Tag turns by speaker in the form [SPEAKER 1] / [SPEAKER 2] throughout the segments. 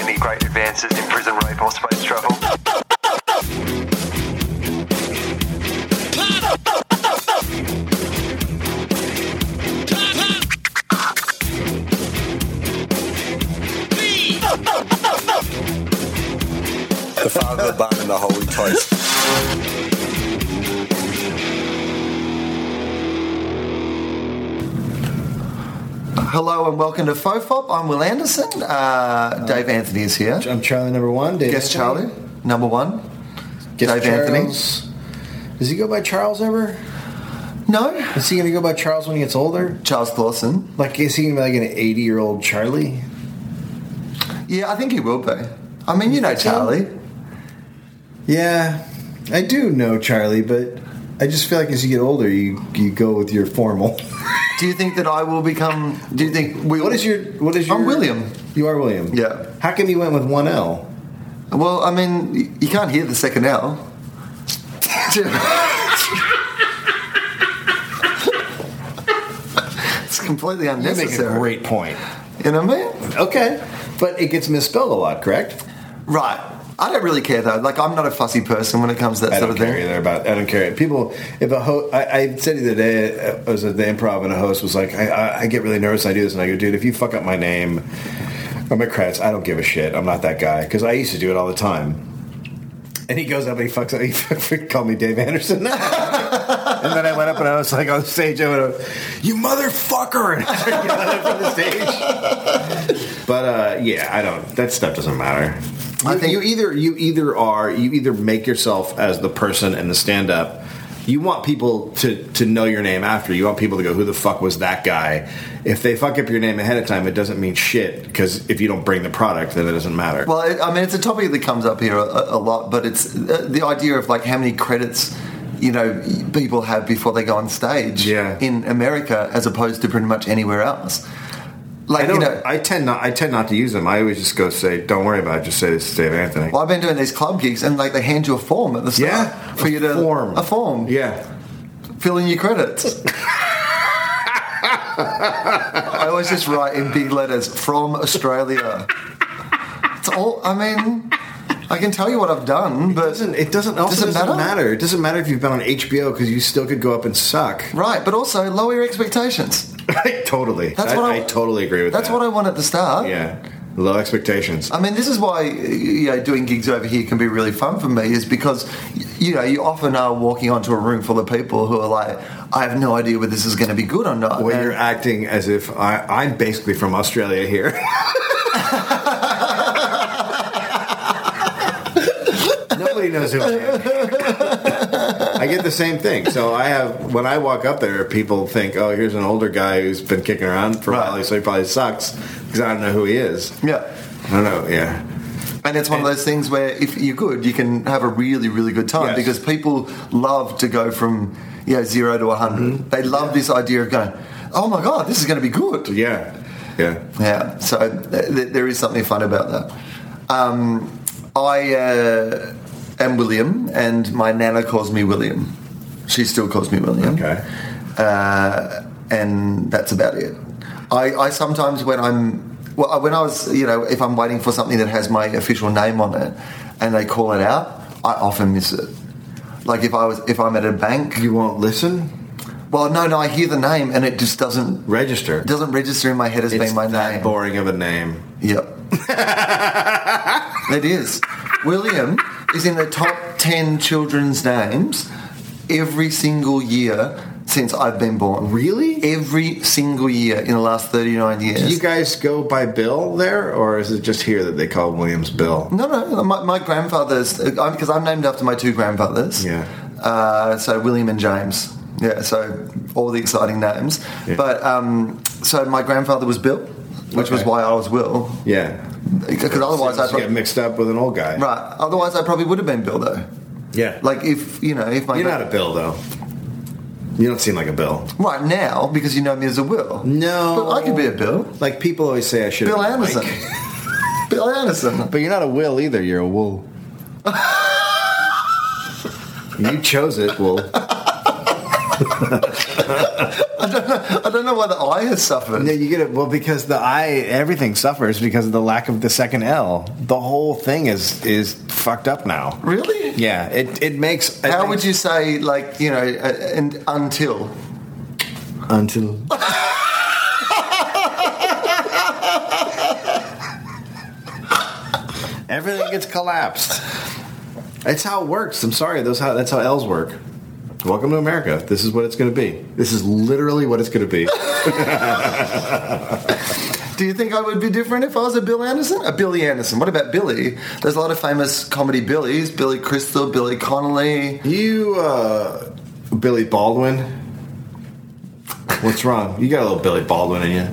[SPEAKER 1] any great advances in prison rape or space travel.
[SPEAKER 2] The Father, the Son, and the Holy Ghost.
[SPEAKER 3] Hello and welcome to FOFOP. I'm Will Anderson. Uh, Dave Anthony is here.
[SPEAKER 4] I'm Charlie number one. Dave
[SPEAKER 3] Guest
[SPEAKER 4] Anthony.
[SPEAKER 3] Charlie, number one.
[SPEAKER 4] Guess
[SPEAKER 3] Dave Anthony.
[SPEAKER 4] Charles. Does he go by Charles ever?
[SPEAKER 3] No,
[SPEAKER 4] Is he going to go by Charles when he gets older?
[SPEAKER 3] Charles Clausen.
[SPEAKER 4] Like, is he going to be like an 80 year old Charlie?
[SPEAKER 3] Yeah, I think he will be. I mean, you know Charlie.
[SPEAKER 4] Yeah, I do know Charlie, but I just feel like as you get older, you, you go with your formal.
[SPEAKER 3] Do you think that I will become? Do you think we?
[SPEAKER 4] What is your What is your?
[SPEAKER 3] I'm William.
[SPEAKER 4] You are William.
[SPEAKER 3] Yeah.
[SPEAKER 4] How come you went with one L?
[SPEAKER 3] Well, I mean, y- you can't hear the second L. it's completely
[SPEAKER 4] You make a
[SPEAKER 3] unnecessary.
[SPEAKER 4] great point.
[SPEAKER 3] You know what I mean?
[SPEAKER 4] Okay, but it gets misspelled a lot, correct?
[SPEAKER 3] Right. I don't really care though. Like, I'm not a fussy person when it comes to that
[SPEAKER 4] I
[SPEAKER 3] sort
[SPEAKER 4] don't
[SPEAKER 3] of thing.
[SPEAKER 4] care either about. I don't care. People, if a host, I, I said the other day, uh, I was at the improv and a host was like, I, I, I get really nervous. when I do this, and I go, dude, if you fuck up my name or my credits, I don't give a shit. I'm not that guy because I used to do it all the time. And he goes up and he fucks up. He fucking called me Dave Anderson. and then I went up and I was like on stage, I went, up, "You motherfucker!" And I started yelling from the stage. But uh, yeah, I don't. That stuff doesn't matter.
[SPEAKER 3] I
[SPEAKER 4] You-
[SPEAKER 3] think-
[SPEAKER 4] you either you either are you either make yourself as the person and the stand up. You want people to to know your name after. You want people to go, "Who the fuck was that guy?" If they fuck up your name ahead of time, it doesn't mean shit because if you don't bring the product, then it doesn't matter.
[SPEAKER 3] Well, it, I mean, it's a topic that comes up here a, a lot, but it's uh, the idea of like how many credits you know people have before they go on stage
[SPEAKER 4] Yeah.
[SPEAKER 3] in America as opposed to pretty much anywhere else.
[SPEAKER 4] I
[SPEAKER 3] Like you
[SPEAKER 4] don't.
[SPEAKER 3] know,
[SPEAKER 4] I tend not. I tend not to use them. I always just go say, "Don't worry about it. Just say this is Dave Anthony."
[SPEAKER 3] well, I've been doing these club gigs and like they hand you a form at the start
[SPEAKER 4] yeah,
[SPEAKER 3] for you to
[SPEAKER 4] form
[SPEAKER 3] a form
[SPEAKER 4] Yeah,
[SPEAKER 3] fill in your credits. I always just write in big letters from Australia. It's all. I mean, I can tell you what I've done,
[SPEAKER 4] it
[SPEAKER 3] but
[SPEAKER 4] doesn't. It doesn't. Also
[SPEAKER 3] Does it
[SPEAKER 4] doesn't
[SPEAKER 3] matter?
[SPEAKER 4] It doesn't matter if you've been on HBO because you still could go up and suck.
[SPEAKER 3] Right, but also lower your expectations.
[SPEAKER 4] Right, totally.
[SPEAKER 3] That's
[SPEAKER 4] I,
[SPEAKER 3] what
[SPEAKER 4] I,
[SPEAKER 3] I-
[SPEAKER 4] totally agree with.
[SPEAKER 3] That's
[SPEAKER 4] that.
[SPEAKER 3] what I want at the start.
[SPEAKER 4] Yeah, low expectations.
[SPEAKER 3] I mean, this is why you know doing gigs over here can be really fun for me, is because you know you often are walking onto a room full of people who are like, I have no idea whether this is going to be good or not.
[SPEAKER 4] Well,
[SPEAKER 3] And-
[SPEAKER 4] you're acting as if I, I'm basically from Australia here. Nobody knows who I am. I get the same thing. So I have when I walk up there, people think, "Oh, here's an older guy who's been kicking around for a while,
[SPEAKER 3] Right.
[SPEAKER 4] so he probably sucks because I don't know who he is."
[SPEAKER 3] yeah,
[SPEAKER 4] I don't know. Yeah,
[SPEAKER 3] and it's one of those things where if you're good, you can have a really really good time
[SPEAKER 4] Yes.
[SPEAKER 3] because people love to go from you know zero to 100
[SPEAKER 4] Mm-hmm.
[SPEAKER 3] They love this idea of going, oh my god, this is going to be good.
[SPEAKER 4] yeah, yeah.
[SPEAKER 3] Yeah, so th- th- there is something fun about that. Um, I uh, am William, and my nana calls me William. She still calls me William.
[SPEAKER 4] Okay.
[SPEAKER 3] Uh, and that's about it. I, I sometimes, when I'm, well, I- when I was, you know, if I'm waiting for something that has my official name on it and they call it out, I often miss it. Like if I was, if I'm at a bank,
[SPEAKER 4] You won't listen.
[SPEAKER 3] well, no, no, I hear the name and it just doesn't,
[SPEAKER 4] Register.
[SPEAKER 3] it doesn't register in my head as
[SPEAKER 4] It's
[SPEAKER 3] being my
[SPEAKER 4] that
[SPEAKER 3] name.
[SPEAKER 4] boring of a name.
[SPEAKER 3] Yep. it is. William is in the top 10 children's names every single year since I've been born.
[SPEAKER 4] Really?
[SPEAKER 3] Every single year in the last 39
[SPEAKER 4] Do
[SPEAKER 3] years.
[SPEAKER 4] you guys go by Bill there, or is it just here that they call Williams Bill?
[SPEAKER 3] no, no, my, my grandfather's, because I'm named after my two grandfathers.
[SPEAKER 4] Yeah.
[SPEAKER 3] Uh, so William and James. Yeah, so all the exciting names.
[SPEAKER 4] Yeah.
[SPEAKER 3] But um, so my grandfather was Bill, which was
[SPEAKER 4] Okay.
[SPEAKER 3] why I was Will.
[SPEAKER 4] Yeah.
[SPEAKER 3] Because otherwise, I
[SPEAKER 4] Just get
[SPEAKER 3] probably,
[SPEAKER 4] mixed up with an old guy.
[SPEAKER 3] right. Otherwise, I probably would have been Bill though.
[SPEAKER 4] Yeah.
[SPEAKER 3] Like if you know if my
[SPEAKER 4] you're not a Bill though. You don't seem like a Bill.
[SPEAKER 3] right now because you know me as a Will.
[SPEAKER 4] No.
[SPEAKER 3] but I could be a Bill.
[SPEAKER 4] Like people always say, I should.
[SPEAKER 3] Bill Anderson. Bill Anderson.
[SPEAKER 4] But you're not a Will either. You're a Wool. you chose it, Wool.
[SPEAKER 3] I don't know why the eye has suffered.
[SPEAKER 4] No, you get it. Well, because the I everything suffers because of the lack of the second L. The whole thing is is fucked up now.
[SPEAKER 3] Really?
[SPEAKER 4] Yeah. It it makes. it
[SPEAKER 3] How
[SPEAKER 4] makes-
[SPEAKER 3] would you say like you know uh, and until?
[SPEAKER 4] until? everything gets collapsed. It's how it works. I'm sorry. Those how that's how L's work. Welcome to America. This is what it's going to be. This is literally what it's going to be.
[SPEAKER 3] Do you think I would be different if I was a Bill Anderson? A Billy Anderson. What about Billy? There's a lot of famous comedy Billys. Billy Crystal, Billy Connolly.
[SPEAKER 4] You, uh, Billy Baldwin. What's wrong? You got a little Billy Baldwin in you.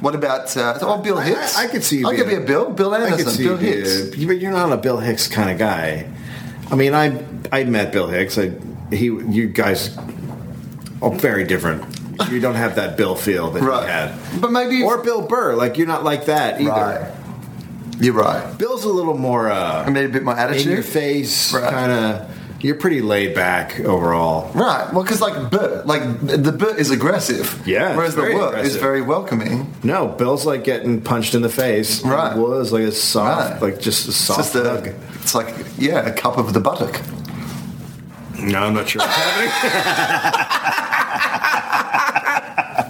[SPEAKER 3] What about uh, oh Bill Hicks?
[SPEAKER 4] I, I could see. You
[SPEAKER 3] I could be
[SPEAKER 4] being-
[SPEAKER 3] a Bill. Bill
[SPEAKER 4] I
[SPEAKER 3] Anderson.
[SPEAKER 4] could see
[SPEAKER 3] Bill
[SPEAKER 4] you
[SPEAKER 3] Hicks.
[SPEAKER 4] being- But you're not a Bill Hicks kind of guy. I mean, I I met Bill Hicks. I he you guys are very different. You don't have that Bill feel that
[SPEAKER 3] Right.
[SPEAKER 4] he had.
[SPEAKER 3] But maybe-
[SPEAKER 4] or Bill Burr. Like you're not like that either.
[SPEAKER 3] Right. You're right.
[SPEAKER 4] Bill's a little more. Uh,
[SPEAKER 3] I made a bit my attitude.
[SPEAKER 4] in your face,
[SPEAKER 3] Right.
[SPEAKER 4] kind of. You're pretty laid back overall.
[SPEAKER 3] Right. Well, because like Bert, like the Bert is aggressive.
[SPEAKER 4] Yeah,
[SPEAKER 3] Whereas
[SPEAKER 4] it's
[SPEAKER 3] the
[SPEAKER 4] very
[SPEAKER 3] work is
[SPEAKER 4] aggressive.
[SPEAKER 3] very welcoming.
[SPEAKER 4] No, Bill's like getting punched in the face.
[SPEAKER 3] Right.
[SPEAKER 4] It was like a soft,
[SPEAKER 3] Right.
[SPEAKER 4] like just a
[SPEAKER 3] It's
[SPEAKER 4] soft
[SPEAKER 3] just a,
[SPEAKER 4] hug.
[SPEAKER 3] it's like yeah, a cup of the buttock.
[SPEAKER 4] No, I'm not sure what's happening.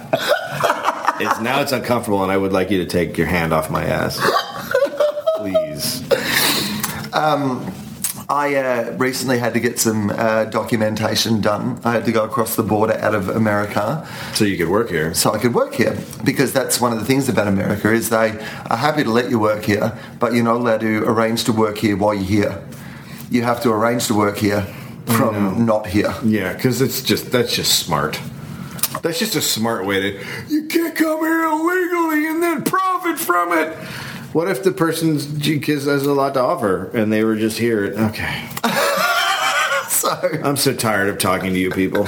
[SPEAKER 4] it's now it's uncomfortable, and I would like you to take your hand off my ass, please.
[SPEAKER 3] I uh, recently had to get some uh, documentation done. I had to go across the border out of America
[SPEAKER 4] So you could work here.
[SPEAKER 3] so I could work here because that's one of the things about America is they are happy to let you work here, but you're not allowed to arrange to work here while you're here. You have to arrange to work here from not here.
[SPEAKER 4] Yeah, because it's just that's just smart. That's just a smart way to. You can't come here illegally and then profit from it. What if the person's kids has a lot to offer and they were just here? Okay,
[SPEAKER 3] So
[SPEAKER 4] I'm so tired of talking to you people.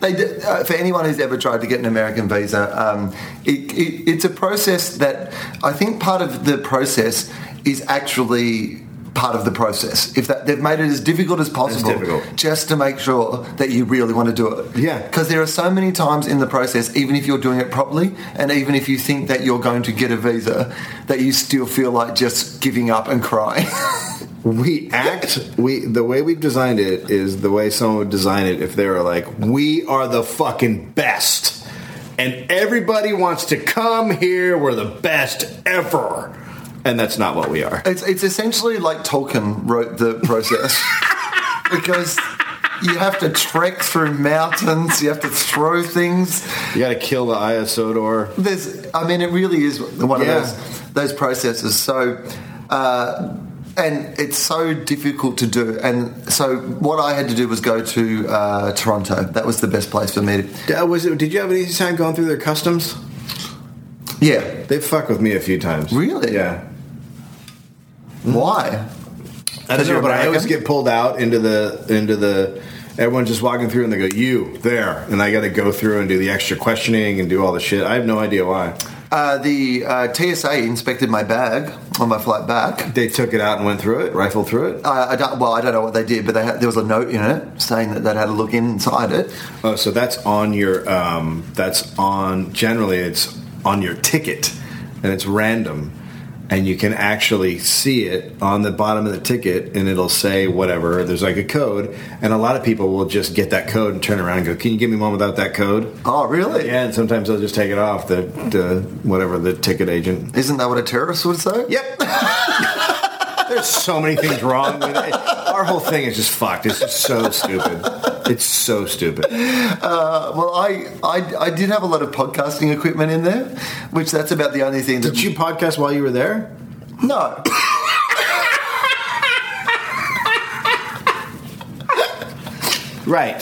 [SPEAKER 3] They do, uh, for anyone who's ever tried to get an American visa, um, it, it, it's a process that I think part of the process is actually part of the process. If that they've made it as difficult as possible,
[SPEAKER 4] difficult.
[SPEAKER 3] just to make sure that you really want to do it.
[SPEAKER 4] Yeah.
[SPEAKER 3] because there are so many times in the process, even if you're doing it properly, and even if you think that you're going to get a visa, that you still feel like just giving up and crying.
[SPEAKER 4] We act we the way we've designed it is the way someone would design it if they were like, We are the fucking best. And everybody wants to come here, we're the best ever. And that's not what we are.
[SPEAKER 3] It's, it's essentially like Tolkien wrote the process because you have to trek through mountains, you have to throw things.
[SPEAKER 4] You gotta kill the Iosodor.
[SPEAKER 3] There's, I mean, it really is one
[SPEAKER 4] Yeah.
[SPEAKER 3] of those those processes. So, uh, and it's so difficult to do. And so, what I had to do was go to uh, Toronto. That was the best place for me. To,
[SPEAKER 4] Uh, was it did you have an easy time going through their customs?
[SPEAKER 3] yeah.
[SPEAKER 4] They fuck with me a few times.
[SPEAKER 3] Really?
[SPEAKER 4] Yeah.
[SPEAKER 3] Why?
[SPEAKER 4] I
[SPEAKER 3] Because
[SPEAKER 4] don't know,
[SPEAKER 3] you're
[SPEAKER 4] but I always
[SPEAKER 3] American?
[SPEAKER 4] get pulled out into the into the everyone just walking through and they go, You there and I gotta go through and do the extra questioning and do all the shit. I have no idea why.
[SPEAKER 3] Uh, the uh, TSA inspected my bag on my flight back.
[SPEAKER 4] They took it out and went through it, rifled through it.
[SPEAKER 3] I, I don't, well, I don't know what they did, but they had, there was a note in it saying that they'd had a look inside it.
[SPEAKER 4] Oh, so that's on your. Um, that's on. Generally, it's on your ticket, and it's random, and you can actually see it on the bottom of the ticket, and it'll say whatever. There's like a code, and a lot of people will just get that code and turn around and go, "Can you give me one without that code?"
[SPEAKER 3] Oh, really?
[SPEAKER 4] Yeah, and sometimes they'll just take it off the, the whatever the ticket agent.
[SPEAKER 3] Isn't that what a terrorist would say?
[SPEAKER 4] Yep. There's so many things wrong with it. Our whole thing is just fucked. It's just so stupid. It's so stupid.
[SPEAKER 3] Uh, well, I, I I did have a lot of podcasting equipment in there, which that's about the only thing that
[SPEAKER 4] Did you podcast while you were there?
[SPEAKER 3] no.
[SPEAKER 4] Right.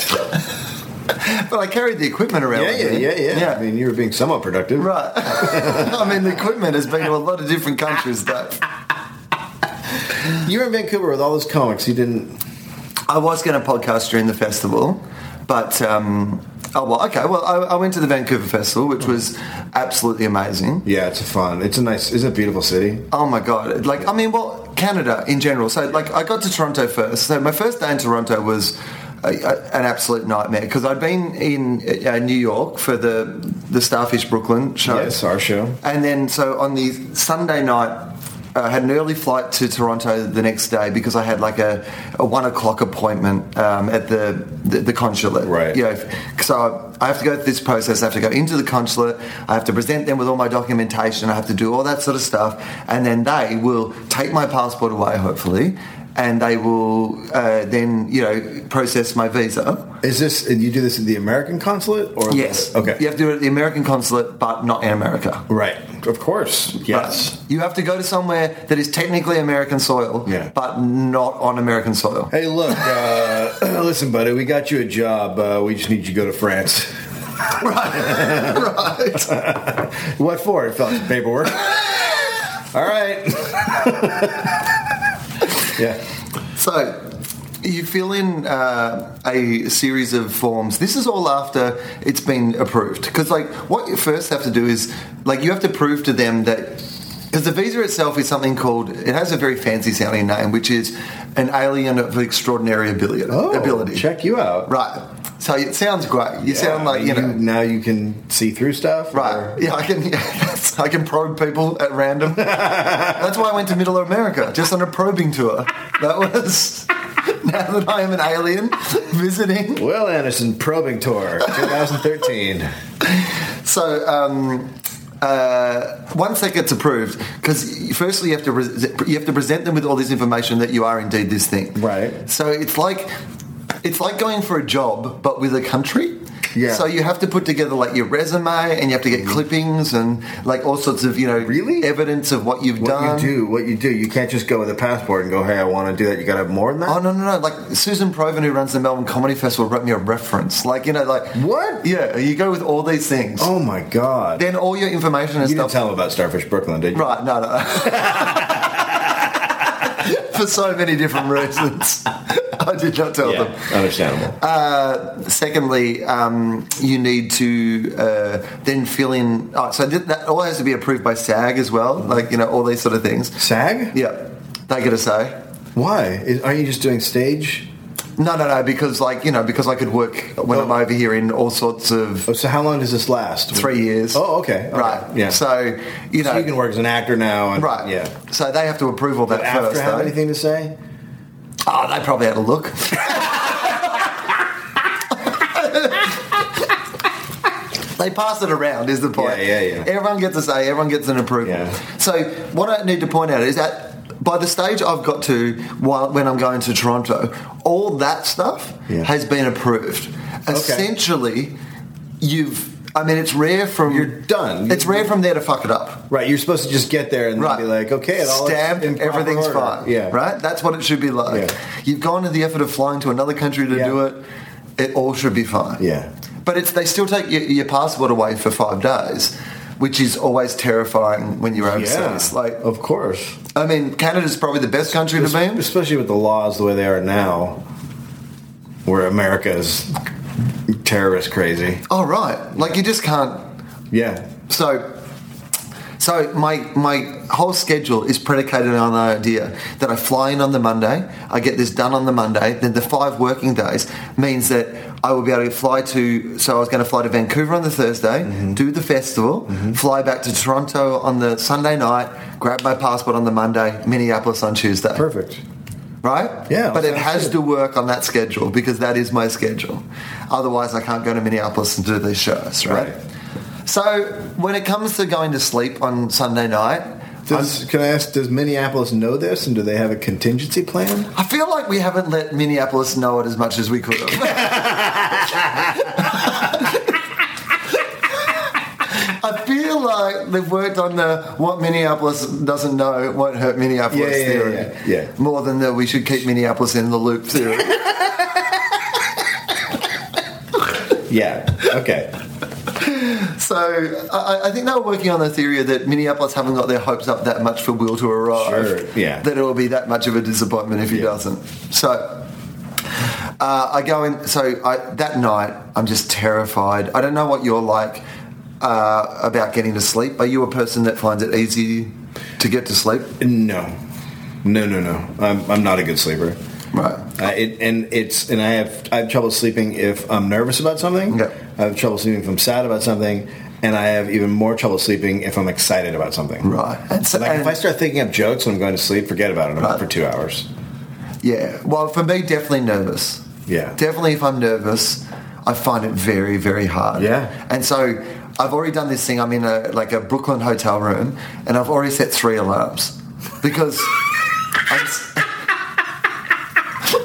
[SPEAKER 3] but I carried the equipment around.
[SPEAKER 4] Yeah,
[SPEAKER 3] with
[SPEAKER 4] yeah,
[SPEAKER 3] me.
[SPEAKER 4] yeah, yeah, I mean, you were being somewhat productive.
[SPEAKER 3] right. I mean, the equipment has been to a lot of different countries, though.
[SPEAKER 4] You were in Vancouver with all those comics. You didn't.
[SPEAKER 3] I was going to podcast during the festival, but um, oh well. Okay, well, I, I went to the Vancouver Festival, which was absolutely amazing.
[SPEAKER 4] Yeah, it's a fun. It's a nice. It's a beautiful city.
[SPEAKER 3] Oh my god! Like I mean, well, Canada in general. So like, I got to Toronto first. So my first day in Toronto was a, a- an absolute nightmare because I'd been in uh, New York for the the Starfish Brooklyn show.
[SPEAKER 4] Yes, our show.
[SPEAKER 3] And then so on the Sunday night. I had an early flight to Toronto the next day because I had like a, a one o'clock appointment um, at the, the the consulate.
[SPEAKER 4] Right.
[SPEAKER 3] You know, if- so I have to go through this process. I have to go into the consulate. I have to present them with all my documentation. I have to do all that sort of stuff, and then they will take my passport away, hopefully, and they will uh, then you know process my visa.
[SPEAKER 4] Is this? You do this at the American consulate or?
[SPEAKER 3] Yes.
[SPEAKER 4] Okay.
[SPEAKER 3] You have to do it at the American consulate, but not in America.
[SPEAKER 4] Right. Of course. Yes.
[SPEAKER 3] But you have to go to somewhere that is technically American soil,
[SPEAKER 4] Yeah.
[SPEAKER 3] but not on American soil.
[SPEAKER 4] Hey, look. Uh, listen, buddy. We got you a job. Uh, we just need you to go to France.
[SPEAKER 3] right.
[SPEAKER 4] What for? It felt like paperwork. All right. yeah.
[SPEAKER 3] So you fill in uh, a series of forms. This is all after it's been approved. Because, like, what you first have to do is, like, you have to prove to them that. Because the visa itself is something called, it has a very fancy sounding name, which is an alien of extraordinary ability. Oh, ability.
[SPEAKER 4] Oh, Check you out.
[SPEAKER 3] Right. So it sounds great. You sound like, you know.
[SPEAKER 4] now you can see through stuff.
[SPEAKER 3] Right.
[SPEAKER 4] or-
[SPEAKER 3] Yeah, I can. Yeah, that's- I can probe people at random. that's why I went to Middle America, just on a probing tour. That was. Now that I am an alien visiting,
[SPEAKER 4] Will Anderson probing tour 2013.
[SPEAKER 3] so um, uh, once that gets approved, because firstly you have to pre- you have to present them with all this information that you are indeed this thing.
[SPEAKER 4] Right.
[SPEAKER 3] So it's like it's like going for a job, but with a country.
[SPEAKER 4] Yeah. Mm-hmm.
[SPEAKER 3] So you have to put together like your resume, and you have to get clippings and like all sorts of you know
[SPEAKER 4] Really?
[SPEAKER 3] evidence of what you've
[SPEAKER 4] what
[SPEAKER 3] done.
[SPEAKER 4] you do, what you do, you can't just go with a passport and go, "Hey, I want to do that." You got to have more than that.
[SPEAKER 3] Oh no no no! Like Susan Proven, who runs the Melbourne Comedy Festival, wrote me a reference. Like you know, like
[SPEAKER 4] What?
[SPEAKER 3] Yeah, you go with all these things.
[SPEAKER 4] Oh my god!
[SPEAKER 3] Then all your information and
[SPEAKER 4] you
[SPEAKER 3] stuff
[SPEAKER 4] didn't tell him about Starfish Brooklyn, did you?
[SPEAKER 3] Right, no, no. For so many different reasons. I did not tell
[SPEAKER 4] Yeah,
[SPEAKER 3] them.
[SPEAKER 4] understandable.
[SPEAKER 3] Uh, secondly, um, you need to uh, then fill in. Oh, so th- that all has to be approved by SAG as well,
[SPEAKER 4] Mm-hmm.
[SPEAKER 3] like, you know, all these sort of things.
[SPEAKER 4] SAG?
[SPEAKER 3] Yeah, they get a say.
[SPEAKER 4] Why? Is, aren't you just doing stage?
[SPEAKER 3] No, no, no, because, like, you know, because I could work when I'm over here in all sorts of
[SPEAKER 4] Oh, so how long does this last?
[SPEAKER 3] three years.
[SPEAKER 4] Oh, okay. okay.
[SPEAKER 3] Right.
[SPEAKER 4] Yeah.
[SPEAKER 3] So, you know.
[SPEAKER 4] So you can work as an actor now. And,
[SPEAKER 3] Right.
[SPEAKER 4] Yeah.
[SPEAKER 3] So they have to approve all that
[SPEAKER 4] After
[SPEAKER 3] first.
[SPEAKER 4] have
[SPEAKER 3] though.
[SPEAKER 4] anything to say?
[SPEAKER 3] Oh, they probably had a look. they pass it around is the point.
[SPEAKER 4] Yeah, yeah, yeah.
[SPEAKER 3] Everyone gets a say. Everyone gets an approval.
[SPEAKER 4] Yeah.
[SPEAKER 3] So what I need to point out is that by the stage I've got to while when I'm going to Toronto, all that stuff
[SPEAKER 4] Yeah.
[SPEAKER 3] has been approved. Essentially, you've. I mean, it's rare from
[SPEAKER 4] You're done.
[SPEAKER 3] It's rare from there to fuck it up.
[SPEAKER 4] Right. You're supposed to just get there and
[SPEAKER 3] Right.
[SPEAKER 4] be like, "Okay, it all is
[SPEAKER 3] Stabbed,
[SPEAKER 4] in proper
[SPEAKER 3] everything's
[SPEAKER 4] order.
[SPEAKER 3] fine.
[SPEAKER 4] Yeah.
[SPEAKER 3] Right? That's what it should be like.
[SPEAKER 4] Yeah.
[SPEAKER 3] You've gone to the effort of flying to another country to
[SPEAKER 4] Yeah.
[SPEAKER 3] do it. It all should be fine.
[SPEAKER 4] Yeah.
[SPEAKER 3] But it's they still take your, your passport away for five days, which is always terrifying when you're
[SPEAKER 4] Yeah.
[SPEAKER 3] overseas. Like,
[SPEAKER 4] of course.
[SPEAKER 3] I mean, Canada's probably the best country to be in.
[SPEAKER 4] especially with the laws the way they are now, where America is terrorist crazy.
[SPEAKER 3] Oh, right. Like, you just can't.
[SPEAKER 4] Yeah,
[SPEAKER 3] So, so my my whole schedule is predicated on the idea that I fly in on the Monday, I get this done on the Monday. Then the five working days means that I will be able to fly to. So I was going to fly to Vancouver on the Thursday, do the festival, fly back to Toronto on the Sunday night, grab my passport on the Monday, Minneapolis on Tuesday.
[SPEAKER 4] perfect.
[SPEAKER 3] Right?
[SPEAKER 4] Yeah,
[SPEAKER 3] But it
[SPEAKER 4] sounds
[SPEAKER 3] has
[SPEAKER 4] good.
[SPEAKER 3] to work on that schedule because that is my schedule. Otherwise, I can't go to Minneapolis and do these shows, right? So, when it comes to going to sleep on Sunday night,
[SPEAKER 4] Does, can I ask? Does Minneapolis know this, and do they have a contingency plan?
[SPEAKER 3] I feel like we haven't let Minneapolis know it as much as we could have. I feel like they've worked on the what Minneapolis doesn't know won't hurt Minneapolis
[SPEAKER 4] Yeah, yeah,
[SPEAKER 3] theory
[SPEAKER 4] yeah, yeah.
[SPEAKER 3] more than the we should keep Minneapolis in the loop theory.
[SPEAKER 4] Yeah. Okay.
[SPEAKER 3] So I, I think they were working on the theory that Minneapolis haven't got their hopes up that much for Will to arrive.
[SPEAKER 4] Sure, yeah.
[SPEAKER 3] That it will be that much of a disappointment if he
[SPEAKER 4] Yeah.
[SPEAKER 3] doesn't. So. Uh, I go in, so I, that night I'm just terrified. I don't know what you're like uh, about getting to sleep. Are you a person that finds it easy to get to sleep?
[SPEAKER 4] No. No. No. No. I'm, I'm not a good sleeper.
[SPEAKER 3] Right.
[SPEAKER 4] Uh, it, and it's and I have I have trouble sleeping if I'm nervous about something.
[SPEAKER 3] Yeah.
[SPEAKER 4] I have trouble sleeping if I'm sad about something, and I have even more trouble sleeping if I'm excited about something.
[SPEAKER 3] Right. And so,
[SPEAKER 4] Like if
[SPEAKER 3] and-
[SPEAKER 4] I start thinking up jokes when I'm going to sleep, forget about it. I'm up
[SPEAKER 3] Right.
[SPEAKER 4] for two hours.
[SPEAKER 3] yeah. Well, for me, definitely nervous.
[SPEAKER 4] Yeah.
[SPEAKER 3] Definitely, if I'm nervous, I find it very, very hard.
[SPEAKER 4] Yeah.
[SPEAKER 3] And so, I've already done this thing. I'm in a like a Brooklyn hotel room, and I've already set three alarms because. I'm, s-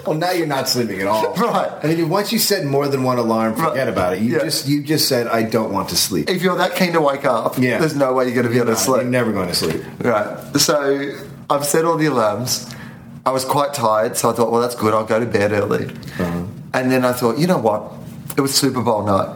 [SPEAKER 4] Well, now you're not sleeping at all.
[SPEAKER 3] Right.
[SPEAKER 4] I mean, once you set more than one alarm, forget
[SPEAKER 3] Right.
[SPEAKER 4] about it. You
[SPEAKER 3] Yeah.
[SPEAKER 4] just you just said I don't want to sleep.
[SPEAKER 3] if you're that keen to wake up,
[SPEAKER 4] Yeah.
[SPEAKER 3] there's no way you're going to be able to sleep.
[SPEAKER 4] You're never going to sleep.
[SPEAKER 3] Right. So I've set all the alarms. I was quite tired, so I thought, well, that's good. I'll go to bed early.
[SPEAKER 4] Uh-huh.
[SPEAKER 3] And then I thought, you know what? It was Super Bowl night.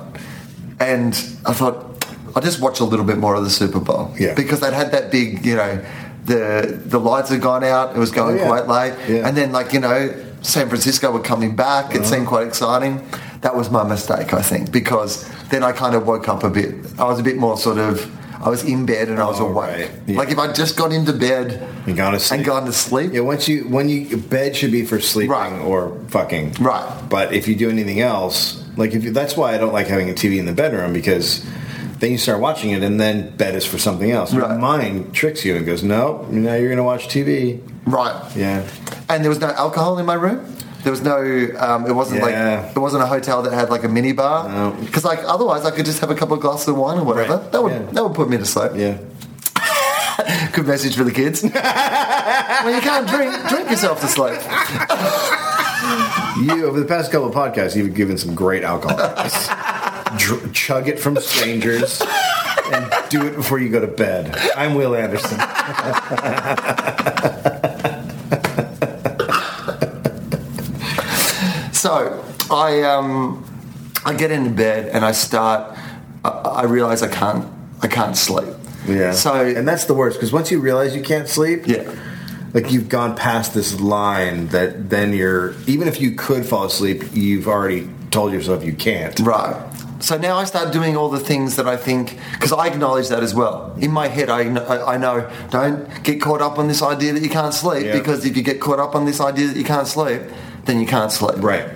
[SPEAKER 3] And I thought, I'll just watch a little bit more of the Super Bowl.
[SPEAKER 4] Yeah.
[SPEAKER 3] Because they'd had that big, you know, the the lights had gone out. It was going
[SPEAKER 4] Oh, yeah.
[SPEAKER 3] quite late.
[SPEAKER 4] Yeah.
[SPEAKER 3] And then, like, you know, San Francisco were coming back.
[SPEAKER 4] Uh-huh.
[SPEAKER 3] It seemed quite exciting. That was my mistake, I think, because then I kind of woke up a bit. I was a bit more sort of, I was in bed and I was
[SPEAKER 4] Oh,
[SPEAKER 3] awake.
[SPEAKER 4] right. Yeah.
[SPEAKER 3] Like, if I just got into bed
[SPEAKER 4] And gone to sleep.
[SPEAKER 3] and gone to sleep.
[SPEAKER 4] Yeah, once you when you bed should be for sleeping
[SPEAKER 3] Right.
[SPEAKER 4] or fucking.
[SPEAKER 3] Right.
[SPEAKER 4] But if you do anything else, like if you, that's why I don't like having a TV in the bedroom because then you start watching it and then bed is for something else. Your
[SPEAKER 3] Right.
[SPEAKER 4] mind tricks you and goes, no, now you're gonna watch TV.
[SPEAKER 3] Right.
[SPEAKER 4] Yeah.
[SPEAKER 3] And there was no alcohol in my room. There was no. Um, it wasn't
[SPEAKER 4] Yeah.
[SPEAKER 3] like it wasn't a hotel that had like a mini bar.
[SPEAKER 4] No.
[SPEAKER 3] Because like otherwise, I could just have a couple of glasses of wine or whatever.
[SPEAKER 4] Right.
[SPEAKER 3] That would
[SPEAKER 4] Yeah.
[SPEAKER 3] that would put me to sleep.
[SPEAKER 4] Yeah.
[SPEAKER 3] Good message for the kids. when you can't drink, drink yourself to sleep.
[SPEAKER 4] You over the past couple of podcasts, you've given some great alcohol. advice. Dr- chug it from strangers and do it before you go to bed. I'm Will Anderson.
[SPEAKER 3] So I um, I get into bed and I start. I, I realize I can't I can't sleep.
[SPEAKER 4] Yeah.
[SPEAKER 3] So
[SPEAKER 4] and that's the worst because once you realize you can't sleep,
[SPEAKER 3] Yeah.
[SPEAKER 4] like you've gone past this line that then you're even if you could fall asleep, you've already told yourself you can't.
[SPEAKER 3] Right. So now I start doing all the things that I think, because I acknowledge that as well. In my head, I, kn- I I know, don't get caught up on this idea that you can't sleep,
[SPEAKER 4] Yeah.
[SPEAKER 3] because if you get caught up on this idea that you can't sleep, then you can't sleep.
[SPEAKER 4] Right.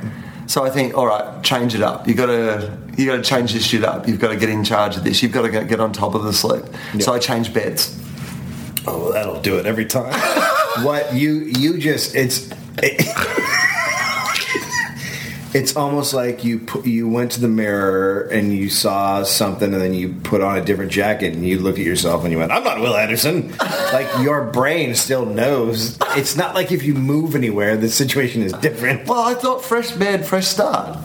[SPEAKER 3] So I think, all right, change it up. You gotta, you gotta change this shit up. You've got to get in charge of this. You've got to get on top of the sleep. So
[SPEAKER 4] Yeah.
[SPEAKER 3] I change beds.
[SPEAKER 4] Oh, that'll do it every time. what you you just it's it- it's almost like you put, you went to the mirror and you saw something and then you put on a different jacket and you looked at yourself and you went, "I'm not Will Anderson." like your brain still knows. It's not like if you move anywhere, the situation is different.
[SPEAKER 3] Well, I thought fresh bed, fresh start.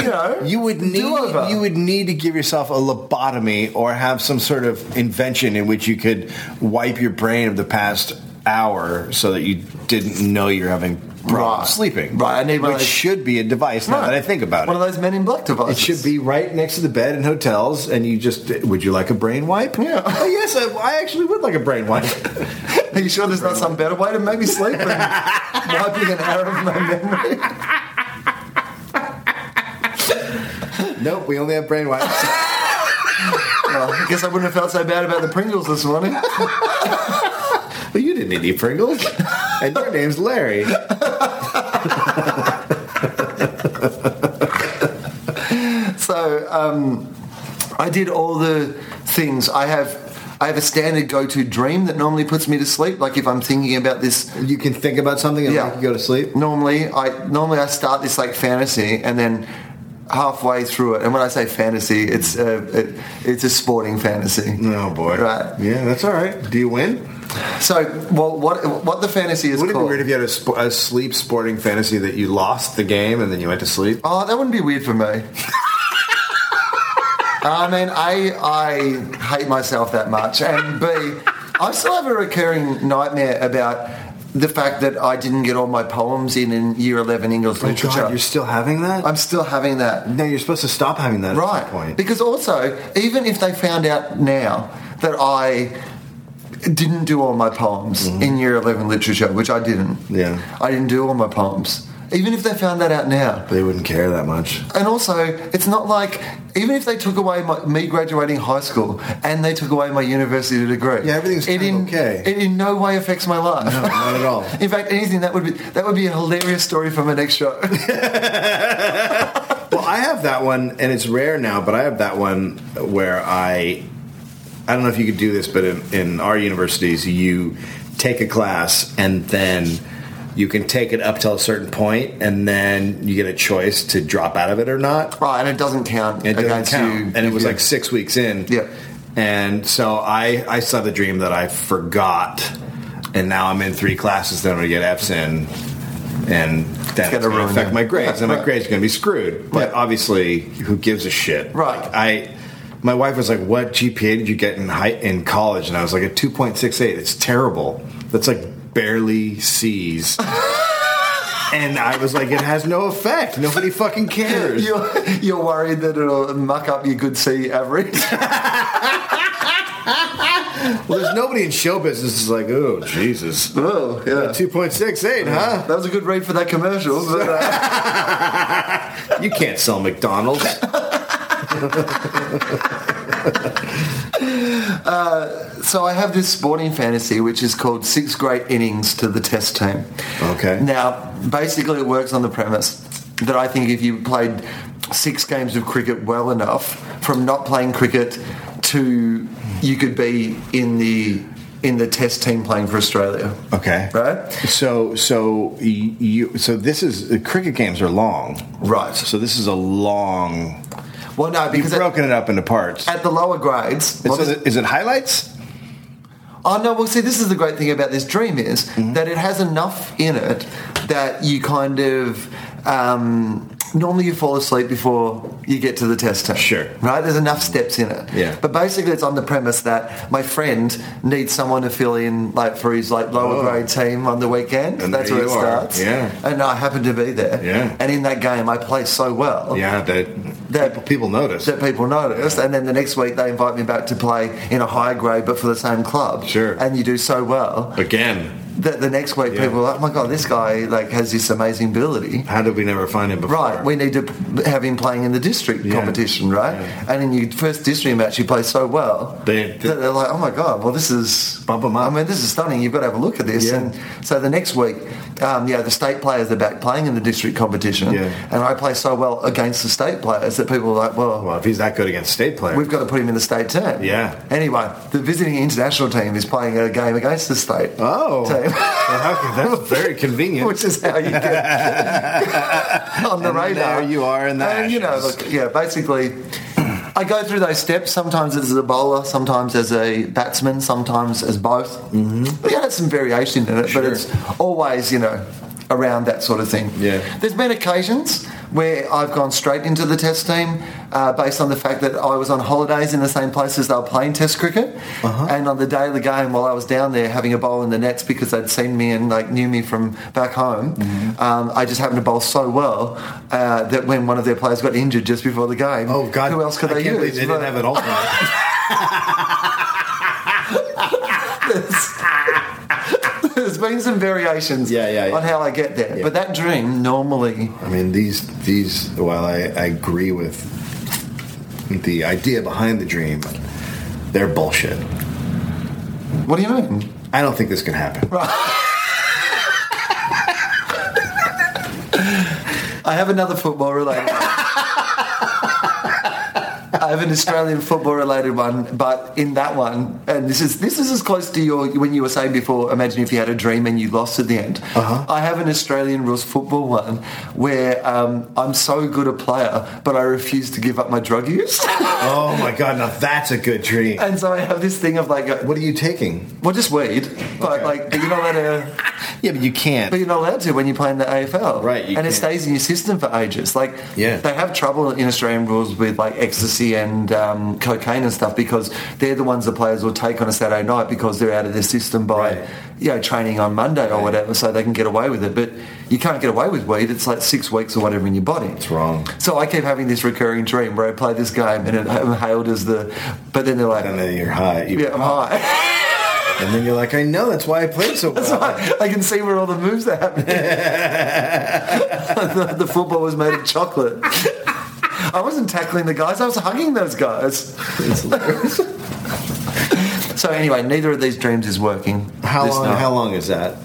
[SPEAKER 3] you know,
[SPEAKER 4] You would need
[SPEAKER 3] do-over.
[SPEAKER 4] you would need to give yourself a lobotomy or have some sort of invention in which you could wipe your brain of the past hour so that you didn't know you're having problems
[SPEAKER 3] Right.
[SPEAKER 4] sleeping.
[SPEAKER 3] Right, I need one of
[SPEAKER 4] which
[SPEAKER 3] those-
[SPEAKER 4] should be a device now
[SPEAKER 3] Right.
[SPEAKER 4] that I think about
[SPEAKER 3] One
[SPEAKER 4] it.
[SPEAKER 3] of those Men in Black
[SPEAKER 4] It
[SPEAKER 3] devices.
[SPEAKER 4] should be right next to the bed in hotels, and you just would you like a brain wipe?
[SPEAKER 3] Yeah.
[SPEAKER 4] Oh yes, I, I actually would like a brain wipe.
[SPEAKER 3] Are you sure there's not some better way to make me sleep than wiping an hour of my memory?
[SPEAKER 4] nope, we only have brain wipes.
[SPEAKER 3] Well, I guess I wouldn't have felt so bad about the Pringles this morning.
[SPEAKER 4] Well, you didn't eat any Pringles, and your name's Larry.
[SPEAKER 3] So um, I did all the things. I have. I have a standard go-to dream that normally puts me to sleep. Like if I'm thinking about this,
[SPEAKER 4] You can think about something and
[SPEAKER 3] Yeah.
[SPEAKER 4] like you go to sleep.
[SPEAKER 3] normally I normally I start this like fantasy, and then halfway through it, and when I say fantasy, it's a it, it's a sporting fantasy.
[SPEAKER 4] Oh boy!
[SPEAKER 3] Right.
[SPEAKER 4] Yeah, that's all right. Do you win?
[SPEAKER 3] So, well, what what the fantasy is
[SPEAKER 4] Would it be
[SPEAKER 3] called?
[SPEAKER 4] weird if you had a, sp- a sleep sporting fantasy that you lost the game and then you went to sleep?
[SPEAKER 3] Oh, that wouldn't be weird for me. I mean, A, I hate myself that much, and B, I still have a recurring nightmare about the fact that I didn't get all my poems in in year 11 English
[SPEAKER 4] Oh,
[SPEAKER 3] literature.
[SPEAKER 4] God, you're still having that?
[SPEAKER 3] I'm still having that.
[SPEAKER 4] no, you're supposed to stop having that at
[SPEAKER 3] Right.
[SPEAKER 4] some point.
[SPEAKER 3] Because also, even if they found out now that I didn't do all my poems in year 11 literature, which I didn't.
[SPEAKER 4] Mm-hmm. Yeah.
[SPEAKER 3] I didn't do all my poems. Even if they found that out now.
[SPEAKER 4] they wouldn't care that much.
[SPEAKER 3] And also, it's not like, even if they took away my, me graduating high school and they took away my university degree.
[SPEAKER 4] Yeah, everything's
[SPEAKER 3] it
[SPEAKER 4] kind of
[SPEAKER 3] in,
[SPEAKER 4] okay.
[SPEAKER 3] It in no way affects my life.
[SPEAKER 4] No, not at all.
[SPEAKER 3] in fact, anything, that would be, that would be a hilarious story for my next show.
[SPEAKER 4] Well, I have that one, and it's rare now, but I have that one where I. I don't know if you could do this, but in, in our universities, you take a class and then you can take it up till a certain point, and then you get a choice to drop out of it or not.
[SPEAKER 3] right, and it doesn't count
[SPEAKER 4] It doesn't
[SPEAKER 3] against
[SPEAKER 4] count.
[SPEAKER 3] you.
[SPEAKER 4] and it was
[SPEAKER 3] Yeah.
[SPEAKER 4] like six weeks in.
[SPEAKER 3] Yeah.
[SPEAKER 4] And so I, I saw the dream that I forgot, and now I'm in three classes that I'm going to get F's in, and
[SPEAKER 3] gonna
[SPEAKER 4] that's going to
[SPEAKER 3] ruin
[SPEAKER 4] affect
[SPEAKER 3] you.
[SPEAKER 4] my grades,
[SPEAKER 3] Yeah,
[SPEAKER 4] and my
[SPEAKER 3] right.
[SPEAKER 4] grades are going to be screwed. But
[SPEAKER 3] Yeah.
[SPEAKER 4] obviously, who gives a shit?
[SPEAKER 3] Right.
[SPEAKER 4] Like, I, my wife was like, "What GPA did you get in high, in college?" And I was like, "A 2.68. It's terrible. That's like barely C's." and I was like, "It has no effect. Nobody fucking cares."
[SPEAKER 3] You're, you're worried that it'll muck up your good C average.
[SPEAKER 4] Well, there's nobody in show business is like, oh Jesus,
[SPEAKER 3] oh, yeah.
[SPEAKER 4] two point six eight, huh?
[SPEAKER 3] That was a good read for that commercial. But, uh,
[SPEAKER 4] You can't sell McDonald's.
[SPEAKER 3] so I have this sporting fantasy, which is called Six Great Innings to the Test Team.
[SPEAKER 4] Okay.
[SPEAKER 3] Now, basically, it works on the premise that I think if you played six games of cricket well enough, from not playing cricket to you could be in the in the Test team playing for Australia.
[SPEAKER 4] Okay,
[SPEAKER 3] Right?
[SPEAKER 4] So, so y- you, so this is the cricket games are long,
[SPEAKER 3] Right.
[SPEAKER 4] So this is a long.
[SPEAKER 3] Well, no,
[SPEAKER 4] You've
[SPEAKER 3] because at,
[SPEAKER 4] broken it up into parts.
[SPEAKER 3] at the lower grades,
[SPEAKER 4] It's-
[SPEAKER 3] well,
[SPEAKER 4] is,
[SPEAKER 3] this-
[SPEAKER 4] it, is it highlights?
[SPEAKER 3] Oh no! Well, see, this is the great thing about this dream is
[SPEAKER 4] Mm-hmm.
[SPEAKER 3] that it has enough in it that you kind of um, normally you fall asleep before you get to the test time.
[SPEAKER 4] Sure.
[SPEAKER 3] right? There's enough steps in it.
[SPEAKER 4] Yeah.
[SPEAKER 3] But basically, it's on the premise that my friend needs someone to fill in, like for his like lower
[SPEAKER 4] Oh.
[SPEAKER 3] grade team on the weekend.
[SPEAKER 4] And
[SPEAKER 3] That's
[SPEAKER 4] there
[SPEAKER 3] where it
[SPEAKER 4] you are.
[SPEAKER 3] starts.
[SPEAKER 4] Yeah.
[SPEAKER 3] and I happen to be there.
[SPEAKER 4] Yeah.
[SPEAKER 3] and in that game, I play so well
[SPEAKER 4] Yeah, that,
[SPEAKER 3] That-
[SPEAKER 4] people, people notice.
[SPEAKER 3] that people notice, and then the next week they invite me back to play in a higher grade, but for the same club.
[SPEAKER 4] Sure.
[SPEAKER 3] And you do so well
[SPEAKER 4] Again,
[SPEAKER 3] that the next week
[SPEAKER 4] Yeah.
[SPEAKER 3] people are like, "Oh my god, this guy like has this amazing ability."
[SPEAKER 4] how did we never find him before?
[SPEAKER 3] Right, we need to have him playing in the district
[SPEAKER 4] Yeah.
[SPEAKER 3] competition, right?
[SPEAKER 4] Yeah.
[SPEAKER 3] And in your first district match, you play so well
[SPEAKER 4] They-
[SPEAKER 3] that they're like, "Oh my god, well this is
[SPEAKER 4] Bump 'em up.
[SPEAKER 3] I mean, this is stunning. You've got to have a look at this.
[SPEAKER 4] Yeah.
[SPEAKER 3] And so the next week, um, yeah, the state players are back playing in the district competition,
[SPEAKER 4] Yeah.
[SPEAKER 3] and I play so well against the state players that people are like, "Well,
[SPEAKER 4] Well, if he's that good against state players,
[SPEAKER 3] We've got to put him in the state team.
[SPEAKER 4] Yeah.
[SPEAKER 3] Anyway, the visiting international team is playing a game against the state.
[SPEAKER 4] oh,
[SPEAKER 3] Team.
[SPEAKER 4] Well, how- that's very convenient.
[SPEAKER 3] Which is how you get on the
[SPEAKER 4] And
[SPEAKER 3] radar.
[SPEAKER 4] there you are in the
[SPEAKER 3] And you know,
[SPEAKER 4] ashes.
[SPEAKER 3] look, yeah, basically, I go through those steps sometimes as a bowler, sometimes as a batsman, sometimes as both. Mm-hmm. But yeah, it's some variation in it,
[SPEAKER 4] Sure.
[SPEAKER 3] but it's always you know around that sort of thing.
[SPEAKER 4] Yeah.
[SPEAKER 3] there's been occasions where I've gone straight into the test team uh, based on the fact that I was on holidays in the same place as they were playing test cricket.
[SPEAKER 4] Uh-huh.
[SPEAKER 3] And on the day of the game, while I was down there having a bowl in the nets because they'd seen me and like knew me from back home,
[SPEAKER 4] Mm-hmm.
[SPEAKER 3] um, I just happened to bowl so well uh, that when one of their players got injured just before the game,
[SPEAKER 4] Oh God!
[SPEAKER 3] who else could
[SPEAKER 4] I
[SPEAKER 3] they
[SPEAKER 4] can't believe
[SPEAKER 3] use?
[SPEAKER 4] They didn't
[SPEAKER 3] But-
[SPEAKER 4] have an alternate.
[SPEAKER 3] There's been some variations
[SPEAKER 4] Yeah, yeah, yeah.
[SPEAKER 3] on how I get there.
[SPEAKER 4] Yeah.
[SPEAKER 3] But that dream normally
[SPEAKER 4] I mean, these these. While I, I agree with the idea behind the dream, they're bullshit.
[SPEAKER 3] what do you mean?
[SPEAKER 4] I don't think this can happen.
[SPEAKER 3] I have another football related I have an Australian football related one, but in that one, and this is this is as close to your when you were saying before. Imagine if you had a dream and you lost at the end.
[SPEAKER 4] Uh-huh.
[SPEAKER 3] I have an Australian rules football one where um, I'm so good a player, but I refuse to give up my drug use,
[SPEAKER 4] Oh my God! Now that's a good dream.
[SPEAKER 3] and so I have this thing of like,
[SPEAKER 4] What are you taking?
[SPEAKER 3] well, just weed, but
[SPEAKER 4] Okay.
[SPEAKER 3] like you're not allowed to.
[SPEAKER 4] Yeah, but you can't.
[SPEAKER 3] But you're not allowed to when you play in the AFL,
[SPEAKER 4] Right, you
[SPEAKER 3] And it
[SPEAKER 4] can't.
[SPEAKER 3] stays in your system for ages. Like,
[SPEAKER 4] Yeah.
[SPEAKER 3] they have trouble in Australian rules with like ecstasy and um, cocaine and stuff because they're the ones the players will take on a Saturday night because they're out of their system by
[SPEAKER 4] Right.
[SPEAKER 3] you know training on Monday or whatever, so they can get away with it. But you can't get away with weed. It's like six weeks or whatever in your body. It's
[SPEAKER 4] wrong.
[SPEAKER 3] So I keep having this recurring dream where I play this game and it- I'm hailed as the, but then they're like,
[SPEAKER 4] And then you're high. You-
[SPEAKER 3] yeah, I'm high.
[SPEAKER 4] And then you're like, I know, that's why I played so well.
[SPEAKER 3] I can see where all the moves are happening. the, the football was made of chocolate. I wasn't tackling the guys, I was hugging those guys. so anyway, neither of these dreams is working.
[SPEAKER 4] How
[SPEAKER 3] This
[SPEAKER 4] long?
[SPEAKER 3] night.
[SPEAKER 4] How long is that?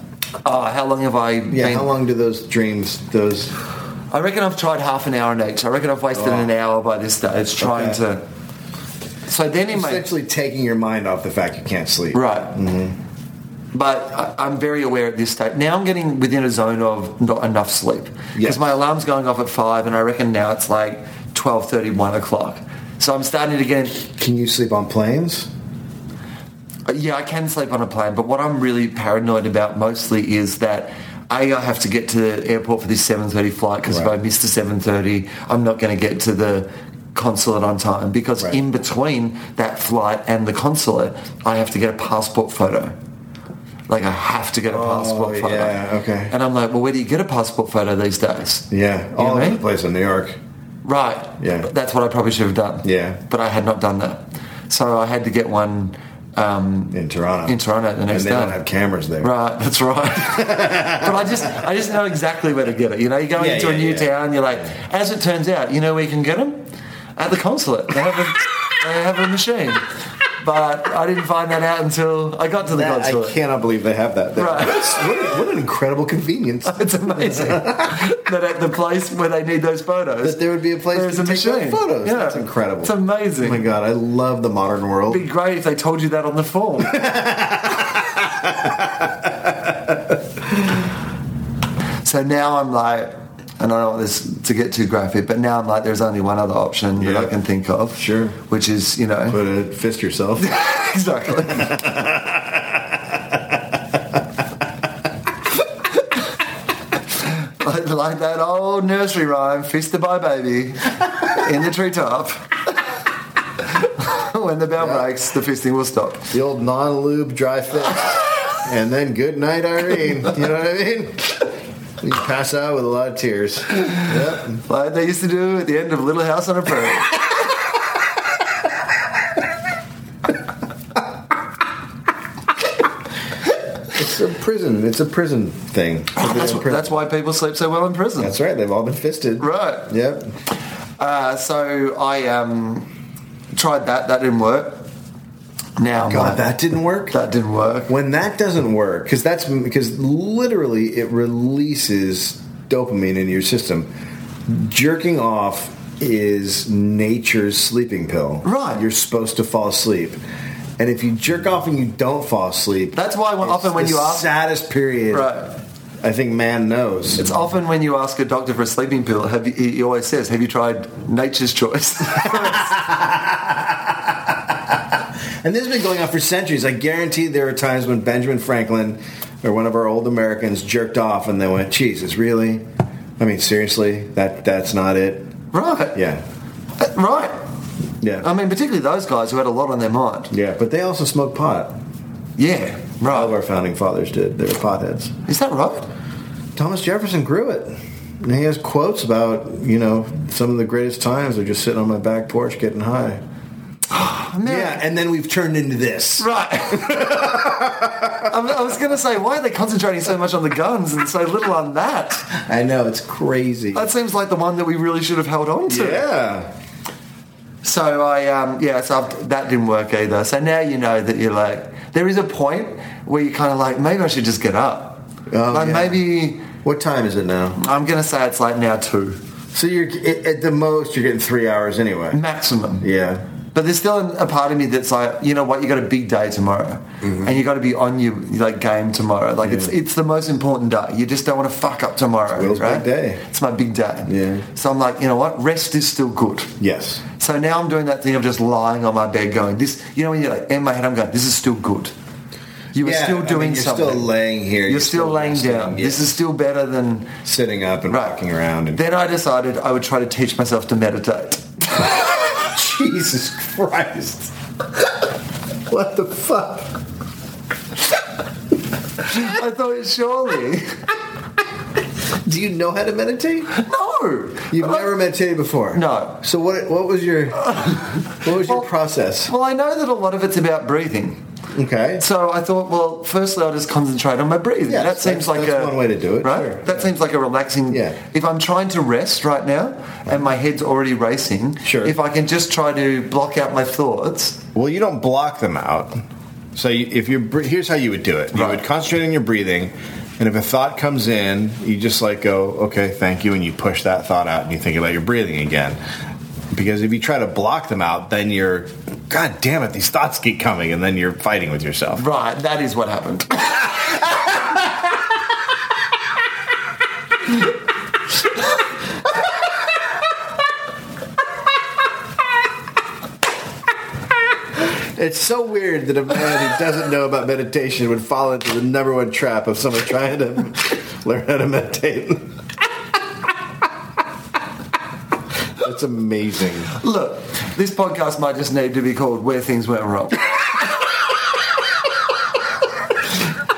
[SPEAKER 3] Oh, how long have I
[SPEAKER 4] Yeah.
[SPEAKER 3] been?
[SPEAKER 4] How long do those dreams? Those.
[SPEAKER 3] I reckon I've tried half an hour on each. I reckon I've wasted an hour by this stage trying
[SPEAKER 4] Okay.
[SPEAKER 3] to. So then in my
[SPEAKER 4] Essentially, taking your mind off the fact you can't sleep. Mm-hmm.
[SPEAKER 3] Right. But I, I'm very aware at this stage. Now I'm getting within a zone of not enough sleep because
[SPEAKER 4] Yes.
[SPEAKER 3] my alarm's going off at five, and I reckon now it's like 12:30, 1 o'clock. So I'm starting to get.
[SPEAKER 4] Can you sleep on planes?
[SPEAKER 3] Uh, Yeah, I can sleep on a plane, but what I'm really paranoid about mostly is that. A, I have to get to the airport for this 7.30 flight because
[SPEAKER 4] Right.
[SPEAKER 3] if I miss the 7.30, I'm not going to get to the consulate on time because
[SPEAKER 4] Right.
[SPEAKER 3] in between that flight and the consulate, I have to get a passport photo. Like I have to get a passport photo.
[SPEAKER 4] Oh, yeah, okay.
[SPEAKER 3] And I'm like, well, where do you get a passport photo these days?
[SPEAKER 4] Yeah. All
[SPEAKER 3] know
[SPEAKER 4] over
[SPEAKER 3] me?
[SPEAKER 4] the place in New York.
[SPEAKER 3] Right.
[SPEAKER 4] Yeah.
[SPEAKER 3] But that's what I probably should have done.
[SPEAKER 4] Yeah.
[SPEAKER 3] But I had not done that, so I had to get one. Um,
[SPEAKER 4] In Toronto.
[SPEAKER 3] In Toronto the next
[SPEAKER 4] And they don't
[SPEAKER 3] day.
[SPEAKER 4] have cameras there.
[SPEAKER 3] Right, that's right. but I just, I just know exactly where to get it. You know, you go
[SPEAKER 4] Yeah,
[SPEAKER 3] into a
[SPEAKER 4] yeah,
[SPEAKER 3] new
[SPEAKER 4] yeah.
[SPEAKER 3] town, you're like, as it turns out, you know where you can get them at the consulate. They have a, they have a machine. But I didn't find that out until I got to the
[SPEAKER 4] That- I
[SPEAKER 3] consulate.
[SPEAKER 4] cannot believe they have that. there.
[SPEAKER 3] Right.
[SPEAKER 4] What, a- what an incredible convenience.
[SPEAKER 3] It's amazing that at the place where they need those photos,
[SPEAKER 4] That there would be a place to take those photos. That's incredible.
[SPEAKER 3] It's amazing.
[SPEAKER 4] Oh my god, I love the modern world.
[SPEAKER 3] It'd be great if they told you that on the form. so now I'm like, and I don't want this to get too graphic, but now I'm like, there's only one other option that I
[SPEAKER 4] Yeah.
[SPEAKER 3] can think of.
[SPEAKER 4] Sure.
[SPEAKER 3] Which is, you know,
[SPEAKER 4] Put a fist yourself.
[SPEAKER 3] exactly. like, like that old nursery rhyme, fist the bye baby in the treetop. when the bell breaks, the fisting will stop.
[SPEAKER 4] the old non-lube dry fist, and then good night, Irene. You know what I mean? You pass out with a lot of tears. Yep.
[SPEAKER 3] Like they used to do at the end of Little House on a Prairie.
[SPEAKER 4] It's a prison. It's a prison thing.
[SPEAKER 3] that's, that's why people sleep so well in prison.
[SPEAKER 4] That's right. They've all been fisted.
[SPEAKER 3] Right.
[SPEAKER 4] Yep.
[SPEAKER 3] Uh, so I um, tried that. That didn't work. Now, my-
[SPEAKER 4] God, that didn't work.
[SPEAKER 3] that didn't work.
[SPEAKER 4] when that doesn't work because that's because literally it releases dopamine in your system jerking off is nature's sleeping pill
[SPEAKER 3] Right.
[SPEAKER 4] you're supposed to fall asleep and if you jerk off and you don't fall asleep
[SPEAKER 3] That's why when-
[SPEAKER 4] it's
[SPEAKER 3] often when
[SPEAKER 4] the
[SPEAKER 3] you ask-
[SPEAKER 4] saddest period
[SPEAKER 3] Right.
[SPEAKER 4] i think man knows
[SPEAKER 3] It's often when you ask a doctor for a sleeping pill, have you, he always says, "Have you tried Nature's Choice?"
[SPEAKER 4] And this has been going on for centuries. I guarantee there are times when Benjamin Franklin or one of our old Americans jerked off and they went, Jesus, really? I mean, seriously? That That's not it?
[SPEAKER 3] right.
[SPEAKER 4] Yeah.
[SPEAKER 3] Uh, Right.
[SPEAKER 4] Yeah.
[SPEAKER 3] I mean, particularly those guys who had a lot on their mind.
[SPEAKER 4] yeah, but they also smoked pot.
[SPEAKER 3] Yeah.
[SPEAKER 4] All of
[SPEAKER 3] Right.
[SPEAKER 4] our founding fathers did. They were potheads.
[SPEAKER 3] Is that right?
[SPEAKER 4] Thomas Jefferson grew it. And he has quotes about, you know, some of the greatest times are just sitting on my back porch getting high. Yeah, and then we've turned into this.
[SPEAKER 3] Right. I mean, I was going to say, why are they concentrating so much on the guns and so little on that?
[SPEAKER 4] I know, it's crazy.
[SPEAKER 3] That seems like the one that we really should have held on to.
[SPEAKER 4] yeah.
[SPEAKER 3] So I, um, yeah, so I've, that didn't work either. So now you know that you're like, there is a point where you're kind of like, maybe I should just get up.
[SPEAKER 4] Oh,
[SPEAKER 3] like
[SPEAKER 4] yeah.
[SPEAKER 3] maybe
[SPEAKER 4] What time is it now?
[SPEAKER 3] I'm going to say it's like now two
[SPEAKER 4] So you're at at the most you're getting three hours
[SPEAKER 3] Mm-hmm.
[SPEAKER 4] anyway.
[SPEAKER 3] maximum.
[SPEAKER 4] Yeah.
[SPEAKER 3] But there's still a part of me that's like, you know what, you got a big day tomorrow,
[SPEAKER 4] Mm-hmm.
[SPEAKER 3] and you got to be on your like game tomorrow. Like it's it's the most important day. You just don't want to fuck up tomorrow.
[SPEAKER 4] Will's big
[SPEAKER 3] right?
[SPEAKER 4] day.
[SPEAKER 3] It's my big day.
[SPEAKER 4] Yeah.
[SPEAKER 3] So I'm like, you know what, rest is still good.
[SPEAKER 4] Yes.
[SPEAKER 3] So now I'm doing that thing of just lying on my bed, going this. You know, when you're like in my head, I'm going, this is still good. You were
[SPEAKER 4] Yeah,
[SPEAKER 3] still
[SPEAKER 4] I mean,
[SPEAKER 3] doing
[SPEAKER 4] you're
[SPEAKER 3] something.
[SPEAKER 4] still laying here.
[SPEAKER 3] You're, still, laying
[SPEAKER 4] resting,
[SPEAKER 3] down.
[SPEAKER 4] yeah.
[SPEAKER 3] This is still better than
[SPEAKER 4] sitting up and
[SPEAKER 3] Right.
[SPEAKER 4] walking around. And
[SPEAKER 3] Then I decided I would try to teach myself to meditate.
[SPEAKER 4] Jesus Christ!
[SPEAKER 3] What the fuck? I thought surely.
[SPEAKER 4] Do you know how to meditate?
[SPEAKER 3] No.
[SPEAKER 4] You've
[SPEAKER 3] But I-
[SPEAKER 4] never meditated before.
[SPEAKER 3] Uh, No.
[SPEAKER 4] So what? What was your? What was your
[SPEAKER 3] Well-
[SPEAKER 4] process?
[SPEAKER 3] Well, I know that a lot of it's about breathing.
[SPEAKER 4] Okay.
[SPEAKER 3] So I thought, well, firstly, I'll just concentrate on my breathing.
[SPEAKER 4] Yes,
[SPEAKER 3] that seems
[SPEAKER 4] that's-
[SPEAKER 3] like
[SPEAKER 4] that's
[SPEAKER 3] a,
[SPEAKER 4] one way to do it,
[SPEAKER 3] right?
[SPEAKER 4] sure.
[SPEAKER 3] That seems like a relaxing.
[SPEAKER 4] Yeah.
[SPEAKER 3] If I'm trying to rest right now and my head's already racing,
[SPEAKER 4] Sure.
[SPEAKER 3] If I can just try to block out my thoughts,
[SPEAKER 4] Well, you don't block them out. So you, if you're br- here's how you would do it. You
[SPEAKER 3] Right.
[SPEAKER 4] would concentrate on your breathing, and if a thought comes in, you just like go, okay, thank you, and you push that thought out, and you think about your breathing again. Because if you try to block them out, then you're, god damn it, these thoughts keep coming, and then you're fighting with yourself.
[SPEAKER 3] right? That is what happened.
[SPEAKER 4] It's so weird that a man who doesn't know about meditation would fall into the number one trap of someone trying to learn how to meditate. That's amazing.
[SPEAKER 3] Look, this podcast might just need to be called Where Things Went Wrong.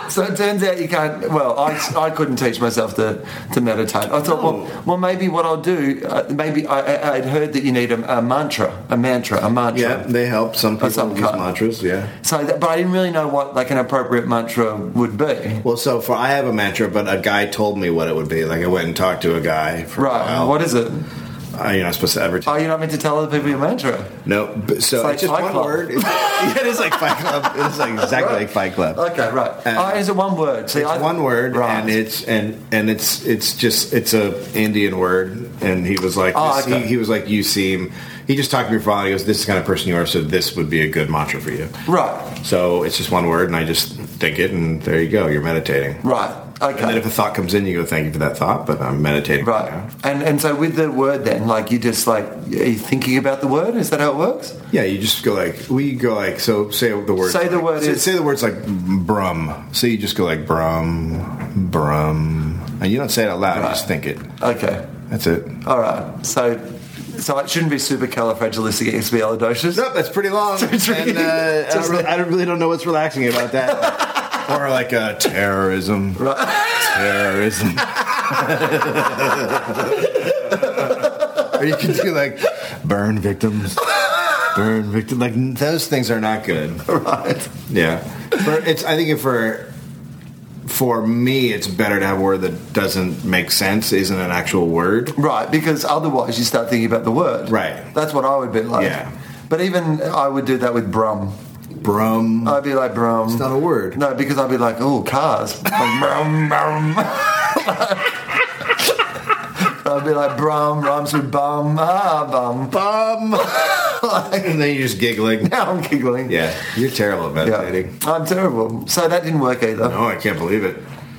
[SPEAKER 3] so it turns out you can't, well, I, I couldn't teach myself to, to meditate. I thought, well, well, maybe what I'll do, uh, maybe I, I, I'd heard that you need a, a mantra, a mantra, a mantra.
[SPEAKER 4] Yeah, they help some people
[SPEAKER 3] some
[SPEAKER 4] use
[SPEAKER 3] kind.
[SPEAKER 4] mantras. Yeah.
[SPEAKER 3] So, that, but I didn't really know what like an appropriate mantra would be.
[SPEAKER 4] Well, so for I have a mantra, but a guy told me what it would be. Like I went and talked to a guy. For
[SPEAKER 3] Right,
[SPEAKER 4] A while.
[SPEAKER 3] what is it?
[SPEAKER 4] Uh, you're not supposed to ever.
[SPEAKER 3] Oh,
[SPEAKER 4] Tell.
[SPEAKER 3] you're not meant to tell other people your mantra.
[SPEAKER 4] no. But, so
[SPEAKER 3] It's
[SPEAKER 4] it's,
[SPEAKER 3] like
[SPEAKER 4] just
[SPEAKER 3] Fight
[SPEAKER 4] one
[SPEAKER 3] Club.
[SPEAKER 4] word. It's, yeah, it is like Fight Club. It's like exactly like Fight Club.
[SPEAKER 3] Okay, right.
[SPEAKER 4] Uh,
[SPEAKER 3] oh, is it one word? See,
[SPEAKER 4] it's
[SPEAKER 3] I-
[SPEAKER 4] one word,
[SPEAKER 3] Right.
[SPEAKER 4] and it's and and it's it's just it's a Indian word, and he was like,
[SPEAKER 3] Oh,
[SPEAKER 4] this-
[SPEAKER 3] okay.
[SPEAKER 4] he, he was like, you seem. He just talked to me for a while. He goes, "This is the kind of person you are, so this would be a good mantra for you."
[SPEAKER 3] Right.
[SPEAKER 4] So it's just one word, and I just think it, and there you go. You're meditating.
[SPEAKER 3] Right. Okay.
[SPEAKER 4] And then if a thought comes in, you go, "Thank you for that thought," but I'm meditating.
[SPEAKER 3] Right.
[SPEAKER 4] now.
[SPEAKER 3] And and so with the word then, like you just like are you thinking about the word? Is that how it works?
[SPEAKER 4] Yeah, you just go like we go like so. Say the word.
[SPEAKER 3] Say the
[SPEAKER 4] like-
[SPEAKER 3] word
[SPEAKER 4] Say,
[SPEAKER 3] is-
[SPEAKER 4] say the words like brum. So you just go like brum, brum, and you don't say it out loud. You
[SPEAKER 3] Right.
[SPEAKER 4] just think it.
[SPEAKER 3] Okay.
[SPEAKER 4] That's it.
[SPEAKER 3] All right. So so it shouldn't be supercalifragilisticexpialidocious.
[SPEAKER 4] Nope, that's pretty long.
[SPEAKER 3] It's really-
[SPEAKER 4] and, uh, I,
[SPEAKER 3] just
[SPEAKER 4] don't really,
[SPEAKER 3] like-
[SPEAKER 4] I don't- really don't know what's relaxing about that. or like uh, terrorism. Terrorism. or you could do like burn victims. Burn victim. Like those things are not good.
[SPEAKER 3] Right.
[SPEAKER 4] Yeah. For, it's. I think for for me, it's better to have a word that doesn't make sense, isn't an actual word.
[SPEAKER 3] Right, because otherwise you start thinking about the word.
[SPEAKER 4] Right.
[SPEAKER 3] That's what I would be like.
[SPEAKER 4] Yeah.
[SPEAKER 3] But even I would do that with brum.
[SPEAKER 4] Brum.
[SPEAKER 3] I'd be like brum.
[SPEAKER 4] It's not a word.
[SPEAKER 3] No, because I'd be like, oh, cars. brum, brum. I'd be like brum rhymes with bum ah bum.
[SPEAKER 4] Bum. and then you're just giggling.
[SPEAKER 3] Now I'm giggling.
[SPEAKER 4] Yeah, you're terrible at meditating.
[SPEAKER 3] I'm terrible. So that didn't work either.
[SPEAKER 4] Oh, I can't believe it.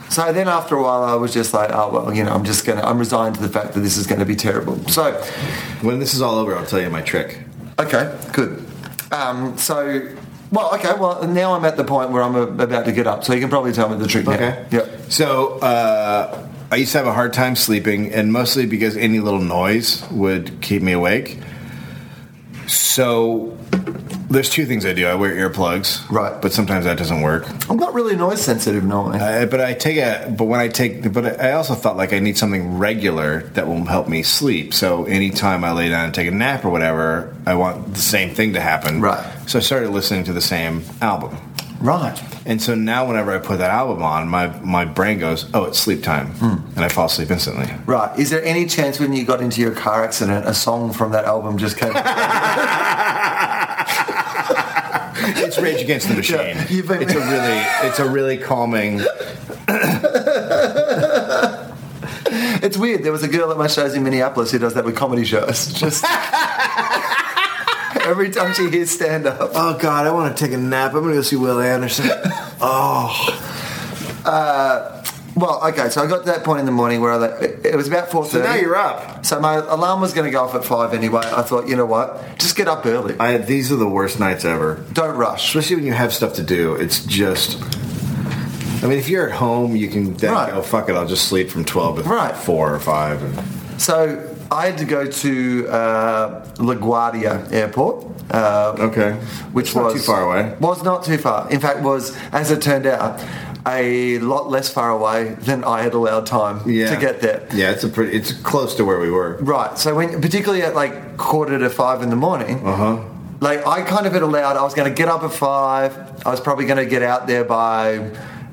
[SPEAKER 3] So then after a while, I was just like, oh, well, you know, I'm just going to, I'm resigned to the fact that this is going to be terrible. So,
[SPEAKER 4] When this is all over, I'll tell you my trick.
[SPEAKER 3] okay, good. Um, so, well, okay, well, now I'm at the point where I'm a, about to get up. So you can probably tell me the trick
[SPEAKER 4] Okay.
[SPEAKER 3] now. Yep.
[SPEAKER 4] So uh, I used to have a hard time sleeping, and mostly because any little noise would keep me awake. So there's two things I do. I wear earplugs,
[SPEAKER 3] Right.
[SPEAKER 4] But sometimes that doesn't work.
[SPEAKER 3] I'm not really noise sensitive normally.
[SPEAKER 4] I, but I take a. But when I take, but I also thought like I need something regular that will help me sleep. So anytime I lay down and take a nap or whatever, I want the same thing to happen.
[SPEAKER 3] Right.
[SPEAKER 4] So I started listening to the same album.
[SPEAKER 3] right.
[SPEAKER 4] And so now, whenever I put that album on, my my brain goes, "Oh, it's sleep time,"
[SPEAKER 3] Hmm.
[SPEAKER 4] and I fall asleep instantly.
[SPEAKER 3] Right. Is there any chance when you got into your car accident, a song from that album just came?
[SPEAKER 4] It's Rage Against the Machine.
[SPEAKER 3] Yeah, you've been-
[SPEAKER 4] it's a really it's a really calming.
[SPEAKER 3] It's weird. There was a girl at my shows in Minneapolis who does that with comedy shows. Just every time she hears stand up.
[SPEAKER 4] Oh God, I want to take a nap. I'm going to go see Will Anderson. oh,
[SPEAKER 3] Uh, Well, okay. So I got to that point in the morning where I like, it- it was about four
[SPEAKER 4] so
[SPEAKER 3] thirty.
[SPEAKER 4] now you're up.
[SPEAKER 3] So my alarm was going to go off at five anyway. I thought, you know what? Just get up early.
[SPEAKER 4] I these are the worst nights ever,
[SPEAKER 3] Don't rush.
[SPEAKER 4] especially when you have stuff to do. It's just I mean, if you're at home, you can then
[SPEAKER 3] Right.
[SPEAKER 4] go, fuck it, I'll just sleep from 12 to
[SPEAKER 3] Right.
[SPEAKER 4] 4 or 5. And,
[SPEAKER 3] So I had to go to uh, LaGuardia Airport. Uh,
[SPEAKER 4] Okay.
[SPEAKER 3] Which
[SPEAKER 4] It's not
[SPEAKER 3] was
[SPEAKER 4] too far away.
[SPEAKER 3] Was not too far. In fact, was as it turned out, a lot less far away than I had allowed time
[SPEAKER 4] yeah.
[SPEAKER 3] to get there.
[SPEAKER 4] Yeah, it's a pretty, it's close to where we were.
[SPEAKER 3] Right. So when, particularly at like quarter to five in the morning. Uh
[SPEAKER 4] Uh-huh.
[SPEAKER 3] huh. Like I kind of had allowed. I was going to get up at five. I was probably going to get out there by,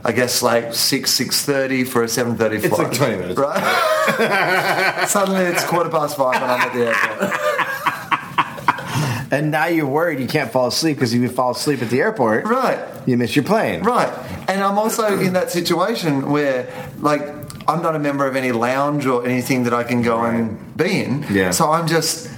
[SPEAKER 3] I guess, like six six thirty for a seven thirty flight.
[SPEAKER 4] It's like 20 minutes.
[SPEAKER 3] Right. Suddenly it's quarter past five and I'm at the airport.
[SPEAKER 4] And now you're worried you can't fall asleep because if you fall asleep at the airport,
[SPEAKER 3] Right.
[SPEAKER 4] you miss your plane.
[SPEAKER 3] Right. And I'm also in that situation where, like, I'm not a member of any lounge or anything that I can go and be in.
[SPEAKER 4] Yeah.
[SPEAKER 3] So I'm just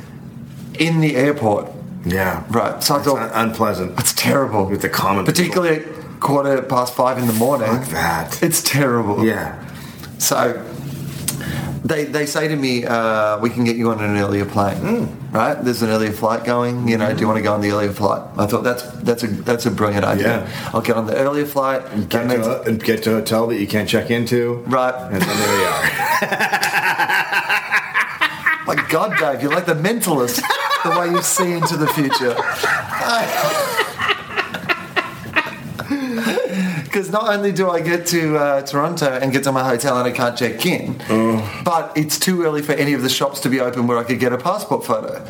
[SPEAKER 3] in the airport.
[SPEAKER 4] Yeah.
[SPEAKER 3] Right. So I
[SPEAKER 4] It's
[SPEAKER 3] thought,
[SPEAKER 4] un- unpleasant.
[SPEAKER 3] it's terrible.
[SPEAKER 4] With the common people.
[SPEAKER 3] Particularly at quarter past five in the morning.
[SPEAKER 4] Fuck that.
[SPEAKER 3] It's terrible.
[SPEAKER 4] Yeah.
[SPEAKER 3] So they, they say to me, uh, we can get you on an earlier plane,
[SPEAKER 4] Hmm.
[SPEAKER 3] right? There's an earlier flight going. You know, do you want to go on the earlier flight? I thought that's that's a that's a brilliant idea.
[SPEAKER 4] Yeah.
[SPEAKER 3] I'll get on the earlier flight. That
[SPEAKER 4] Get
[SPEAKER 3] means-
[SPEAKER 4] to, a, and get to a hotel that you can't check into.
[SPEAKER 3] Right.
[SPEAKER 4] And then there you are.
[SPEAKER 3] My God, Dave, you're like the mentalist. The way you see into the future. Because not only do I get to uh, Toronto and get to my hotel and I can't check in, but it's too early for any of the shops to be open where I could get a passport photo.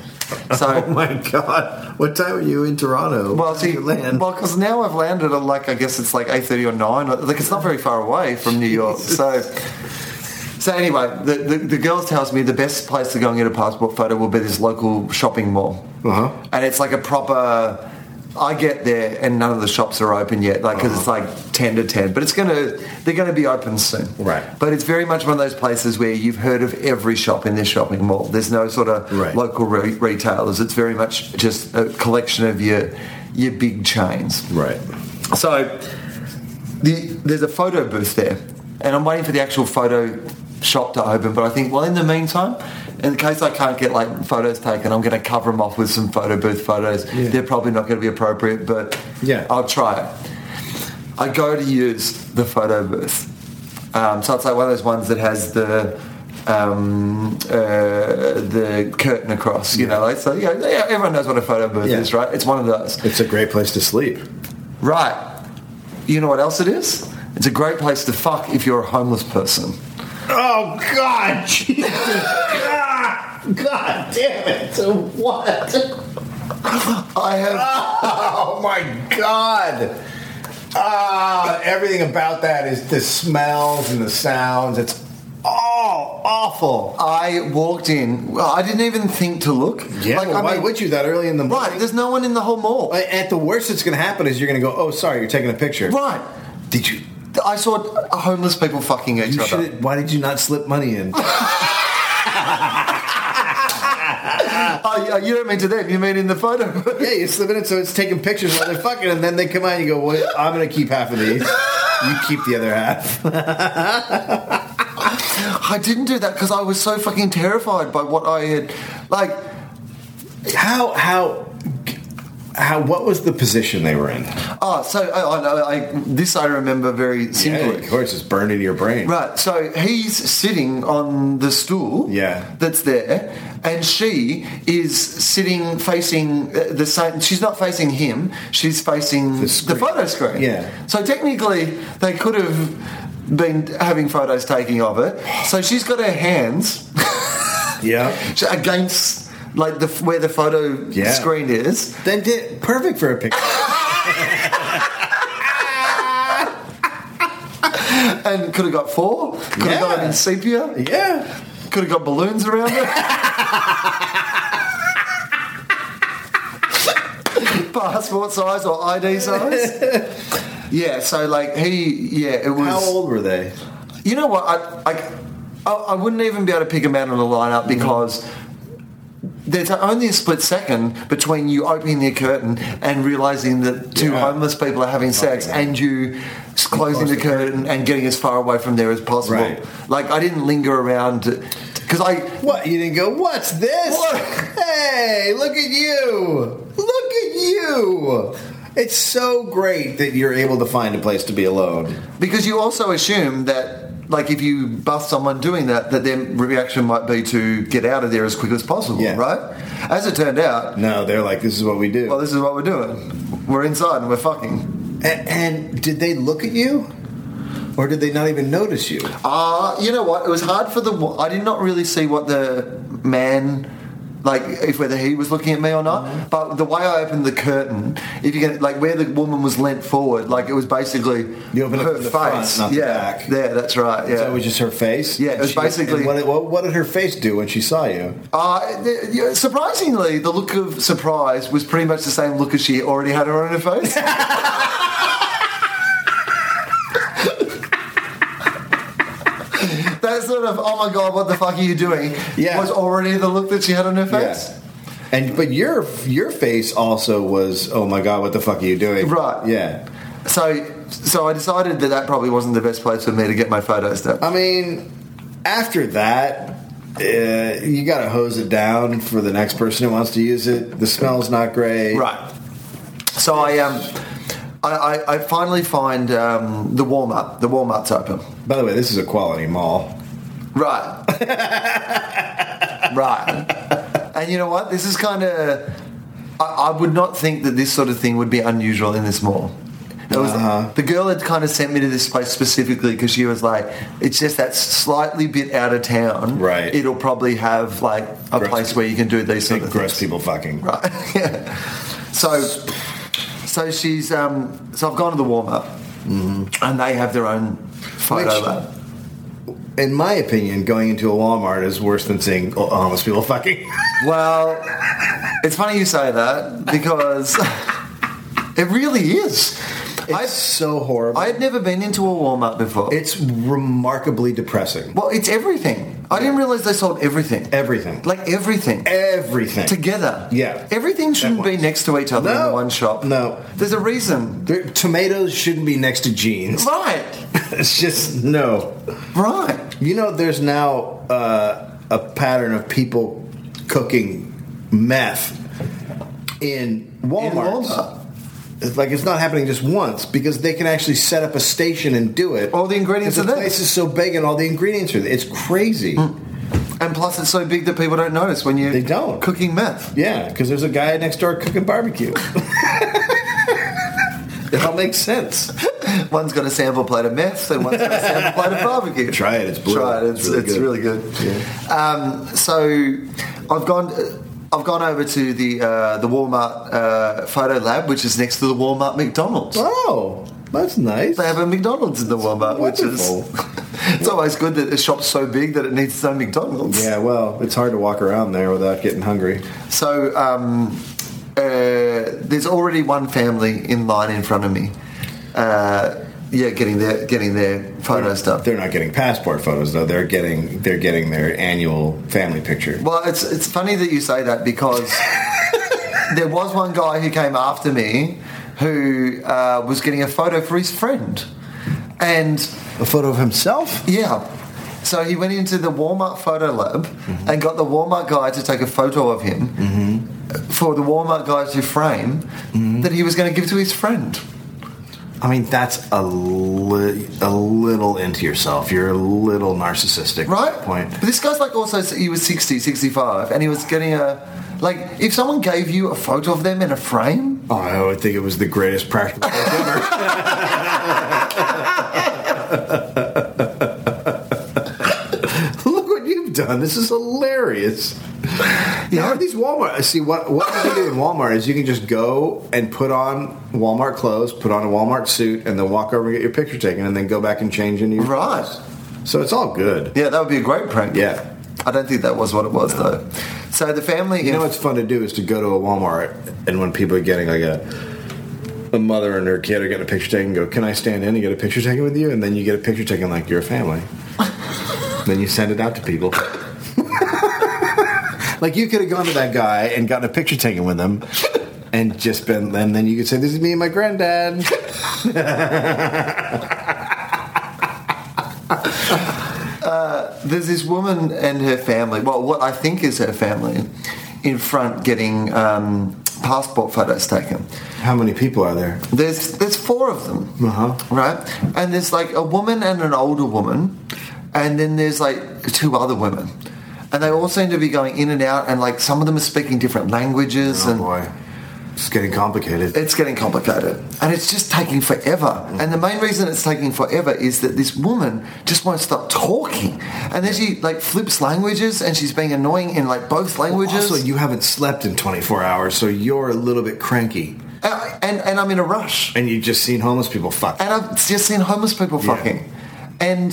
[SPEAKER 3] So,
[SPEAKER 4] oh my God. What time are you in Toronto?
[SPEAKER 3] well,
[SPEAKER 4] When did
[SPEAKER 3] see,
[SPEAKER 4] you land?
[SPEAKER 3] well, because now I've landed at like I guess it's like eight thirty or nine. Like it's not very far away from New York. So, so anyway, the, the the girls tells me the best place to go and get a passport photo will be this local shopping mall,
[SPEAKER 4] Uh-huh.
[SPEAKER 3] and it's like a proper. I get there and none of the shops are open yet, like because
[SPEAKER 4] Uh-huh.
[SPEAKER 3] it's like ten to ten. But it's gonna, they're gonna be open soon.
[SPEAKER 4] Right.
[SPEAKER 3] But it's very much one of those places where you've heard of every shop in this shopping mall. There's no sort of
[SPEAKER 4] Right.
[SPEAKER 3] local re- retailers. It's very much just a collection of your your big chains.
[SPEAKER 4] right.
[SPEAKER 3] So the, there's a photo booth there, and I'm waiting for the actual photo shop to open. But I think, well, in the meantime, in case I can't get like photos taken, I'm going to cover them off with some photo booth photos.
[SPEAKER 4] Yeah.
[SPEAKER 3] They're probably not going to be appropriate, but
[SPEAKER 4] Yeah.
[SPEAKER 3] I'll try it. I go to use the photo booth. Um, so it's like one of those ones that has the um, uh, the curtain across, you know. Like, so you know, yeah, everyone knows what a photo booth
[SPEAKER 4] Yeah.
[SPEAKER 3] is, right? It's one of those.
[SPEAKER 4] It's a great place to sleep.
[SPEAKER 3] Right. You know what else it is? It's a great place to fuck if you're a homeless person.
[SPEAKER 4] Oh God, Jesus! Ah, God damn it! So what?
[SPEAKER 3] I have.
[SPEAKER 4] Oh my God! Ah, everything about that is the smells and the sounds. It's all awful.
[SPEAKER 3] I walked in. Well, I didn't even think to look.
[SPEAKER 4] Ah. Yeah, well, why would you that early in the morning?
[SPEAKER 3] Right. There's no one in the whole mall.
[SPEAKER 4] uh, At the worst, that's going to happen is you're going to go, "Oh, sorry, you're taking a picture."
[SPEAKER 3] Right.
[SPEAKER 4] Did you?
[SPEAKER 3] I saw homeless people fucking each
[SPEAKER 4] You
[SPEAKER 3] other.
[SPEAKER 4] should. Why did you not slip money in?
[SPEAKER 3] Oh, yeah, you don't mean to them. You mean in the photo.
[SPEAKER 4] Yeah, you slip it in, so it's taking pictures while they're fucking, and then they come out and you go, well, I'm going to keep half of these. You keep the other half.
[SPEAKER 3] I didn't do that because I was so fucking terrified by what I had. Like,
[SPEAKER 4] How, how, how, what was the position they were in?
[SPEAKER 3] oh, so oh, I know. I, this I remember very simply.
[SPEAKER 4] of course, it's burned into your brain.
[SPEAKER 3] Right, so he's sitting on the stool
[SPEAKER 4] Yeah.
[SPEAKER 3] that's there, and she is sitting facing uh, the same. She's not facing him, she's facing
[SPEAKER 4] The
[SPEAKER 3] the,
[SPEAKER 4] screen.
[SPEAKER 3] photo screen.
[SPEAKER 4] Yeah.
[SPEAKER 3] So technically, they could have been having photos taking of it. So she's got her hands
[SPEAKER 4] Yeah.
[SPEAKER 3] against like the where the photo
[SPEAKER 4] Yeah.
[SPEAKER 3] screen is.
[SPEAKER 4] Then did perfect for a picture.
[SPEAKER 3] And could have got four, could
[SPEAKER 4] Yeah.
[SPEAKER 3] have got it in sepia,
[SPEAKER 4] Yeah.
[SPEAKER 3] could have got balloons around it. Passport size or ID size. Yeah, so like he, yeah, it was.
[SPEAKER 4] How old were they?
[SPEAKER 3] You know what? I, I, I I wouldn't even be able to pick him out on the
[SPEAKER 4] Mm-hmm.
[SPEAKER 3] lineup because there's only a split second between you opening the curtain and realizing that two
[SPEAKER 4] Yeah.
[SPEAKER 3] homeless people are having sex
[SPEAKER 4] Fucking hell.
[SPEAKER 3] and you s- closing the curtain and getting as far away from there as possible.
[SPEAKER 4] Right.
[SPEAKER 3] Like, I didn't linger around because I.
[SPEAKER 4] What? You didn't go, what's this?
[SPEAKER 3] What?
[SPEAKER 4] Hey, look at you. Look at you. It's so great that you're able to find a place to be alone.
[SPEAKER 3] Because you also assume that, like, if you bust someone doing that, that their reaction might be to get out of there as quick as possible,
[SPEAKER 4] Yeah.
[SPEAKER 3] right? As it turned out,
[SPEAKER 4] No, they're like, this is what we do.
[SPEAKER 3] well, this is what we're doing. We're inside and we're fucking.
[SPEAKER 4] A- and, did they look at you, or did they not even notice you?
[SPEAKER 3] Uh, you know what? It was hard for the. wo- I did not really see what the man. Like if whether he was looking at me or not,
[SPEAKER 4] Mm-hmm.
[SPEAKER 3] but the way I opened the curtain, if you can, like where the woman was leant forward, like it was basically
[SPEAKER 4] You opened it
[SPEAKER 3] her
[SPEAKER 4] from the
[SPEAKER 3] face,
[SPEAKER 4] front, not the
[SPEAKER 3] yeah,
[SPEAKER 4] back.
[SPEAKER 3] there, that's right, yeah.
[SPEAKER 4] So it was just her face.
[SPEAKER 3] Yeah, it
[SPEAKER 4] And
[SPEAKER 3] was
[SPEAKER 4] she- and
[SPEAKER 3] basically-
[SPEAKER 4] what, what, what did her face do when she saw you?
[SPEAKER 3] Uh, th- yeah, surprisingly, the look of surprise was pretty much the same look as she already had her on her face. that sort of "Oh my god, what the fuck are you doing?"
[SPEAKER 4] Yeah.
[SPEAKER 3] was already the look that she had on her face.
[SPEAKER 4] And but your your face also was oh my god what the fuck are you doing
[SPEAKER 3] Right.
[SPEAKER 4] yeah
[SPEAKER 3] So, so I decided that that probably wasn't the best place for me to get my photos done.
[SPEAKER 4] I mean after that uh, you gotta hose it down for the next person who wants to use it the smell's not great
[SPEAKER 3] Right. So I um, I, I, I finally find um, the warm up. The warm up's open.
[SPEAKER 4] by the way this is a quality mall
[SPEAKER 3] Right. right. And you know what? This is kind of. I, I would not think that this sort of thing would be unusual in this mall. It was,
[SPEAKER 4] Uh-huh.
[SPEAKER 3] The girl had kind of sent me to this place specifically because she was like, "It's just that slightly bit out of town.
[SPEAKER 4] Right.
[SPEAKER 3] It'll probably have like a
[SPEAKER 4] Gross.
[SPEAKER 3] place where you can do these sort of
[SPEAKER 4] gross
[SPEAKER 3] things."
[SPEAKER 4] people fucking
[SPEAKER 3] Right. yeah. So, so she's. Um, so I've gone to the warm up, and they have their own photo
[SPEAKER 4] Mm-hmm. Which-
[SPEAKER 3] lab.
[SPEAKER 4] in my opinion going into a Walmart is worse than seeing oh, homeless people fucking
[SPEAKER 3] Well, it's funny you say that because it really is.
[SPEAKER 4] it's so horrible
[SPEAKER 3] I had never been into a warm up before.
[SPEAKER 4] it's remarkably depressing
[SPEAKER 3] well, it's everything. I didn't realize they sold everything.
[SPEAKER 4] everything
[SPEAKER 3] Like everything.
[SPEAKER 4] everything
[SPEAKER 3] Together.
[SPEAKER 4] Yeah.
[SPEAKER 3] Everything shouldn't be
[SPEAKER 4] once.
[SPEAKER 3] next to each other
[SPEAKER 4] No.
[SPEAKER 3] in one shop.
[SPEAKER 4] No.
[SPEAKER 3] There's a reason.
[SPEAKER 4] There- tomatoes shouldn't be next to jeans
[SPEAKER 3] Right.
[SPEAKER 4] It's just no.
[SPEAKER 3] Right.
[SPEAKER 4] You know, there's now uh, a pattern of people cooking meth in Walmart.
[SPEAKER 3] Walmart.
[SPEAKER 4] It's like it's not happening just once because they can actually set up a station and do it.
[SPEAKER 3] All the ingredients
[SPEAKER 4] Because
[SPEAKER 3] are
[SPEAKER 4] The
[SPEAKER 3] there. Hmm.
[SPEAKER 4] place is so big and all the ingredients are there. It's crazy.
[SPEAKER 3] And plus, it's so big that people don't notice when you're
[SPEAKER 4] They don't.
[SPEAKER 3] cooking meth.
[SPEAKER 4] Yeah, because there's a guy next door cooking barbecue. it all makes sense.
[SPEAKER 3] One's got a sample plate of meth and one's got a sample plate of barbecue.
[SPEAKER 4] Try it, it's blue.
[SPEAKER 3] Try it. It's, it's, really, good. Um, so I've gone. I've gone over to the uh, the Walmart uh, photo lab, which is next to the Walmart McDonald's.
[SPEAKER 4] Oh, that's nice.
[SPEAKER 3] They have a McDonald's in the Walmart, which
[SPEAKER 4] Wonderful.
[SPEAKER 3] is it's always good that a shop's so big that it needs its own McDonald's.
[SPEAKER 4] Yeah, well, it's hard to walk around there without getting hungry.
[SPEAKER 3] So um, uh, there's already one family in line in front of me. Uh, yeah, getting their getting their photo stuff.
[SPEAKER 4] They're not getting passport photos though. They're getting they're getting their annual family picture.
[SPEAKER 3] Well, it's it's funny that you say that because there was one guy who came after me who uh, was getting a photo for his friend, and
[SPEAKER 4] A photo of himself?
[SPEAKER 3] yeah. So he went into the Walmart photo lab and got the Walmart guy to take a photo of him for the Walmart guy to frame that he was going to give to his friend.
[SPEAKER 4] I mean, that's a li- a little into yourself. You're a little narcissistic.
[SPEAKER 3] right?
[SPEAKER 4] At that point.
[SPEAKER 3] But this guy's like also he was 60, 65 and he was getting a like if someone gave you a photo of them in a frame,
[SPEAKER 4] Oh, I would think it was the greatest practical joke ever. Look what you've done. This is hilarious. Yeah, are these Walmart? uh, See, what what you can do in Walmart is you can just go and put on Walmart clothes, put on a Walmart suit, and then walk over and get your picture taken, and then go back and change into your
[SPEAKER 3] Right.
[SPEAKER 4] clothes. So it's all good.
[SPEAKER 3] yeah, that would be a great prank.
[SPEAKER 4] Yeah.
[SPEAKER 3] I don't think that was what it was though. So the family
[SPEAKER 4] You know what's fun to do is to go to a Walmart and when people are getting like a a mother and her kid are getting a picture taken, go, Can I stand in and get a picture taken with you? And then you get a picture taken like you're a family. then you send it out to people. like you could have gone to that guy and gotten a picture taken with him and just been and then you could say, This is me and my granddad.
[SPEAKER 3] there's this woman and her family, well what I think is her family in front getting um, passport photos taken.
[SPEAKER 4] How many people are there? Oh,
[SPEAKER 3] There's there's four of them,
[SPEAKER 4] Uh-huh.
[SPEAKER 3] right? And there's like a woman and an older woman, and then there's like two other women, and they all seem to be going in and out, and like some of them are speaking different languages,
[SPEAKER 4] Oh
[SPEAKER 3] and
[SPEAKER 4] boy, it's getting complicated.
[SPEAKER 3] it's getting complicated, and it's just taking forever. And the main reason it's taking forever is that this woman just won't stop talking, and then she like flips languages, and she's being annoying in like both languages.
[SPEAKER 4] also, you haven't slept in 24 hours, so you're a little bit cranky,
[SPEAKER 3] and, Uh, and and I'm in a rush.
[SPEAKER 4] and you've just seen homeless people fuck.
[SPEAKER 3] and I've just seen homeless people
[SPEAKER 4] Yeah.
[SPEAKER 3] fucking, and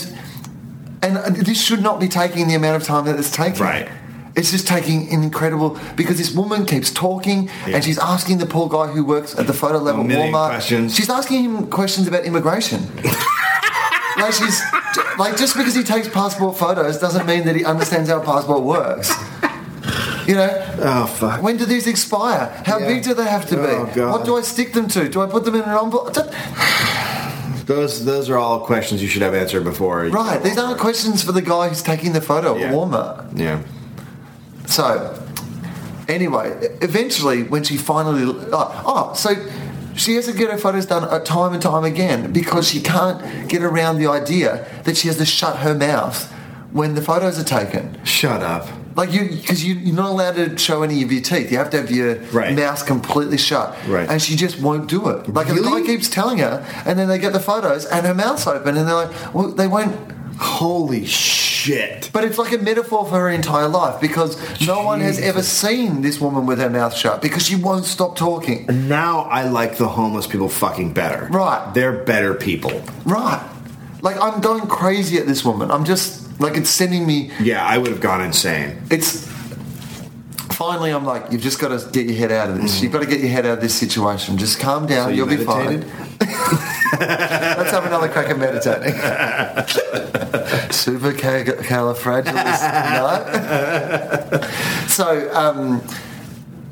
[SPEAKER 3] and this should not be taking the amount of time that it's taking.
[SPEAKER 4] Right.
[SPEAKER 3] It's just taking an incredible because this woman keeps talking
[SPEAKER 4] Yeah.
[SPEAKER 3] and she's asking the poor guy who works at the photo level
[SPEAKER 4] A million
[SPEAKER 3] Walmart.
[SPEAKER 4] questions.
[SPEAKER 3] She's asking him questions about immigration. like she's like just because he takes passport photos doesn't mean that he understands how a passport works. You know,
[SPEAKER 4] Oh fuck!
[SPEAKER 3] when do these expire? How
[SPEAKER 4] Yeah.
[SPEAKER 3] big do they have to
[SPEAKER 4] Oh,
[SPEAKER 3] be?
[SPEAKER 4] God.
[SPEAKER 3] What do I stick them to? Do I put them in an envelope?
[SPEAKER 4] Those those are all questions you should have answered before. you-
[SPEAKER 3] Right, these aren't questions for the guy who's taking the photo at
[SPEAKER 4] Yeah.
[SPEAKER 3] Walmart.
[SPEAKER 4] Yeah.
[SPEAKER 3] So, anyway, eventually, when she finally. Oh, oh, so she has to get her photos done uh, time and time again because she can't get around the idea that she has to shut her mouth when the photos are taken.
[SPEAKER 4] Shut up.
[SPEAKER 3] Like you, because you, you're not allowed to show any of your teeth. You have to have your
[SPEAKER 4] Right.
[SPEAKER 3] mouth completely shut.
[SPEAKER 4] Right.
[SPEAKER 3] And she just won't do it. Like the
[SPEAKER 4] Really?
[SPEAKER 3] guy keeps telling her, and then they get the photos, and her mouth's open, and they're like, well, they won't.
[SPEAKER 4] Holy shit!
[SPEAKER 3] But it's like a metaphor for her entire life because no one has
[SPEAKER 4] Jesus.
[SPEAKER 3] ever seen this woman with her mouth shut because she won't stop talking.
[SPEAKER 4] Now I like the homeless people fucking better.
[SPEAKER 3] Right.
[SPEAKER 4] They're better people.
[SPEAKER 3] Right. Like I'm going crazy at this woman. I'm just like it's sending me
[SPEAKER 4] Yeah, I would have gone insane.
[SPEAKER 3] it's finally I'm like, you've just gotta get your head out of this. You've gotta get your head out of this situation. Just calm down,
[SPEAKER 4] Mm. So you
[SPEAKER 3] you'll
[SPEAKER 4] meditated?
[SPEAKER 3] be fine. Let's have another crack at meditating. Supercalifragilistic. No. so um,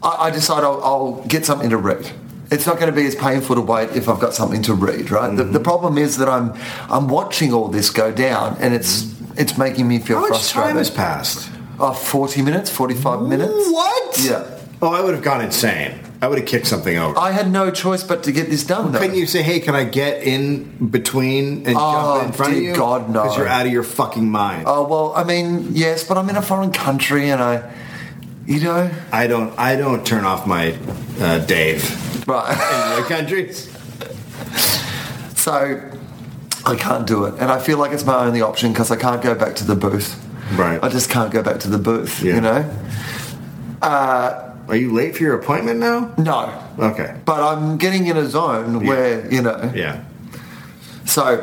[SPEAKER 3] I, I decide I'll, I'll get something to read. It's not going to be as painful to wait if I've got something to read, right? The,
[SPEAKER 4] Mm-hmm.
[SPEAKER 3] the problem is that I'm I'm watching all this go down, and it's it's making me feel
[SPEAKER 4] Mm-hmm. How much
[SPEAKER 3] frustrated.
[SPEAKER 4] time has passed?
[SPEAKER 3] Oh, 40 minutes, 45 minutes.
[SPEAKER 4] What?
[SPEAKER 3] Yeah.
[SPEAKER 4] Oh, I would have gone insane. I would have kicked something over.
[SPEAKER 3] I had no choice but to get this done. though.
[SPEAKER 4] Couldn't you say, "Hey, can I get in between and
[SPEAKER 3] Oh,
[SPEAKER 4] jump in front
[SPEAKER 3] dear
[SPEAKER 4] of you?"
[SPEAKER 3] God, no.
[SPEAKER 4] Because you're out of your fucking mind.
[SPEAKER 3] Oh well, I mean, yes, but I'm in a foreign country, and I, you know,
[SPEAKER 4] I don't. I don't turn off my uh, Dave
[SPEAKER 3] right.
[SPEAKER 4] in other countries.
[SPEAKER 3] so I can't do it, and I feel like it's my only option because I can't go back to the booth.
[SPEAKER 4] Right.
[SPEAKER 3] I just can't go back to the booth.
[SPEAKER 4] Yeah.
[SPEAKER 3] You know.
[SPEAKER 4] Are you late for your appointment now?
[SPEAKER 3] No.
[SPEAKER 4] Okay.
[SPEAKER 3] But I'm getting in a zone
[SPEAKER 4] Yeah.
[SPEAKER 3] where you know.
[SPEAKER 4] Yeah.
[SPEAKER 3] So,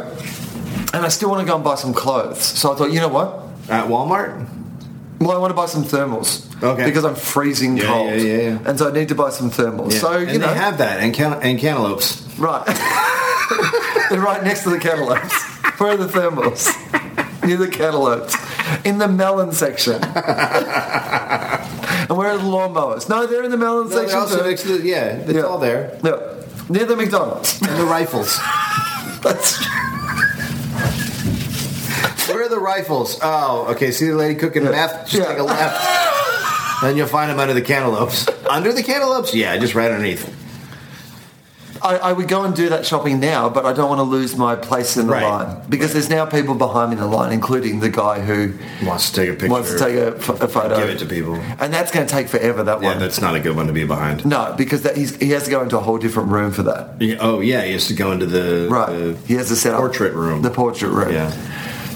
[SPEAKER 3] and I still want to go and buy some clothes. So I thought, you know what?
[SPEAKER 4] At Walmart.
[SPEAKER 3] Well, I want to buy some thermals.
[SPEAKER 4] Okay.
[SPEAKER 3] Because I'm freezing
[SPEAKER 4] Yeah,
[SPEAKER 3] cold.
[SPEAKER 4] yeah, yeah, yeah.
[SPEAKER 3] And so I need to buy some thermals. So, you
[SPEAKER 4] and
[SPEAKER 3] know.
[SPEAKER 4] they have that and can- and cantaloupes.
[SPEAKER 3] Right. They're right next to the cantaloupes. Where are the thermals? Near the cantaloupes. In the melon section. and where are the lawnmowers? No, they're in the melon
[SPEAKER 4] No,
[SPEAKER 3] section.
[SPEAKER 4] they're also
[SPEAKER 3] too.
[SPEAKER 4] next to the, yeah, it's
[SPEAKER 3] Yeah.
[SPEAKER 4] all there.
[SPEAKER 3] Yeah. Near the McDonald's.
[SPEAKER 4] And the rifles.
[SPEAKER 3] That's
[SPEAKER 4] Where are the rifles? Oh, okay. See the lady cooking meth? Just
[SPEAKER 3] Yeah.
[SPEAKER 4] take a left. Then you'll find them under the cantaloupes. Under the cantaloupes? Yeah, just right underneath.
[SPEAKER 3] I, I would go and do that shopping now, but I don't want to lose my place in the
[SPEAKER 4] Right.
[SPEAKER 3] line because there's now people behind me in the line, including the guy who
[SPEAKER 4] Wants to take a picture.
[SPEAKER 3] wants to take a, ph- a photo.
[SPEAKER 4] Give it to people.
[SPEAKER 3] and that's going to take forever. That
[SPEAKER 4] Yeah,
[SPEAKER 3] one,
[SPEAKER 4] that's not a good one to be behind.
[SPEAKER 3] no, because that he's, he has to go into a whole different room for that.
[SPEAKER 4] Yeah, oh, yeah, he has to go into the,
[SPEAKER 3] Right,
[SPEAKER 4] the
[SPEAKER 3] he has to set up
[SPEAKER 4] portrait room.
[SPEAKER 3] the portrait room.
[SPEAKER 4] Yeah.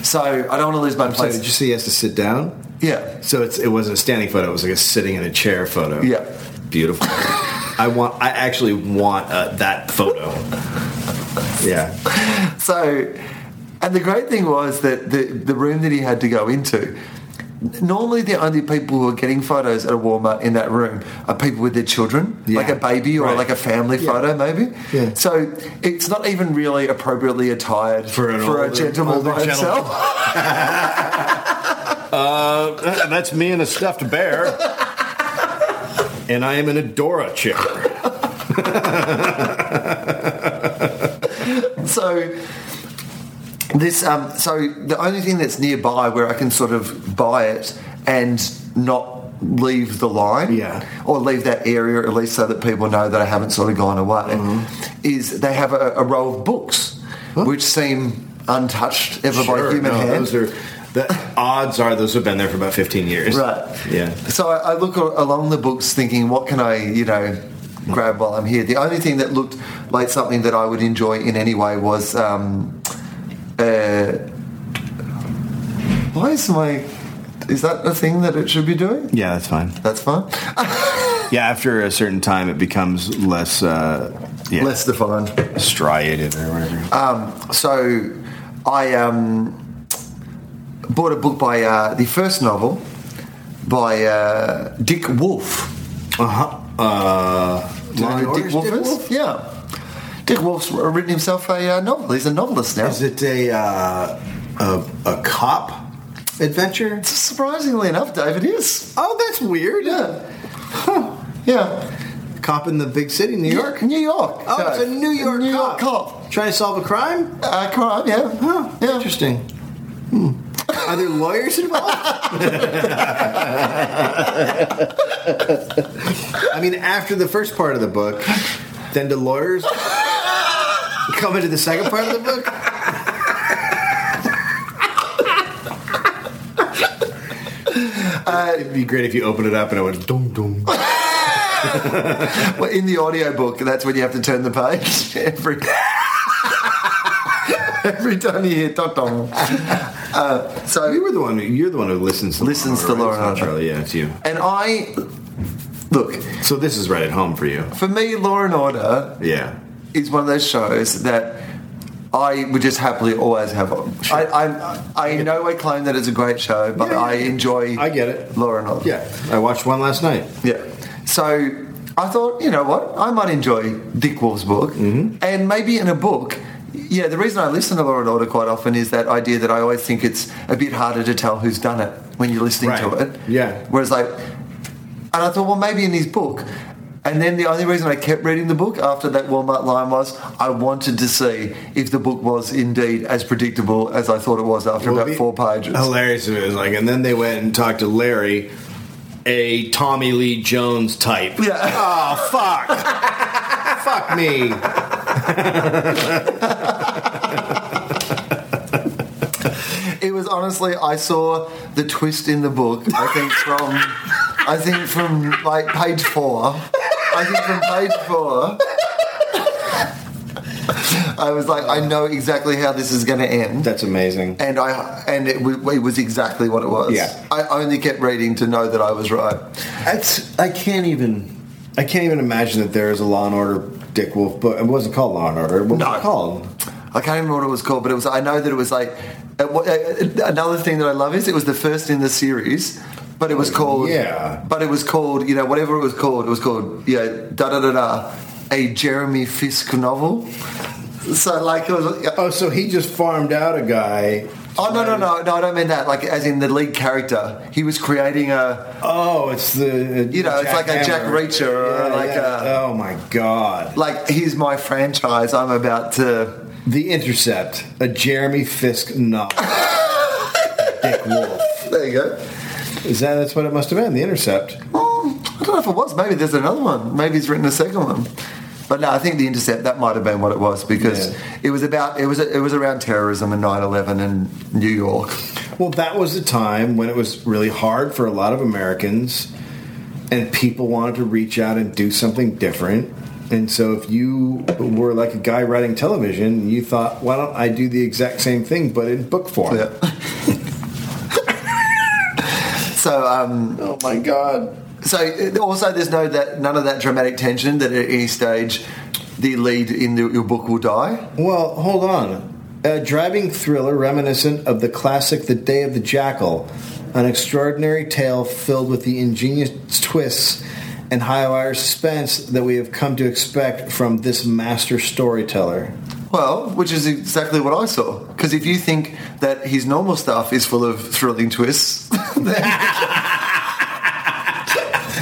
[SPEAKER 3] So I don't want to lose my
[SPEAKER 4] So
[SPEAKER 3] place.
[SPEAKER 4] Oh, did you see he has to sit down?
[SPEAKER 3] yeah,
[SPEAKER 4] So it's, it wasn't a standing photo. It was like a sitting in a chair photo.
[SPEAKER 3] Yeah.
[SPEAKER 4] Beautiful. I want. I actually want uh, that photo. Yeah.
[SPEAKER 3] So, and the great thing was that the, the room that he had to go into, normally the only people who are getting photos at a Walmart in that room are people with their children,
[SPEAKER 4] Yeah.
[SPEAKER 3] like a baby or
[SPEAKER 4] Right.
[SPEAKER 3] like a family
[SPEAKER 4] Yeah.
[SPEAKER 3] photo, maybe.
[SPEAKER 4] Yeah.
[SPEAKER 3] So it's not even really appropriately attired
[SPEAKER 4] For an
[SPEAKER 3] a
[SPEAKER 4] older-
[SPEAKER 3] gentleman
[SPEAKER 4] older
[SPEAKER 3] by himself.
[SPEAKER 4] Uh, that's me and a stuffed bear. and I am in a Dora chair.
[SPEAKER 3] So this um so the only thing that's nearby where I can sort of buy it and not leave the line,
[SPEAKER 4] Yeah.
[SPEAKER 3] or leave that area at least so that people know that I haven't sort of gone away,
[SPEAKER 4] Mm-hmm.
[SPEAKER 3] is they have a, a row of books which seem untouched ever by human
[SPEAKER 4] no,
[SPEAKER 3] hand.
[SPEAKER 4] Those are, the odds are those have been there for about 15 years.
[SPEAKER 3] Right.
[SPEAKER 4] Yeah.
[SPEAKER 3] So I, I look a- along the books thinking, what can I, you know, grab while I'm here? The only thing that looked like something that I would enjoy in any way was. Um, uh, why is my. Is that the thing that it should be doing?
[SPEAKER 4] Yeah, that's fine.
[SPEAKER 3] That's fine.
[SPEAKER 4] Yeah, after a certain time, it becomes less uh, yeah,
[SPEAKER 3] Less Um, defined.
[SPEAKER 4] striated or whatever.
[SPEAKER 3] So I um, bought a book by uh, the first novel by uh, Dick Wolf.
[SPEAKER 4] uh-huh. Uh
[SPEAKER 3] Do you know who Dick Wolf is? Yeah. Dick Wolf's written himself a uh, novel. He's a novelist now.
[SPEAKER 4] Is it a, uh, a a cop adventure?
[SPEAKER 3] Surprisingly enough, David is.
[SPEAKER 4] Oh, that's weird.
[SPEAKER 3] Yeah. Yeah.
[SPEAKER 4] Cop in the big city, New York.
[SPEAKER 3] New York.
[SPEAKER 4] Oh, it's a
[SPEAKER 3] Dave.
[SPEAKER 4] New York
[SPEAKER 3] New
[SPEAKER 4] cop.
[SPEAKER 3] York cop.
[SPEAKER 4] Trying to solve a crime?
[SPEAKER 3] Uh, crime, yeah.
[SPEAKER 4] Huh.
[SPEAKER 3] yeah.
[SPEAKER 4] Interesting. Hmm. Are there lawyers involved? I mean, after the first part of the book, then do lawyers come into the second part of the book? It'd be great if you opened it up and it went dum dum.
[SPEAKER 3] Well, in the audiobook, that's when you have to turn the page every every time you hear dot dong. Uh, so
[SPEAKER 4] Oh, You were the one. You're the one who listens. To
[SPEAKER 3] Listens to
[SPEAKER 4] Laura,
[SPEAKER 3] Laura
[SPEAKER 4] right? It's not
[SPEAKER 3] Harder.
[SPEAKER 4] Charlie. Yeah, it's you.
[SPEAKER 3] and I look
[SPEAKER 4] So this is right at home for you.
[SPEAKER 3] for me, Law and Order
[SPEAKER 4] Yeah.
[SPEAKER 3] is one of those shows that I would just happily always have on. I, I, I in no way claim that it's a great show, but
[SPEAKER 4] Yeah, yeah,
[SPEAKER 3] I
[SPEAKER 4] yeah.
[SPEAKER 3] enjoy.
[SPEAKER 4] I get it.
[SPEAKER 3] Law and Order.
[SPEAKER 4] Yeah, I watched one last night.
[SPEAKER 3] yeah. So I thought, you know what, I might enjoy Dick Wolf's book,
[SPEAKER 4] Mm-hmm.
[SPEAKER 3] and maybe in a book. Yeah, the reason I listen to Law and Order quite often is that idea that I always think it's a bit harder to tell who's done it when you're listening to
[SPEAKER 4] Right.
[SPEAKER 3] it.
[SPEAKER 4] Yeah.
[SPEAKER 3] Whereas, like, and I thought, well, maybe in his book. And then the only reason I kept reading the book after that Walmart line was I wanted to see if the book was indeed as predictable as I thought it was after
[SPEAKER 4] Well,
[SPEAKER 3] about
[SPEAKER 4] the-
[SPEAKER 3] four pages.
[SPEAKER 4] Hilarious it was like, and then they went and talked to Larry, a Tommy Lee Jones type.
[SPEAKER 3] Yeah.
[SPEAKER 4] Oh fuck. fuck me.
[SPEAKER 3] It was honestly, I saw the twist in the book. I think from, I think from like page four. I think from page four. I was like, I know exactly how this is going to end,
[SPEAKER 4] That's amazing.
[SPEAKER 3] and I and it, wa- it was exactly what it was.
[SPEAKER 4] Yeah.
[SPEAKER 3] I only kept reading to know that I was right.
[SPEAKER 4] That's I can't even I can't even imagine that there is a Law and Order Dick Wolf book. It wasn't called Law and Order. What
[SPEAKER 3] No.
[SPEAKER 4] was it called?
[SPEAKER 3] I can't remember what it was called, but it was. I know that it was like uh, what- uh, another thing that I love is it was the first in the series, but it was called
[SPEAKER 4] yeah.
[SPEAKER 3] But it was called you know whatever it was called. It was called yeah da da da da a Jeremy Fisk novel. So like it was. yeah.
[SPEAKER 4] Oh, so he just farmed out a guy.
[SPEAKER 3] Oh no no no no! I don't mean that. Like as in the lead character, he was creating a
[SPEAKER 4] Oh, it's the
[SPEAKER 3] You know, it's like a Jack Reacher or like a-
[SPEAKER 4] oh my god.
[SPEAKER 3] like here's my franchise. I'm about to.
[SPEAKER 4] The Intercept, a Jeremy Fisk novel. Dick Wolf.
[SPEAKER 3] There you go.
[SPEAKER 4] Is that that's what it must have been? The Intercept.
[SPEAKER 3] Oh, I don't know if it was. Maybe there's another one. Maybe he's written a second one. But no, I think the intercept that might have been what it was because
[SPEAKER 4] Yeah.
[SPEAKER 3] it was about it was it was around terrorism and 9/11 in New York.
[SPEAKER 4] Well, that was the time when it was really hard for a lot of Americans, and people wanted to reach out and do something different. And so, if you were like a guy writing television, you thought, "Why don't I do the exact same thing but in book form?"
[SPEAKER 3] Yeah. so um,
[SPEAKER 4] Oh my god!
[SPEAKER 3] so it- also there's no that none of that dramatic tension that at any stage the lead in the, your book will die.
[SPEAKER 4] Well, hold on. A driving thriller reminiscent of the classic The Day of the Jackal, an extraordinary tale filled with the ingenious twists and high wire suspense that we have come to expect from this master storyteller.
[SPEAKER 3] Well, which is exactly what I saw. Because if you think that his normal stuff is full of thrilling twists, then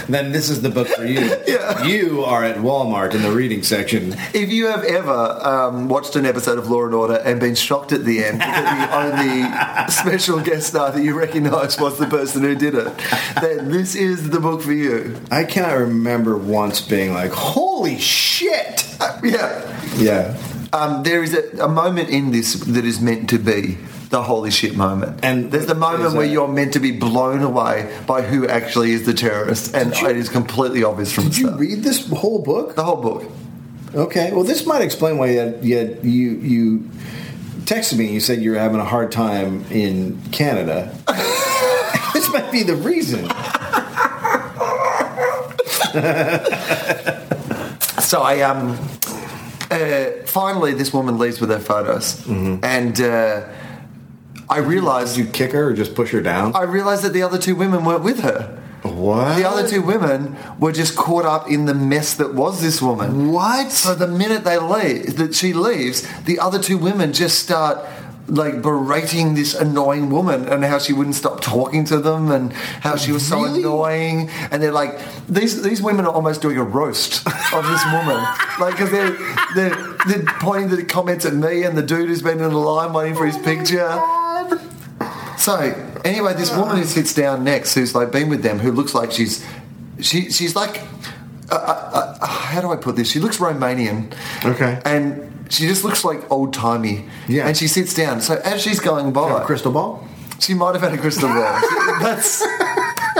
[SPEAKER 4] then this is the book for you.
[SPEAKER 3] Yeah.
[SPEAKER 4] You are at Walmart in the reading section.
[SPEAKER 3] If you have ever um, watched an episode of Law and Order and been shocked at the end that the only special guest star that you recognise was the person who did it, then this is the book for you.
[SPEAKER 4] I cannot remember once being like, holy shit!
[SPEAKER 3] Uh, yeah.
[SPEAKER 4] Yeah.
[SPEAKER 3] Um, there is a, a moment in this that is meant to be the holy shit moment.
[SPEAKER 4] And
[SPEAKER 3] there's the moment
[SPEAKER 4] is
[SPEAKER 3] where
[SPEAKER 4] that-
[SPEAKER 3] you're meant to be blown away by who actually is the terrorist, and it is completely obvious from the
[SPEAKER 4] Did you
[SPEAKER 3] start.
[SPEAKER 4] read this whole book?
[SPEAKER 3] the whole book.
[SPEAKER 4] Okay. Well, this might explain why you, had, you, had, you, you texted me and you said you were having a hard time in Canada. this might be the reason.
[SPEAKER 3] So I um, uh, finally this woman leaves with her photos, and uh, I realized
[SPEAKER 4] Did you kick her or just push her down?
[SPEAKER 3] I realized that the other two women weren't with her.
[SPEAKER 4] what?
[SPEAKER 3] The other two women were just caught up in the mess that was this woman. What? So the minute they leave, that she leaves, the other two women just start like berating this annoying woman and how she wouldn't stop talking to them and how she was so
[SPEAKER 4] Really?
[SPEAKER 3] annoying. And they're like, these these women are almost doing a roast of this woman, like because they're, they're they're pointing the comments at me and the dude who's been in the line waiting
[SPEAKER 4] Oh
[SPEAKER 3] for his picture. So anyway, this woman who sits down next, who's like been with them, who looks like she's she she's like uh, uh, uh, how do I put this? She looks Romanian.
[SPEAKER 4] Okay.
[SPEAKER 3] And she just looks like old timey.
[SPEAKER 4] Yeah.
[SPEAKER 3] And she sits down. So as she's going by,
[SPEAKER 4] crystal ball?
[SPEAKER 3] she might have had a crystal ball. That's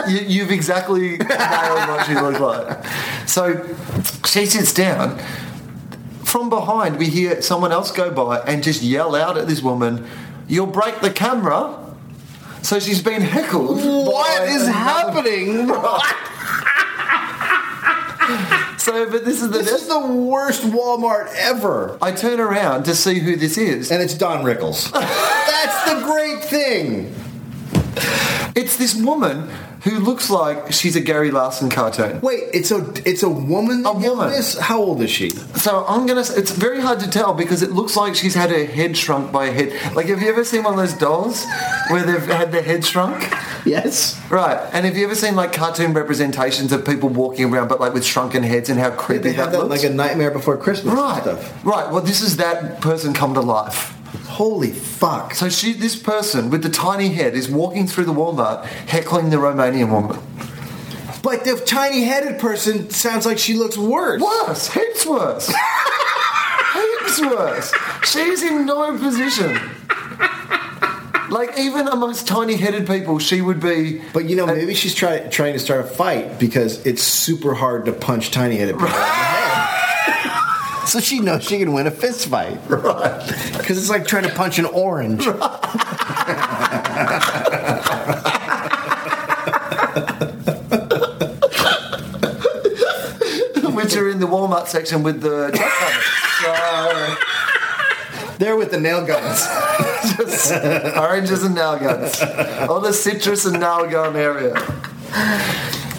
[SPEAKER 3] you, you've exactly nailed what she looked like. So she sits down. From behind, we hear someone else go by and just yell out at this woman, "You'll break the camera." So she's been heckled. by
[SPEAKER 4] What is
[SPEAKER 3] another-
[SPEAKER 4] happening?
[SPEAKER 3] So, but this is the.
[SPEAKER 4] This is the worst Walmart ever.
[SPEAKER 3] I turn around to see who this is.
[SPEAKER 4] And it's Don Rickles. That's the great thing.
[SPEAKER 3] It's this woman who looks like she's a Gary Larson cartoon.
[SPEAKER 4] Wait, it's a it's a woman. that
[SPEAKER 3] A
[SPEAKER 4] did
[SPEAKER 3] woman.
[SPEAKER 4] This? How old is she?
[SPEAKER 3] So I'm gonna. It's very hard to tell because it looks like she's had her head shrunk by a head. Like, have you ever seen one of those dolls where they've had their head shrunk?
[SPEAKER 4] Yes.
[SPEAKER 3] Right. And have you ever seen like cartoon representations of people walking around but like with shrunken heads and how creepy
[SPEAKER 4] They
[SPEAKER 3] that,
[SPEAKER 4] have that
[SPEAKER 3] looks?
[SPEAKER 4] like a Nightmare Before Christmas
[SPEAKER 3] right.
[SPEAKER 4] stuff.
[SPEAKER 3] Right. Well, this is that person come to life.
[SPEAKER 4] Holy fuck!
[SPEAKER 3] So she, this person with the tiny head, is walking through the Walmart heckling the Romanian woman.
[SPEAKER 4] But the tiny-headed person sounds like she looks worse.
[SPEAKER 3] Worse, heaps worse. heaps worse. She's in no position. Like even amongst tiny-headed people, she would be.
[SPEAKER 4] But you know, maybe she's try, trying to start a fight because it's super hard to punch tiny-headed people. in the head. So she knows she can win a fist fight, right? Because it's like trying to punch an orange.
[SPEAKER 3] which are in the Walmart section with the truck covers.
[SPEAKER 4] They're with the nail guns.
[SPEAKER 3] So, just oranges and nail guns, or the citrus and nail gun area.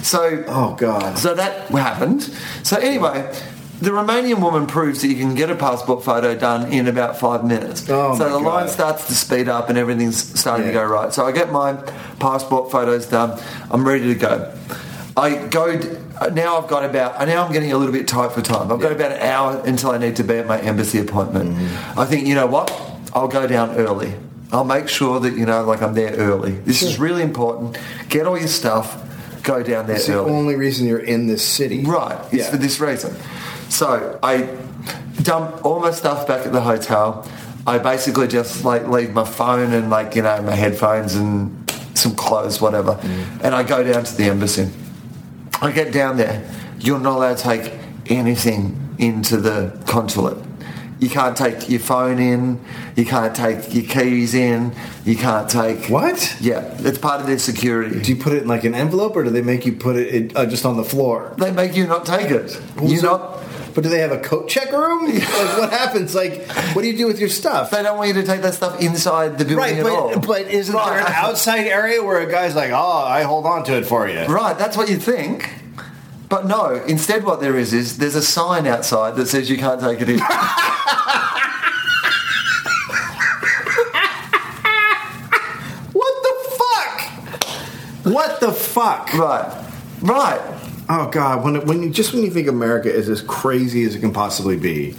[SPEAKER 3] So
[SPEAKER 4] Oh god.
[SPEAKER 3] So that happened. So anyway, the Romanian woman proves that you can get a passport photo done in about five minutes.
[SPEAKER 4] Oh,
[SPEAKER 3] so
[SPEAKER 4] my
[SPEAKER 3] the line
[SPEAKER 4] God.
[SPEAKER 3] starts to speed up and everything's starting
[SPEAKER 4] Yeah.
[SPEAKER 3] to go right. So I get my passport photos done. I'm ready to go. I go d- now. I've got about now. I'm getting a little bit tight for time. I've got about an hour until I need to be at my embassy appointment.
[SPEAKER 4] Mm.
[SPEAKER 3] I think you know what? I'll go down early. I'll make sure that you know, like I'm there early. This is really important. Get all your stuff. Go down there
[SPEAKER 4] It's the
[SPEAKER 3] early.
[SPEAKER 4] only reason you're in this city.
[SPEAKER 3] Right, it's
[SPEAKER 4] Yeah.
[SPEAKER 3] for this reason. So I dump all my stuff back at the hotel. I basically just like leave my phone and like, you know, my headphones and some clothes, whatever.
[SPEAKER 4] Mm.
[SPEAKER 3] And I go down to the embassy. I get down there. You're not allowed to take anything into the consulate. You can't take your phone in. You can't take your keys in. You can't take
[SPEAKER 4] What?
[SPEAKER 3] Yeah, it's part of their security.
[SPEAKER 4] Do you put it in like an envelope, or do they make you put it, it uh, just on the floor?
[SPEAKER 3] they make you not take it. You
[SPEAKER 4] So-
[SPEAKER 3] not.
[SPEAKER 4] But do they have a coat check room? like what happens? Like what do you do with your stuff?
[SPEAKER 3] They don't want you to take that stuff inside the building
[SPEAKER 4] Right,
[SPEAKER 3] at all.
[SPEAKER 4] but, but isn't there an
[SPEAKER 3] Right.
[SPEAKER 4] outside area where a guy's like, oh, I hold on to it for you?
[SPEAKER 3] Right, that's what you think. But no, instead what there is is there's a sign outside that says you can't take it in.
[SPEAKER 4] What the fuck? What the fuck?
[SPEAKER 3] right. Right.
[SPEAKER 4] Oh God! When when you just when you think America is as crazy as it can possibly be,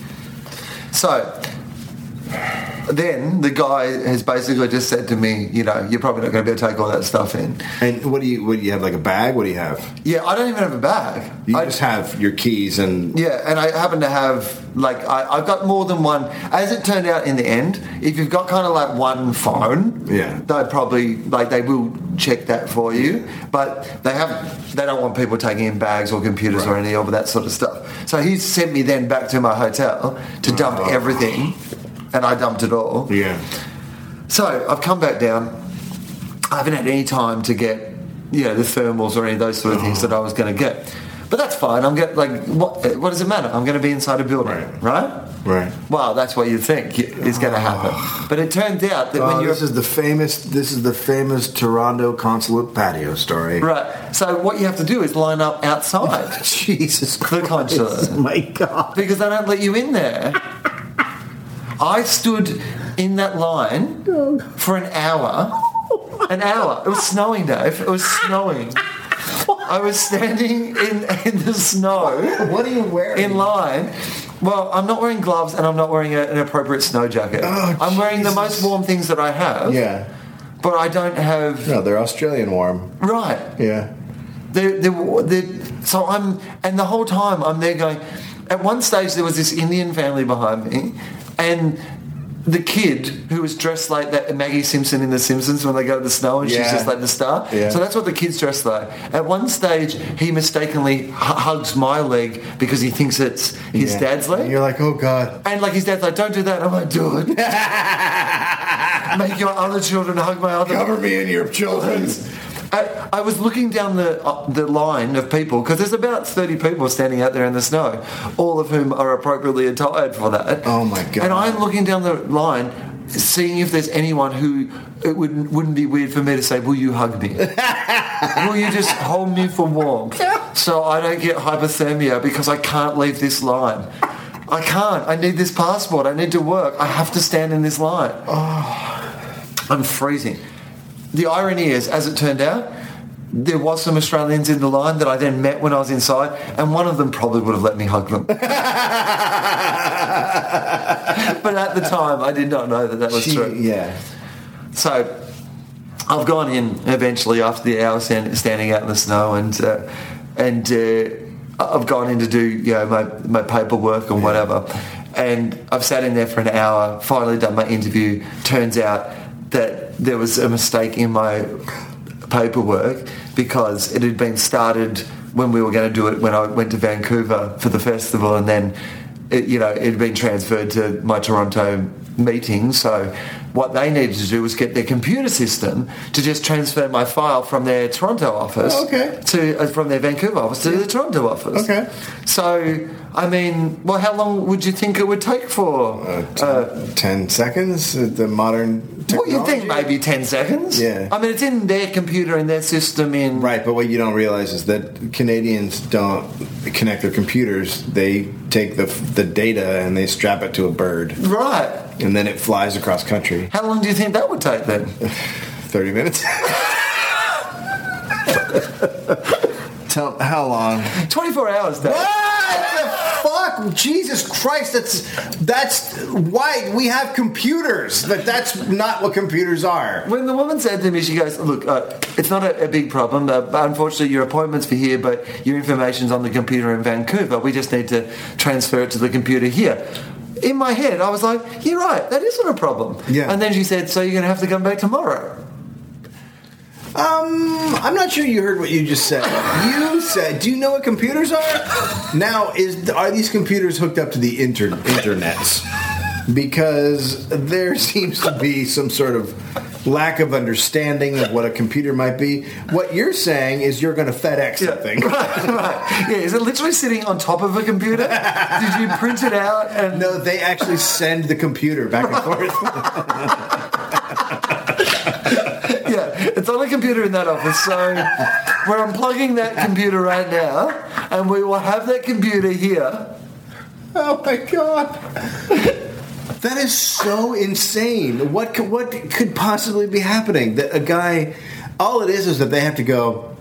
[SPEAKER 3] So then the guy has basically just said to me, you know, you're probably not going to be able to take all that stuff in.
[SPEAKER 4] and what do you what do you have like a bag? What do you have?
[SPEAKER 3] Yeah, I don't even have a bag.
[SPEAKER 4] You
[SPEAKER 3] I,
[SPEAKER 4] just have your keys and
[SPEAKER 3] yeah, and I happen to have like I, I've got more than one. As it turned out, in the end, if you've got kind of like one phone,
[SPEAKER 4] Yeah.
[SPEAKER 3] they probably like they will check that for you. But they have they don't want people taking in bags or computers or any of that sort of stuff. So he sent me then back to my hotel to dump
[SPEAKER 4] Oh.
[SPEAKER 3] everything, and I dumped it all.
[SPEAKER 4] yeah.
[SPEAKER 3] So I've come back down. I haven't had any time to get, you know, the thermals or any of those sort of things that I was going to get. But that's fine. I'm getting like, what? What does it matter? I'm going to be inside a building,
[SPEAKER 4] Right.
[SPEAKER 3] right?
[SPEAKER 4] Right. Ah.
[SPEAKER 3] Well, that's what you think is going to happen. But it turns out that
[SPEAKER 4] Oh,
[SPEAKER 3] when you're
[SPEAKER 4] this is the famous this is the famous Toronto consulate patio story.
[SPEAKER 3] right, so what you have to do is line up outside
[SPEAKER 4] Jesus
[SPEAKER 3] the
[SPEAKER 4] Christ!
[SPEAKER 3] consulate.
[SPEAKER 4] My God!
[SPEAKER 3] because they don't let you in there. I stood in that line for an hour. An hour. It was snowing, Dave. It was snowing. I was standing in, in the snow
[SPEAKER 4] What are you wearing?
[SPEAKER 3] in line. Well, I'm not wearing gloves and I'm not wearing a, an appropriate snow jacket.
[SPEAKER 4] Oh,
[SPEAKER 3] I'm wearing the
[SPEAKER 4] Jesus.
[SPEAKER 3] most warm things that I have,
[SPEAKER 4] yeah.
[SPEAKER 3] but I don't have.
[SPEAKER 4] No, they're Australian warm.
[SPEAKER 3] Right.
[SPEAKER 4] Yeah.
[SPEAKER 3] They're, they're, they're, so I'm, and the whole time I'm there going, at one stage there was this Indian family behind me, and the kid who was dressed like that Maggie Simpson in The Simpsons when they go to the snow and
[SPEAKER 4] Yeah.
[SPEAKER 3] she's just like the star.
[SPEAKER 4] Yeah.
[SPEAKER 3] So that's what the kid's dressed like. At one stage, he mistakenly h- hugs my leg because he thinks it's his
[SPEAKER 4] Yeah.
[SPEAKER 3] dad's
[SPEAKER 4] And
[SPEAKER 3] leg.
[SPEAKER 4] you're like, oh God.
[SPEAKER 3] And like his dad's like, don't do that. I'm like, do it. Make your other children hug my other
[SPEAKER 4] Cover me in your children's.
[SPEAKER 3] I, I was looking down the uh, the line of people because there's about 30 people standing out there in the snow, all of whom are appropriately attired for that.
[SPEAKER 4] Oh, my God.
[SPEAKER 3] And I'm looking down the line, seeing if there's anyone who it wouldn't wouldn't be weird for me to say, "Will you hug me? Will you just hold me for warmth so I don't get hypothermia because I can't leave this line." I can't. I need this passport. I need to work. I have to stand in this line. I'm freezing. The irony is, as it turned out, there was some Australians in the line that I then met when I was inside, and one of them probably would have let me hug them. but at the time, I did not know that that was
[SPEAKER 4] She-
[SPEAKER 3] true.
[SPEAKER 4] yeah.
[SPEAKER 3] So I've gone in eventually after the hour stand, standing out in the snow and uh, and uh, I've gone in to do you know my, my paperwork and whatever and I've sat in there for an hour finally done my interview turns out that there was a mistake in my paperwork because it had been started when we were going to do it when I went to Vancouver for the festival and then it, you know it had been transferred to my Toronto meeting so what they needed to do was get their computer system to just transfer my file from their Toronto office
[SPEAKER 4] Oh, Okay.
[SPEAKER 3] to uh, from their Vancouver office to the Toronto office.
[SPEAKER 4] Okay.
[SPEAKER 3] So I mean, well, how long would you think it would take for?
[SPEAKER 4] Uh, t- ten seconds. uh, The modern. Technology.
[SPEAKER 3] what you think? Maybe ten seconds.
[SPEAKER 4] Yeah.
[SPEAKER 3] I mean, it's in their computer in their system in.
[SPEAKER 4] Right, but what you don't realize is that Canadians don't connect their computers. They take the the data and they strap it to a bird,
[SPEAKER 3] Right.
[SPEAKER 4] and then it flies across country.
[SPEAKER 3] How long do you think that would take then?
[SPEAKER 4] Thirty minutes. Tell how long?
[SPEAKER 3] Twenty-four hours. Dave.
[SPEAKER 4] What the fuck? Jesus Christ! That's that's why we have computers. But that's not what computers are.
[SPEAKER 3] When the woman said to me, she goes, "Look, uh, it's not a, a big problem. Uh, but unfortunately, your appointments for here, but your information's on the computer in Vancouver. We just need to transfer it to the computer here." In my head, I was like, "You're right. That isn't a problem."
[SPEAKER 4] Yeah.
[SPEAKER 3] And then she said, "So you're going to have to come back tomorrow."
[SPEAKER 4] Um, I'm not sure you heard what you just said. You said, "Do you know what computers are?" Now, is are these computers hooked up to the inter- internets? Because there seems to be some sort of lack of understanding of what a computer might be. What you're saying is you're going to FedEx something.
[SPEAKER 3] Right, right. Yeah, is it literally sitting on top of a computer? Did you print it out and
[SPEAKER 4] No, they actually send the computer back and forth.
[SPEAKER 3] yeah, it's on a computer in that office. So we're unplugging that computer right now, and we will have that computer here.
[SPEAKER 4] Oh my god. That is so insane. What could, what could possibly be happening? That a guy, all it is is that they have to go.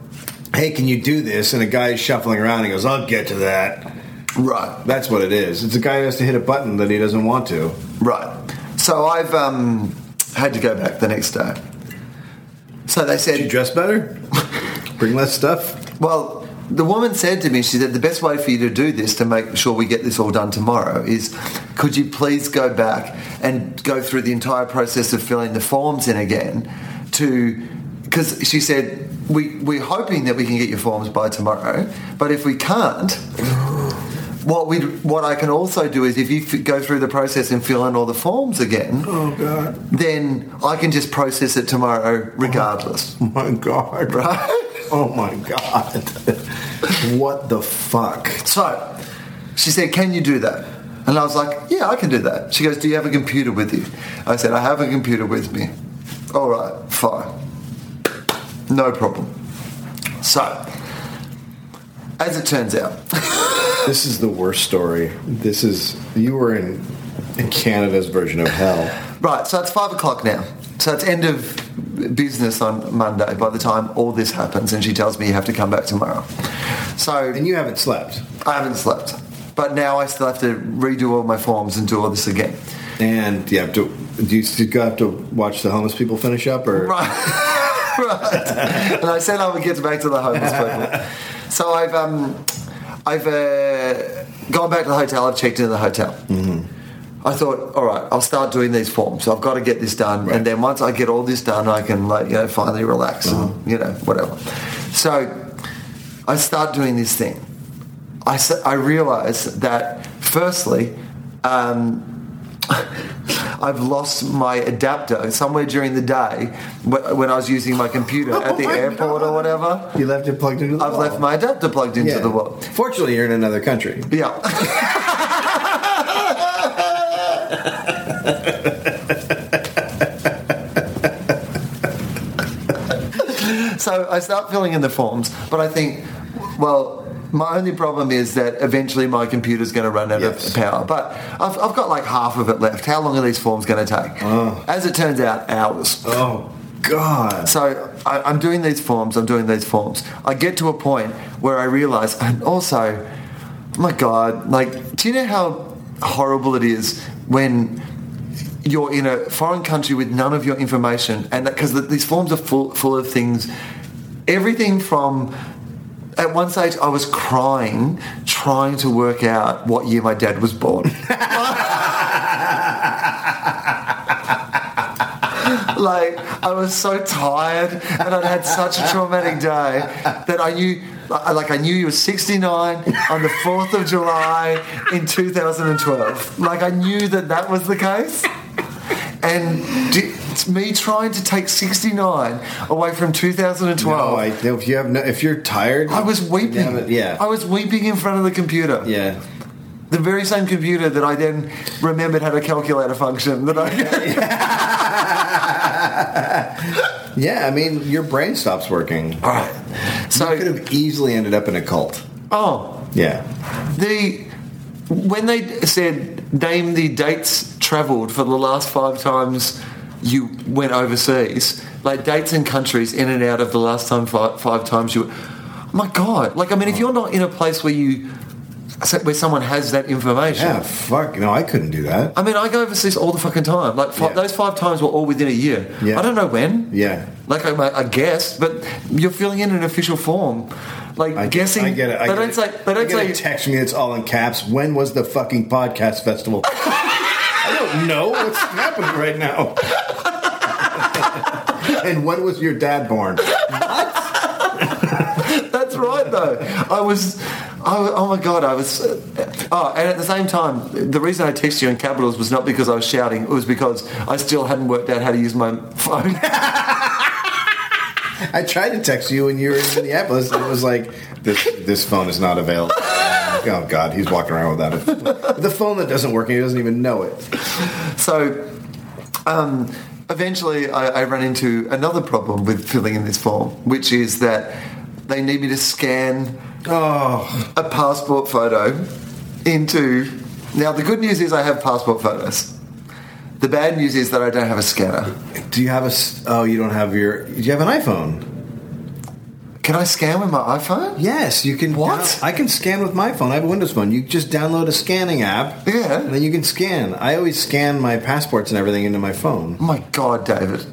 [SPEAKER 4] hey, can you do this? And a guy's shuffling around and he goes, I'll get to that.
[SPEAKER 3] Right.
[SPEAKER 4] That's what it is. It's a guy who has to hit a button that he doesn't want to.
[SPEAKER 3] Right. So I've um, had to go back the next day. So they
[SPEAKER 4] Did you
[SPEAKER 3] said,
[SPEAKER 4] dress better? Bring less stuff?
[SPEAKER 3] well, the woman said to me, she said, the best way for you to do this to make sure we get this all done tomorrow is could you please go back and go through the entire process of filling the forms in again to, because she said, we, we're hoping that we can get your forms by tomorrow, but if we can't, what we what I can also do is if you f- go through the process and fill in all the forms again,
[SPEAKER 4] Oh, God.
[SPEAKER 3] then I can just process it tomorrow regardless.
[SPEAKER 4] Oh, my God.
[SPEAKER 3] Right?
[SPEAKER 4] Oh, my God. what the fuck?
[SPEAKER 3] So she said, Can you do that? And I was like, Yeah, I can do that. She goes, Do you have a computer with you? I said, I have a computer with me. All right, fine. No problem. So, as it turns out,
[SPEAKER 4] This is the worst story. This is. You were in, in Canada's version of hell.
[SPEAKER 3] Right, so it's five o'clock now. So it's end of business on Monday by the time all this happens, and she tells me you have to come back tomorrow. So
[SPEAKER 4] And you haven't slept.
[SPEAKER 3] I haven't slept, but now I still have to redo all my forms and do all this again.
[SPEAKER 4] And you have to. Do you still have to watch the homeless people finish up? or
[SPEAKER 3] Right, right. And I said I would get back to the homeless people. So I've um, I've uh, gone back to the hotel. I've checked into the hotel. I thought, all right, I'll start doing these forms. I've got to get this done,
[SPEAKER 4] Right.
[SPEAKER 3] and then once I get all this done, I can like you know finally relax
[SPEAKER 4] Uh-huh.
[SPEAKER 3] and you know whatever. So I start doing this thing. I s- I realize that firstly. Um, I've lost my adapter somewhere during the day wh- when I was using my computer at the
[SPEAKER 4] Oh my
[SPEAKER 3] airport or whatever.
[SPEAKER 4] You left it plugged into the
[SPEAKER 3] I've
[SPEAKER 4] wall.
[SPEAKER 3] left my adapter plugged into
[SPEAKER 4] Yeah.
[SPEAKER 3] the wall.
[SPEAKER 4] Fortunately, you're in another country.
[SPEAKER 3] Yeah. so I start filling in the forms, but I think, well, my only problem is that eventually my computer's going to run out
[SPEAKER 4] Yes.
[SPEAKER 3] of power. But I've, I've got like half of it left. How long are these forms going to take? As it turns out, hours.
[SPEAKER 4] Oh God!
[SPEAKER 3] So I, I'm doing these forms, I'm doing these forms. I get to a point where I realize, and also, my God, like, do you know how horrible it is when you're in a foreign country with none of your information? And because these forms are full, full of things, everything from at one stage, I was crying, trying to work out what year my dad was born. like I was so tired and I'd had such a traumatic day that I knew I- like I knew you were 69 on the 4th of July in 2012 like I knew that that was the case and d- it's me trying to take 69 away from 2012
[SPEAKER 4] No, I, if you have no, if you're tired,
[SPEAKER 3] I was weeping.
[SPEAKER 4] Yeah, but- yeah.
[SPEAKER 3] I was weeping in front of the computer.
[SPEAKER 4] yeah.
[SPEAKER 3] The very same computer that I then remembered had a calculator function that I
[SPEAKER 4] Yeah, I mean, your brain stops working.
[SPEAKER 3] All right.
[SPEAKER 4] I could
[SPEAKER 3] So
[SPEAKER 4] have easily ended up in a cult.
[SPEAKER 3] oh,
[SPEAKER 4] Yeah.
[SPEAKER 3] the when they said name the dates travelled for the last five times you went overseas, like dates and countries in and out of the last time five, five times you. My God! Like I mean, if you're not in a place where you where someone has that information.
[SPEAKER 4] Yeah, Ah, fuck. No, I couldn't do that.
[SPEAKER 3] I mean, I go overseas all the fucking time. Like fi-
[SPEAKER 4] Yeah.
[SPEAKER 3] those five times were all within a year.
[SPEAKER 4] Yeah.
[SPEAKER 3] I don't know when.
[SPEAKER 4] Yeah.
[SPEAKER 3] Like I, I guess, but you're filling in an official form. Like
[SPEAKER 4] I
[SPEAKER 3] guessing.
[SPEAKER 4] I get it.
[SPEAKER 3] they
[SPEAKER 4] I get
[SPEAKER 3] don't
[SPEAKER 4] it.
[SPEAKER 3] say. They
[SPEAKER 4] I
[SPEAKER 3] don't
[SPEAKER 4] get
[SPEAKER 3] say.
[SPEAKER 4] a text me. It's all in caps. When was the fucking podcast festival? I don't know what's happening right now. and when was your dad born?
[SPEAKER 3] That's right, though. I was. I, wa- oh my god! I was. Oh, and at the same time, the reason I texted you in capitals was not because I was shouting. It was because I still hadn't worked out how to use my phone.
[SPEAKER 4] I tried to text you when you were in Minneapolis, and it was like, this this phone is not available. Oh God, he's walking around without it. The phone that doesn't work, and he doesn't even know it.
[SPEAKER 3] so um, eventually I, I run into another problem with filling in this form, which is that they need me to scan
[SPEAKER 4] Oh,
[SPEAKER 3] a passport photo into. Now, the good news is I have passport photos. The bad news is that I don't have a scanner.
[SPEAKER 4] Do you have a? s- Oh, you don't have your. Do you have an iPhone?
[SPEAKER 3] Can I scan with my iPhone?
[SPEAKER 4] Yes, you can.
[SPEAKER 3] What?
[SPEAKER 4] down- I can scan with my phone. I have a Windows phone. You just download a scanning app.
[SPEAKER 3] Yeah.
[SPEAKER 4] And then you can scan. I always scan my passports and everything into my phone.
[SPEAKER 3] Oh my God, David.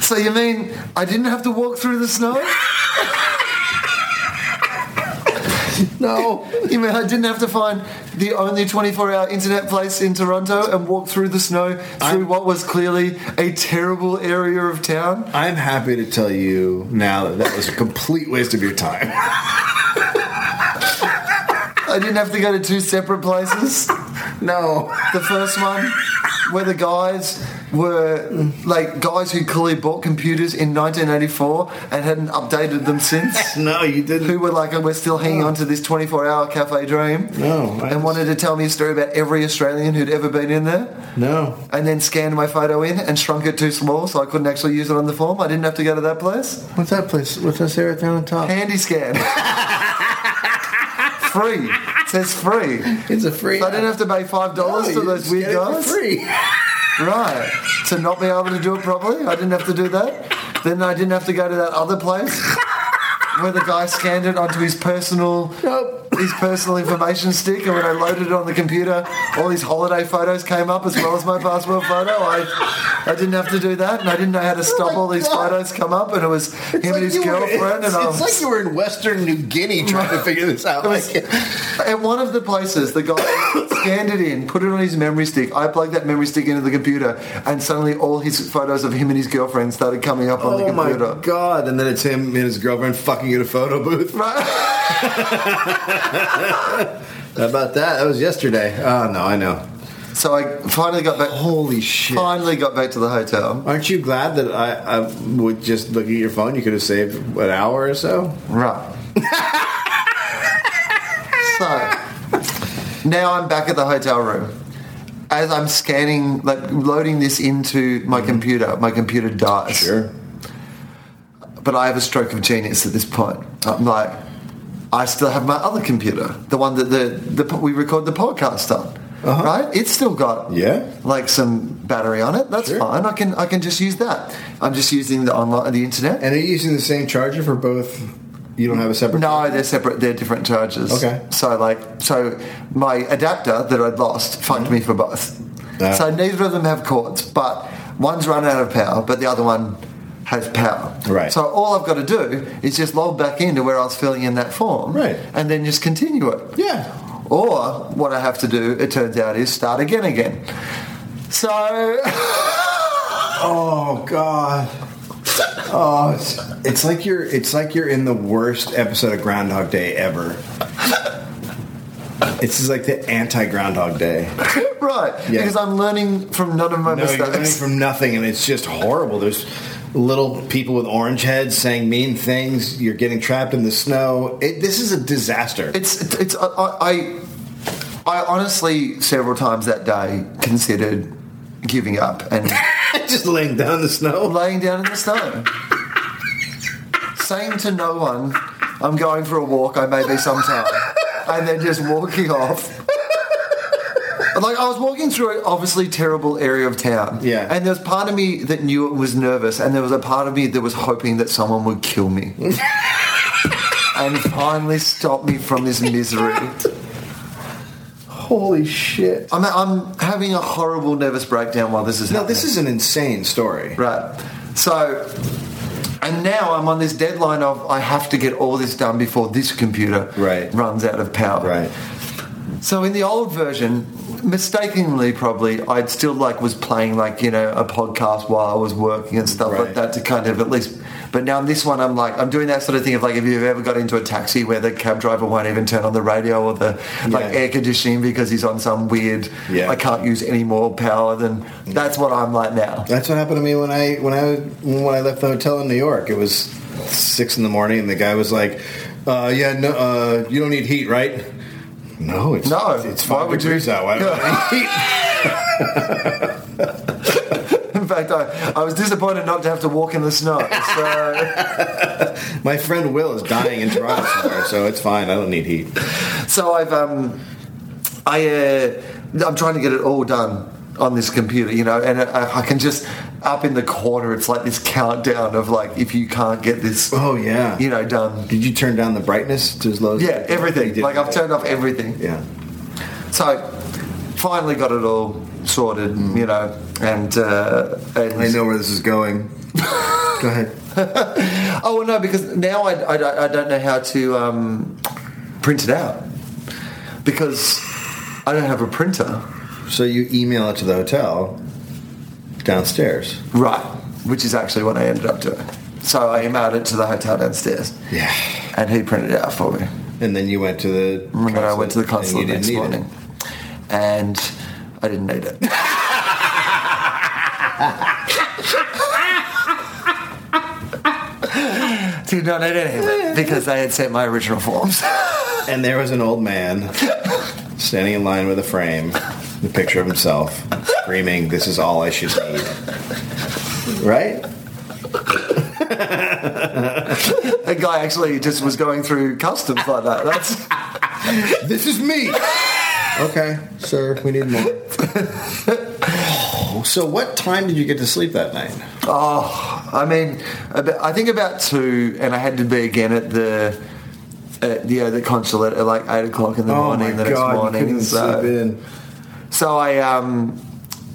[SPEAKER 3] so you mean I didn't have to walk through the snow? No, you mean I didn't have to find the only 24 hour internet place in Toronto and walk through the snow through what was clearly a terrible area of town?
[SPEAKER 4] I'm happy to tell you now that that was a complete waste of your time.
[SPEAKER 3] I didn't have to go to two separate places.
[SPEAKER 4] No.
[SPEAKER 3] The first one, where the guys were like guys who clearly bought computers in 1984 and hadn't updated them since.
[SPEAKER 4] No, you didn't.
[SPEAKER 3] Who were like, we're still hanging on to this 24 hour cafe dream.
[SPEAKER 4] No, I-
[SPEAKER 3] And wanted to tell me a story about every Australian who'd ever been in there.
[SPEAKER 4] No.
[SPEAKER 3] And then scanned my photo in and shrunk it too small so I couldn't actually use it on the form. I didn't have to go to that place.
[SPEAKER 4] What's that place? What's that Sarah down on top?
[SPEAKER 3] Handy scan. free. It says free.
[SPEAKER 4] It's a free.
[SPEAKER 3] So I didn't have to pay $5 to those weird guys.
[SPEAKER 4] Free.
[SPEAKER 3] Right. To not be able to do it properly, I didn't have to do that. Then I didn't have to go to that other place where the guy scanned it onto his personal
[SPEAKER 4] Nope.
[SPEAKER 3] his personal information stick, and when I loaded it on the computer, all his holiday photos came up as well as my passport photo. I I didn't have to do that, and I didn't know how to stop all these
[SPEAKER 4] Oh God.
[SPEAKER 3] photos come up, and it was him and his girlfriend, and
[SPEAKER 4] it's,
[SPEAKER 3] I
[SPEAKER 4] it's
[SPEAKER 3] was
[SPEAKER 4] like you were in Western New Guinea trying to figure this out.
[SPEAKER 3] It was-
[SPEAKER 4] Like,
[SPEAKER 3] At one of the places, the guy scanned it in, put it on his memory stick. I plugged that memory stick into the computer, and suddenly all his photos of him and his girlfriend started coming up on the
[SPEAKER 4] oh my
[SPEAKER 3] computer.
[SPEAKER 4] god! And then it's him and his girlfriend fucking in a photo booth.
[SPEAKER 3] Right?
[SPEAKER 4] How about that? That was yesterday. Oh no, I know.
[SPEAKER 3] So I finally got back.
[SPEAKER 4] Holy shit!
[SPEAKER 3] Finally got back to the hotel.
[SPEAKER 4] Aren't you glad that I, I would just look at your phone? You could have saved an hour or so.
[SPEAKER 3] Right. so now I'm back at the hotel room. As I'm scanning, like loading this into my
[SPEAKER 4] Mm-hmm.
[SPEAKER 3] computer, my computer dies. but I have a stroke of genius at this point. I'm like, I still have my other computer, the one that the, the we record the podcast on, right? It's still got
[SPEAKER 4] Uh-huh. Yeah.
[SPEAKER 3] like some battery on it. That's
[SPEAKER 4] Sure.
[SPEAKER 3] fine. I can I can just use that. I'm just using the online the internet.
[SPEAKER 4] And are you using the same charger for both? You don't have a separate.
[SPEAKER 3] no, they're separate. They're different charges.
[SPEAKER 4] Okay.
[SPEAKER 3] So like, so my adapter that I'd lost fucked
[SPEAKER 4] Mm-hmm.
[SPEAKER 3] me for both.
[SPEAKER 4] Ah.
[SPEAKER 3] So neither of them have cords, but one's run out of power, but the other one has power.
[SPEAKER 4] Right.
[SPEAKER 3] So all I've got to do is just log back into where I was filling in that form.
[SPEAKER 4] Right.
[SPEAKER 3] And then just continue it.
[SPEAKER 4] Yeah.
[SPEAKER 3] Or what I have to do, it turns out, is start again again. So
[SPEAKER 4] Oh god. Oh, it's, it's like you're. It's like you're in the worst episode of Groundhog Day ever. It's just like the anti Groundhog Day.
[SPEAKER 3] right.
[SPEAKER 4] Yeah.
[SPEAKER 3] Because I'm learning from none of my
[SPEAKER 4] No, you're
[SPEAKER 3] mistakes.
[SPEAKER 4] learning from nothing, and it's just horrible. There's little people with orange heads saying mean things. You're getting trapped in the snow. It, this is a disaster.
[SPEAKER 3] It's it's it's- I I, I honestly several times that day considered giving up and
[SPEAKER 4] just laying down in the snow.
[SPEAKER 3] laying down in the snow, saying to no one, "I'm going for a walk. I may be sometime," and then just walking off. Like I was walking through an obviously terrible area of town,
[SPEAKER 4] Yeah.
[SPEAKER 3] And there was part of me that knew it was nervous, and there was a part of me that was hoping that someone would kill me, and finally stop me from this misery.
[SPEAKER 4] Holy shit!
[SPEAKER 3] I'm, I'm having a horrible nervous breakdown while this is
[SPEAKER 4] No,
[SPEAKER 3] happening.
[SPEAKER 4] this is an insane story.
[SPEAKER 3] right. So, and now I'm on this deadline of I have to get all this done before this computer
[SPEAKER 4] Right.
[SPEAKER 3] runs out of power.
[SPEAKER 4] Right.
[SPEAKER 3] So in the old version, mistakenly probably, I'd still like was playing like you know a podcast while I was working and stuff like
[SPEAKER 4] Right.
[SPEAKER 3] that to kind of at least. But now in this one, I'm like I'm doing that sort of thing of like if you've ever got into a taxi where the cab driver won't even turn on the radio or the like
[SPEAKER 4] Yeah.
[SPEAKER 3] air conditioning because he's on some weird
[SPEAKER 4] Yeah.
[SPEAKER 3] I can't use any more power than that's what I'm like now.
[SPEAKER 4] That's what happened to me when I when I when I left the hotel in New York. It was six in the morning, and the guy was like, uh, "Yeah, no, uh, you don't need heat, right?" No, it's
[SPEAKER 3] No,
[SPEAKER 4] it's
[SPEAKER 3] why
[SPEAKER 4] five
[SPEAKER 3] would you-
[SPEAKER 4] degrees out. Why would I need heat?
[SPEAKER 3] fact, I, I was disappointed not to have to walk in the snow. So,
[SPEAKER 4] My friend Will is dying in Toronto somewhere, so it's fine. I don't need heat.
[SPEAKER 3] so I've um, I uh, I'm trying to get it all done on this computer, you know, and I, I can just up in the corner. It's like this countdown of like if you can't get this,
[SPEAKER 4] Oh, yeah.
[SPEAKER 3] you know, done.
[SPEAKER 4] Did you turn down the brightness to as low as
[SPEAKER 3] Yeah,
[SPEAKER 4] You
[SPEAKER 3] everything.
[SPEAKER 4] did.
[SPEAKER 3] Like I've turned off everything.
[SPEAKER 4] Yeah.
[SPEAKER 3] So finally got it all sorted, you know, and uh, and
[SPEAKER 4] Mm. I know where this is going. Go ahead.
[SPEAKER 3] Oh well, no, because now I, I, don't- I don't know how to um, print it out because I don't have a printer.
[SPEAKER 4] So you email it to the hotel downstairs.
[SPEAKER 3] Right, which is actually what I ended up doing. So I emailed it to the hotel downstairs.
[SPEAKER 4] Yeah.
[SPEAKER 3] and he printed it out for me.
[SPEAKER 4] And then you went to the.
[SPEAKER 3] And then I went to the
[SPEAKER 4] consulate
[SPEAKER 3] consulate
[SPEAKER 4] and
[SPEAKER 3] next
[SPEAKER 4] you didn't need
[SPEAKER 3] morning,
[SPEAKER 4] it.
[SPEAKER 3] and I didn't need it. Did not need any of it because they had sent my original forms.
[SPEAKER 4] And there was an old man standing in line with a frame, the picture of himself, screaming, "This is all I should need." Right?
[SPEAKER 3] A guy actually just was going through customs like that. That's
[SPEAKER 4] This is me. Okay, sir, we need more. Oh, so, what time did you get to sleep that night?
[SPEAKER 3] oh, I mean, about, I think about two, and I had to be again at the at, you know, the consulate at like eight o'clock in the
[SPEAKER 4] Oh
[SPEAKER 3] morning the next morning. so,
[SPEAKER 4] in.
[SPEAKER 3] so I um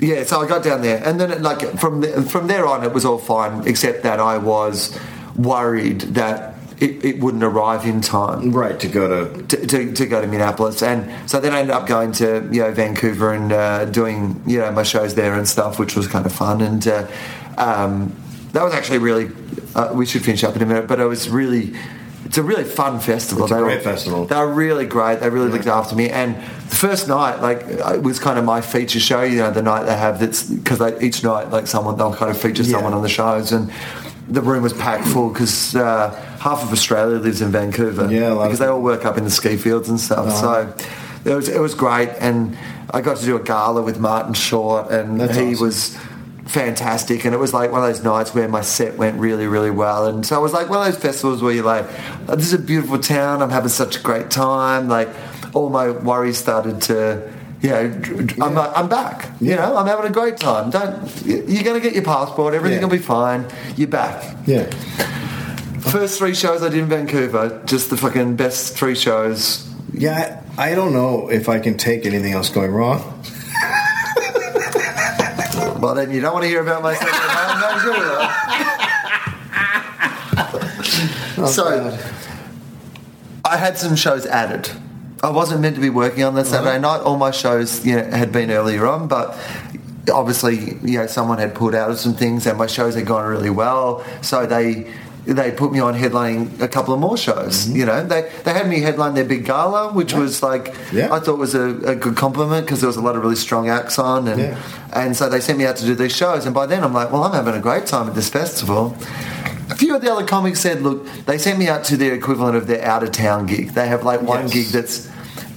[SPEAKER 3] yeah, so I got down there, and then it, like from the, from there on, it was all fine, except that I was worried that it, it wouldn't arrive in time.
[SPEAKER 4] Right to go to.
[SPEAKER 3] to, to, to go to Minneapolis, and so then I ended up going to you know Vancouver and uh, doing you know my shows there and stuff, which was kind of fun. And uh, um, that was actually really. Uh, we should finish up in a minute, but it was really. It's a really fun festival.
[SPEAKER 4] It's a
[SPEAKER 3] They
[SPEAKER 4] great
[SPEAKER 3] were-
[SPEAKER 4] festival.
[SPEAKER 3] They were really great. They really looked after me. And the first night, like, it was kind of my feature show. You know, the night they have that's because each night, like, someone they'll kind of feature
[SPEAKER 4] Yeah.
[SPEAKER 3] someone on the shows, and the room was packed full because uh, half of Australia lives in Vancouver.
[SPEAKER 4] Yeah, a lot of
[SPEAKER 3] because they all work up in the ski fields and stuff. So it was it was great, and I got to do a gala with Martin Short, and
[SPEAKER 4] That's
[SPEAKER 3] he
[SPEAKER 4] awesome.
[SPEAKER 3] was fantastic. And it was like one of those nights where my set went really, really well. And so it was like one of those festivals where you're like, oh, "This is a beautiful town. I'm having such a great time." Like all my worries started to. You know, dr- dr- I'm, I'm back. You know, I'm having a great time. Don't y- you're going to get your passport. Everything
[SPEAKER 4] Yeah.
[SPEAKER 3] will be fine. You're back.
[SPEAKER 4] Yeah.
[SPEAKER 3] First three shows I did in Vancouver, just the fucking best three shows.
[SPEAKER 4] Yeah, I, I don't know if I can take anything else going wrong.
[SPEAKER 3] Well, then you don't want to hear about myself. I'm not sure of that.
[SPEAKER 4] Oh,
[SPEAKER 3] so, I had some shows added. I wasn't meant to be working on that Saturday night. All my shows you know, had been earlier on, but obviously, you know, someone had pulled out of some things, and my shows had gone really well. So they they put me on headlining a couple of more shows. You know, they they had me headline their big gala, which was like
[SPEAKER 4] Mm-hmm. Yeah.
[SPEAKER 3] I thought was a, a good compliment because there was a lot of really strong acts on, and
[SPEAKER 4] Yeah.
[SPEAKER 3] and so they sent me out to do these shows. And by then, I'm like, well, I'm having a great time at this festival. A few of the other comics said, look, they sent me out to their equivalent of their out of town gig. They have like one
[SPEAKER 4] Yes.
[SPEAKER 3] gig that's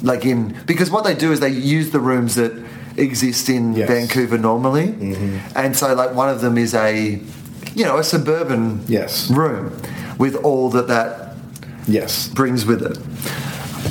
[SPEAKER 3] like in because what they do is they use the rooms that exist in
[SPEAKER 4] Yes. Mm-hmm.
[SPEAKER 3] Vancouver normally, and so like one of them is a you know a suburban
[SPEAKER 4] Yes.
[SPEAKER 3] room with all that that
[SPEAKER 4] Yes.
[SPEAKER 3] brings with it.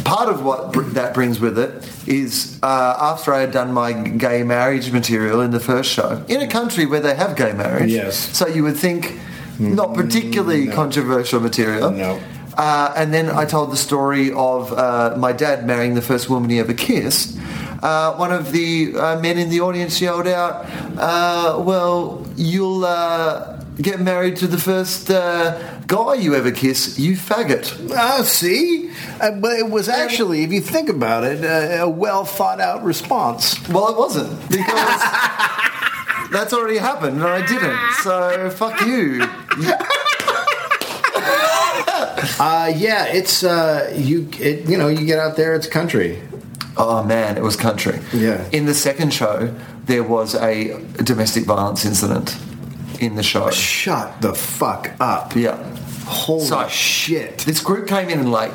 [SPEAKER 3] Part of what br- that brings with it is uh, after I had done my gay marriage material in the first show, in a country where they have gay marriage.
[SPEAKER 4] Yes. Mm,
[SPEAKER 3] So you would think not particularly
[SPEAKER 4] no.
[SPEAKER 3] controversial material.
[SPEAKER 4] No.
[SPEAKER 3] Uh, and then I told the story of uh, my dad marrying the first woman he ever kissed. Uh, one of the uh, men in the audience yelled out, uh, "Well, you'll uh, get married to the first uh, guy you ever kiss, you faggot."
[SPEAKER 4] Ah, see, uh, but it was actually, if you think about it, uh, a well thought out response.
[SPEAKER 3] Well, it wasn't because that's already happened, and I didn't. So fuck you.
[SPEAKER 4] Uh, yeah, it's uh, you. It, you know, you get out there, it's country.
[SPEAKER 3] Oh man, it was country.
[SPEAKER 4] Yeah.
[SPEAKER 3] In the second show, there was a domestic violence incident in the show.
[SPEAKER 4] Shut the fuck up.
[SPEAKER 3] Yeah.
[SPEAKER 4] Holy
[SPEAKER 3] So-
[SPEAKER 4] shit.
[SPEAKER 3] This group came in late,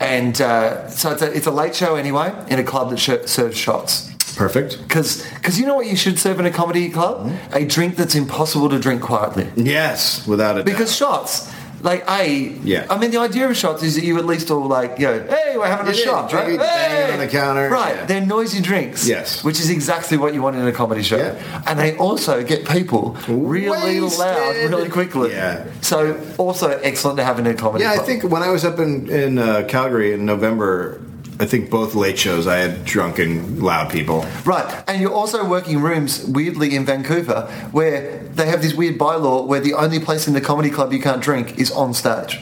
[SPEAKER 3] and uh, so it's a, it's a late show anyway in a club that sh- serves shots.
[SPEAKER 4] Perfect.
[SPEAKER 3] Because you know what you should serve in a comedy club?
[SPEAKER 4] Hmm?
[SPEAKER 3] A drink that's impossible to drink quietly.
[SPEAKER 4] Yes, without it.
[SPEAKER 3] Because shots, like a,
[SPEAKER 4] Yeah.
[SPEAKER 3] I mean, the idea of shots is that you at least all like, you know, hey, we're having a
[SPEAKER 4] Yeah,
[SPEAKER 3] shot,
[SPEAKER 4] drink,
[SPEAKER 3] right?
[SPEAKER 4] bang
[SPEAKER 3] Hey!
[SPEAKER 4] on the counter,
[SPEAKER 3] right?
[SPEAKER 4] yeah.
[SPEAKER 3] They're noisy drinks,
[SPEAKER 4] Yes.
[SPEAKER 3] which is exactly what you want in a comedy show,
[SPEAKER 4] Yeah.
[SPEAKER 3] and they also get people really loud,
[SPEAKER 4] Wasted.
[SPEAKER 3] really quickly.
[SPEAKER 4] Yeah.
[SPEAKER 3] So also excellent to have in a comedy.
[SPEAKER 4] Yeah, I
[SPEAKER 3] club.
[SPEAKER 4] think when I was up in in uh, Calgary in November, I think both late shows I had drunken loud people.
[SPEAKER 3] Right, and you're also working rooms weirdly in Vancouver where they have this weird bylaw where the only place in the comedy club you can't drink is on stage.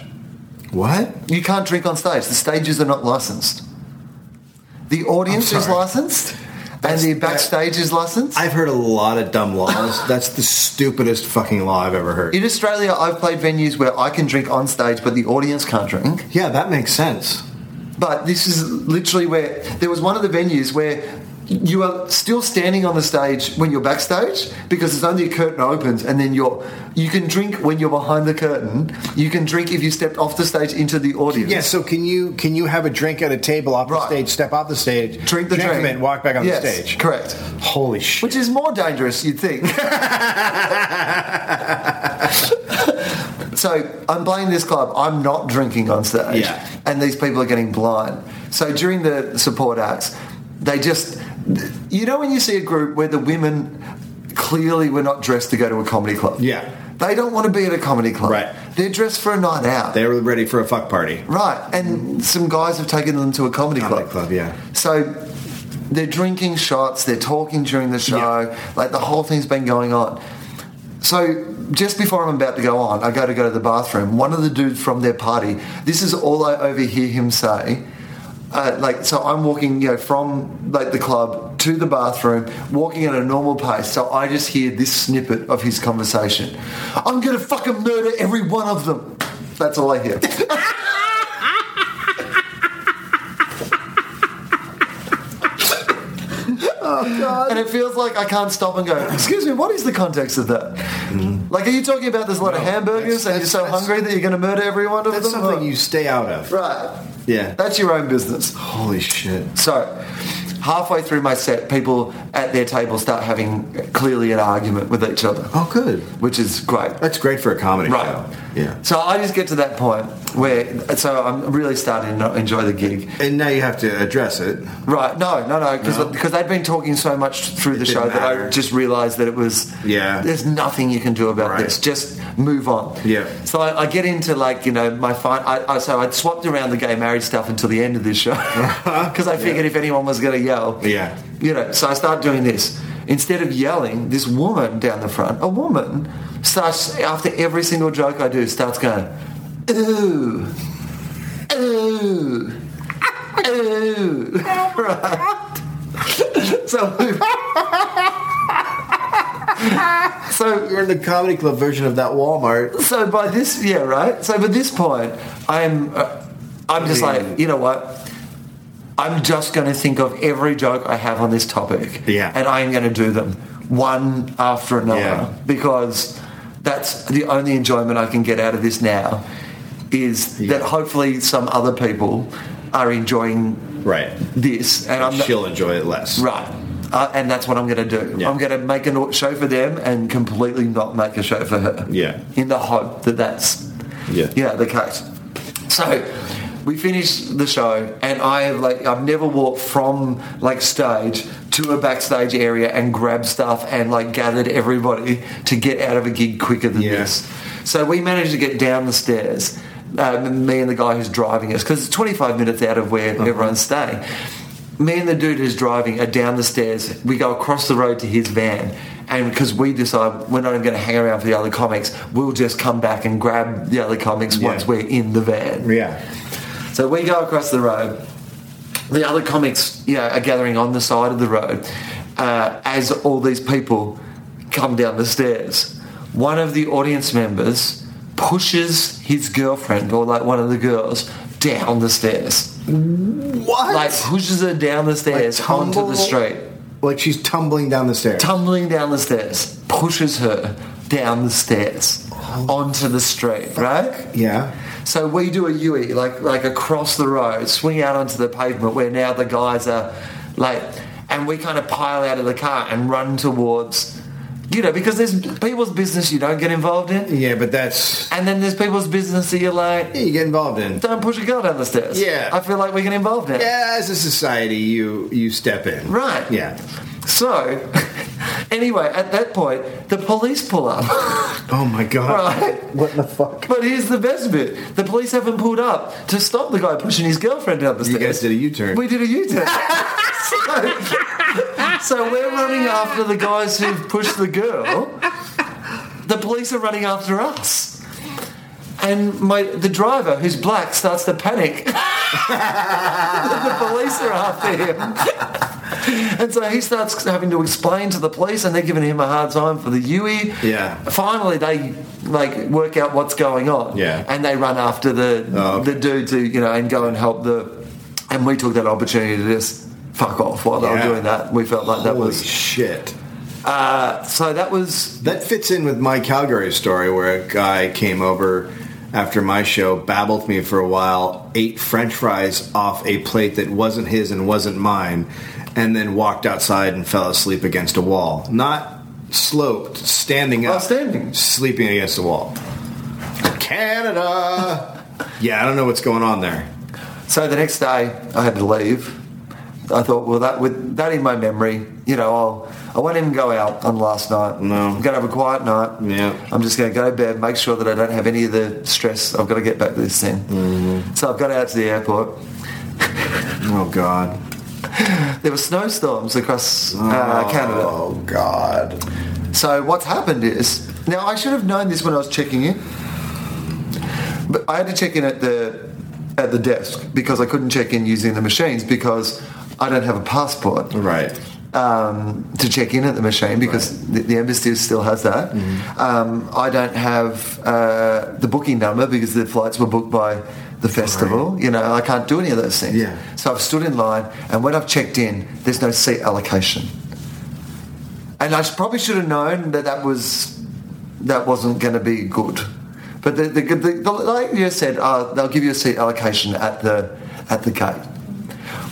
[SPEAKER 4] What?
[SPEAKER 3] You can't drink on stage. The stages are not licensed. The audience
[SPEAKER 4] I'm
[SPEAKER 3] is
[SPEAKER 4] sorry.
[SPEAKER 3] licensed,
[SPEAKER 4] That's-
[SPEAKER 3] and the
[SPEAKER 4] that-
[SPEAKER 3] backstage is licensed.
[SPEAKER 4] I've heard a lot of dumb laws. That's the stupidest fucking law I've ever heard.
[SPEAKER 3] in Australia, I've played venues where I can drink on stage, but the audience can't drink.
[SPEAKER 4] Yeah, that makes sense.
[SPEAKER 3] But this is literally where there was one of the venues where you are still standing on the stage when you're backstage because it's only a curtain opens and then you're you can drink when you're behind the curtain. You can drink if you stepped off the stage into the audience.
[SPEAKER 4] Yeah, so can you can you have a drink at a table off
[SPEAKER 3] Right.
[SPEAKER 4] the stage, step off the stage,
[SPEAKER 3] Drink the
[SPEAKER 4] from
[SPEAKER 3] drink.
[SPEAKER 4] it, and walk back on
[SPEAKER 3] Yes,
[SPEAKER 4] the stage?
[SPEAKER 3] Correct.
[SPEAKER 4] Holy shit!
[SPEAKER 3] Which is more dangerous, you'd think. so I'm playing this club. I'm not drinking on stage,
[SPEAKER 4] Yeah.
[SPEAKER 3] and these people are getting blind. So during the support acts, they just, you know, when you see a group where the women clearly were not dressed to go to a comedy club.
[SPEAKER 4] Yeah.
[SPEAKER 3] they don't want to be at a comedy club.
[SPEAKER 4] Right.
[SPEAKER 3] they're dressed for a night out.
[SPEAKER 4] they were ready for a fuck party.
[SPEAKER 3] Right, and some guys have taken them to a comedy
[SPEAKER 4] Comedy
[SPEAKER 3] club.
[SPEAKER 4] club, yeah.
[SPEAKER 3] So they're drinking shots, they're talking during the show, like the whole thing's been going on. So just before I'm about to go on, I go to go to the bathroom. One of the dudes from their party, this is all I overhear him say. Uh, like so, I'm walking, you know, from like the club to the bathroom, walking at a normal pace. So I just hear this snippet of his conversation. I'm gonna fucking murder every one of them. That's all I hear.
[SPEAKER 4] Oh,
[SPEAKER 3] And it feels like I can't stop and go, excuse me, what is the context of that? Like, are you talking about there's a lot of
[SPEAKER 4] Mm-hmm. No,
[SPEAKER 3] hamburgers
[SPEAKER 4] that's-
[SPEAKER 3] and you're so
[SPEAKER 4] that's-
[SPEAKER 3] hungry that you're going to murder every one of
[SPEAKER 4] That's
[SPEAKER 3] them?
[SPEAKER 4] something you stay out of.
[SPEAKER 3] Right.
[SPEAKER 4] Yeah.
[SPEAKER 3] That's your own business.
[SPEAKER 4] Holy shit!
[SPEAKER 3] So, halfway through my set, people at their table start having clearly an argument with each other,
[SPEAKER 4] Oh, good.
[SPEAKER 3] which is great.
[SPEAKER 4] That's great for a comedy
[SPEAKER 3] Right.
[SPEAKER 4] show. Yeah.
[SPEAKER 3] So I just get to that point where, so I'm really starting to not enjoy the gig.
[SPEAKER 4] And now you have to address it.
[SPEAKER 3] Right? No, no, no, because
[SPEAKER 4] No?
[SPEAKER 3] they'd been talking so much through the
[SPEAKER 4] didn't
[SPEAKER 3] show that I
[SPEAKER 4] matter.
[SPEAKER 3] just realised that it was
[SPEAKER 4] Yeah.
[SPEAKER 3] There's nothing you can do about
[SPEAKER 4] Right.
[SPEAKER 3] this. Just move on.
[SPEAKER 4] Yeah.
[SPEAKER 3] So I, I get into like you know my fine. I, I, so I swapped around the gay marriage stuff until the end of this show because I figured if anyone was going to yell,
[SPEAKER 4] Yeah.
[SPEAKER 3] you know. So I start doing this instead of yelling. This woman down the front, a woman, starts after every single joke I do, starts going, ooh, ooh. Ooh. Right. So, so
[SPEAKER 4] You're in the comedy club version of that Walmart.
[SPEAKER 3] so by this, yeah, right. So by this point, I'm, uh, I'm just like, you know what? I'm just going to think of every joke I have on this topic,
[SPEAKER 4] Yeah.
[SPEAKER 3] and I'm going to do them one after another
[SPEAKER 4] Yeah.
[SPEAKER 3] because that's the only enjoyment I can get out of this now. Is
[SPEAKER 4] Yeah.
[SPEAKER 3] that hopefully some other people are enjoying
[SPEAKER 4] Right.
[SPEAKER 3] this, and I'm not-
[SPEAKER 4] She'll enjoy it less.
[SPEAKER 3] Right. Uh, and that's what I'm going to do.
[SPEAKER 4] Yeah.
[SPEAKER 3] I'm going to make a show for them and completely not make a show for her.
[SPEAKER 4] Yeah.
[SPEAKER 3] In the hope that that's
[SPEAKER 4] Yeah.
[SPEAKER 3] yeah the case. So we finish the show, and I have like I've never walked from like stage to a backstage area and grabbed stuff and like gathered everybody to get out of a gig quicker than
[SPEAKER 4] Yeah.
[SPEAKER 3] this. So we managed to get down the stairs, um, me and the guy who's driving us, because it's 25 minutes out of where everyone's staying. Me and the dude who's driving are down the stairs. We go across the road to his van. And because we decide we're not even going to hang around for the other comics, we'll just come back and grab the other comics
[SPEAKER 4] Yeah.
[SPEAKER 3] once we're in the van.
[SPEAKER 4] Yeah.
[SPEAKER 3] So we go across the road. The other comics, you know, are gathering on the side of the road uh, as all these people come down the stairs. One of the audience members pushes his girlfriend, or like one of the girls, down the stairs.
[SPEAKER 4] What?
[SPEAKER 3] Like pushes her down the stairs onto the
[SPEAKER 4] tumble-
[SPEAKER 3] street,
[SPEAKER 4] Like she's tumbling down the stairs.
[SPEAKER 3] tumbling down the stairs, pushes her down the stairs onto the street. Right?
[SPEAKER 4] yeah.
[SPEAKER 3] So we do a E, Yui, like like across the road, swing out onto the pavement where now the guys are like. and we kind of pile out of the car and run towards, you know, because there's people's business you don't get involved in,
[SPEAKER 4] Yeah, but that's
[SPEAKER 3] and then there's people's business that you're like,
[SPEAKER 4] yeah, you get involved in.
[SPEAKER 3] don't push a girl down the stairs.
[SPEAKER 4] Yeah.
[SPEAKER 3] I feel like we get involved in it.
[SPEAKER 4] Yeah, as a society, you you step in.
[SPEAKER 3] Right.
[SPEAKER 4] Yeah.
[SPEAKER 3] So, anyway, at that point, the police pull up.
[SPEAKER 4] Oh my god.
[SPEAKER 3] Right.
[SPEAKER 4] What the fuck?
[SPEAKER 3] But here's the best bit: the police haven't pulled up to stop the guy pushing his girlfriend down the
[SPEAKER 4] You
[SPEAKER 3] stairs.
[SPEAKER 4] guys did a U-turn.
[SPEAKER 3] We did a U-turn. so, so we're running after the guys who've pushed the girl. The police are running after us. And my the driver, who's black, starts to panic. the police are after him. And so he starts having to explain to the police, and they're giving him a hard time for the E. Yui.
[SPEAKER 4] Yeah.
[SPEAKER 3] Finally, they like work out what's going on.
[SPEAKER 4] Yeah.
[SPEAKER 3] And they run after the
[SPEAKER 4] Oh, okay.
[SPEAKER 3] the dudes who you know and go and help the and we took that opportunity to just fuck off while they
[SPEAKER 4] Yeah.
[SPEAKER 3] were doing that we felt like that
[SPEAKER 4] Holy
[SPEAKER 3] was
[SPEAKER 4] shit.
[SPEAKER 3] uh, so that was
[SPEAKER 4] That fits in with my Calgary story where a guy came over after my show, babbled me for a while, ate french fries off a plate that wasn't his and wasn't mine, and then walked outside and fell asleep against a wall. Not sloped, standing up.
[SPEAKER 3] Outstanding.
[SPEAKER 4] Sleeping against the wall. Canada! yeah, I don't know what's going on there.
[SPEAKER 3] so the next day I had to leave I thought well that with that in my memory you know I'll I won't even go out on last night
[SPEAKER 4] No.
[SPEAKER 3] I'm gonna have a quiet night
[SPEAKER 4] Yeah.
[SPEAKER 3] I'm just gonna go to bed make sure that I don't have any of the stress I've got to get back to this thing
[SPEAKER 4] Mm-hmm.
[SPEAKER 3] so I've got out to the airport
[SPEAKER 4] Oh, God.
[SPEAKER 3] there were snowstorms across uh, Canada
[SPEAKER 4] Oh, God.
[SPEAKER 3] So what's happened is now I should have known this when I was checking in, but I had to check in at the at the desk because I couldn't check in using the machines because I don't have a passport
[SPEAKER 4] Right.
[SPEAKER 3] um, to check in at the machine because the, the embassy still has that. Um, I don't have uh, the booking number because the flights were booked by the festival. You know, I can't do any of those things.
[SPEAKER 4] Yeah.
[SPEAKER 3] So I've stood in line, and when I've checked in, there's no seat allocation. And I sh- probably should have known that that was that wasn't going to be good. But the, the, the, the, like you said, uh, they'll give you a seat allocation at the at the gate.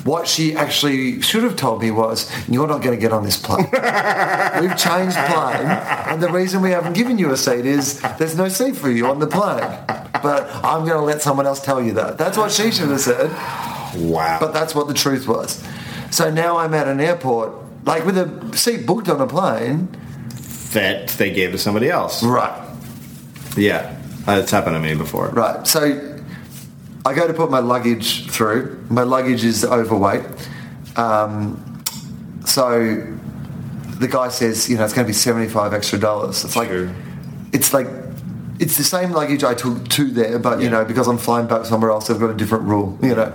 [SPEAKER 3] What she actually should have told me was, "You're not going to get on this plane. We've changed plane, and the reason we haven't given you a seat is there's no seat for you on the plane." But I'm going to let someone else tell you that. That's what she should have said.
[SPEAKER 4] Wow.
[SPEAKER 3] But that's what the truth was. So now I'm at an airport, like with a seat booked on a plane.
[SPEAKER 4] that they gave to somebody else.
[SPEAKER 3] Right.
[SPEAKER 4] Yeah, that's happened to me before.
[SPEAKER 3] Right. So I go to put my luggage through. My luggage is overweight. Um, so the guy says, you know, it's going to be 75 extra dollars. It's like,
[SPEAKER 4] Sure.
[SPEAKER 3] it's like, it's the same luggage I took to there, but you know, because I'm flying back somewhere else, I've got a different rule, you know.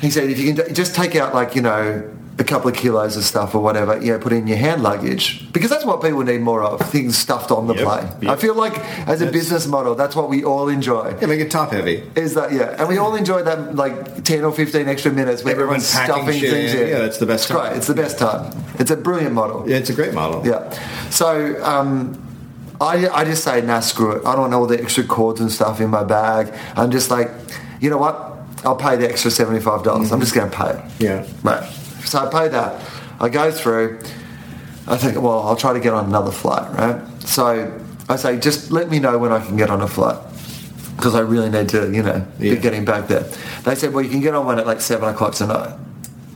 [SPEAKER 3] He said, if you can ju- just take out like, you know, a couple of kilos of stuff or whatever, you know, put it in your hand luggage because that's what people need more of things stuffed on the
[SPEAKER 4] Yep.
[SPEAKER 3] plane. I
[SPEAKER 4] Yep.
[SPEAKER 3] feel like as a
[SPEAKER 4] That's-
[SPEAKER 3] business model, that's what we all enjoy.
[SPEAKER 4] Yeah, make it top heavy.
[SPEAKER 3] Is that yeah? And we all enjoy that like ten or fifteen extra minutes where
[SPEAKER 4] Everyone's
[SPEAKER 3] everyone's
[SPEAKER 4] packing
[SPEAKER 3] stuffing
[SPEAKER 4] shit
[SPEAKER 3] things
[SPEAKER 4] in.
[SPEAKER 3] in.
[SPEAKER 4] Yeah, that's the best
[SPEAKER 3] It's great.
[SPEAKER 4] time.
[SPEAKER 3] It's the best time. It's a brilliant model.
[SPEAKER 4] Yeah, it's a great model.
[SPEAKER 3] Yeah. So um, I, I just say, nah, screw it. I don't want all the extra cords and stuff in my bag. I'm just like, you know what? I'll pay the extra $75. dollars I'm just going to pay it.
[SPEAKER 4] Mm-hmm. Yeah.
[SPEAKER 3] Right. So I pay that. I go through. I think, well, I'll try to get on another flight, right? So I say, just let me know when I can get on a flight. Because I really need to, you know,
[SPEAKER 4] Yeah.
[SPEAKER 3] be getting back there. They said, well, you can get on one at like 7 o'clock tonight.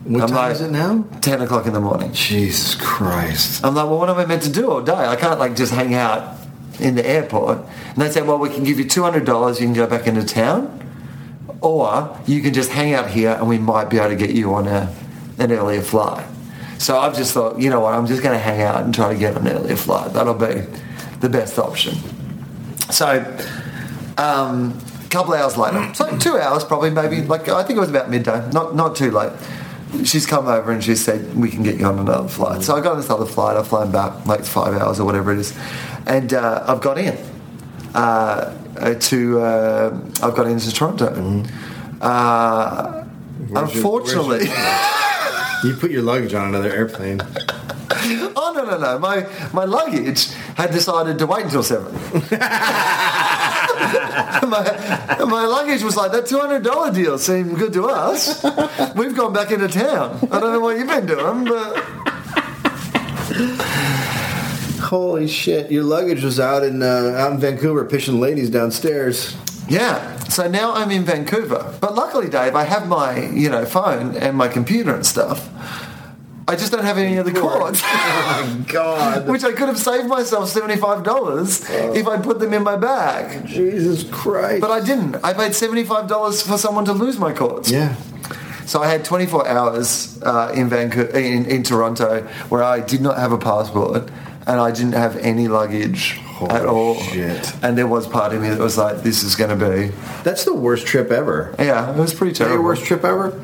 [SPEAKER 4] What
[SPEAKER 3] I'm
[SPEAKER 4] time
[SPEAKER 3] like-
[SPEAKER 4] is it now?
[SPEAKER 3] 10 o'clock in the morning.
[SPEAKER 4] Jesus Christ.
[SPEAKER 3] I'm like, well, what am I meant to do all day? I can't like just hang out in the airport. And they said, well, we can give you two hundred dollars. You can go back into town, or you can just hang out here, and we might be able to get you on a an earlier flight. So I've just thought, you know what? I'm just going to hang out and try to get an earlier flight. That'll be the best option. So. Um, a couple hours later, so two hours probably, maybe like I think it was about midday, not not too late. She's come over and she said we can get you on another flight. So I got on this other flight. I've flown back like five hours or whatever it is, and uh, I've got in uh, uh, to uh, I've got into Toronto. Uh,
[SPEAKER 4] Mm-hmm. Where's your-
[SPEAKER 3] unfortunately,
[SPEAKER 4] You put your luggage on another airplane.
[SPEAKER 3] oh no no no, my my luggage had decided to wait until seven. my, my luggage was like that two hundred dollar deal seemed good to us. We've gone back into town. I don't know what you've been doing, but
[SPEAKER 4] Holy shit! Your luggage was out in uh, out in Vancouver, pitching ladies downstairs.
[SPEAKER 3] yeah. So now I'm in Vancouver, but luckily, Dave, I have my you know phone and my computer and stuff. I just don't have any of the cords.
[SPEAKER 4] Oh my god!
[SPEAKER 3] Which I could have saved myself seventy-five dollars if I put them in my bag.
[SPEAKER 4] Jesus Christ!
[SPEAKER 3] But I didn't. I paid seventy-five dollars for someone to lose my cords.
[SPEAKER 4] yeah,
[SPEAKER 3] So I had 24 hours uh, in Vancouver, in, in Toronto, where I did not have a passport and I didn't have any luggage
[SPEAKER 4] Holy
[SPEAKER 3] at all.
[SPEAKER 4] shit.
[SPEAKER 3] And there was part of me that was like, "This is going to
[SPEAKER 4] that's the worst trip ever.
[SPEAKER 3] be." Yeah, it was pretty
[SPEAKER 4] Is that
[SPEAKER 3] terrible.
[SPEAKER 4] your worst trip ever?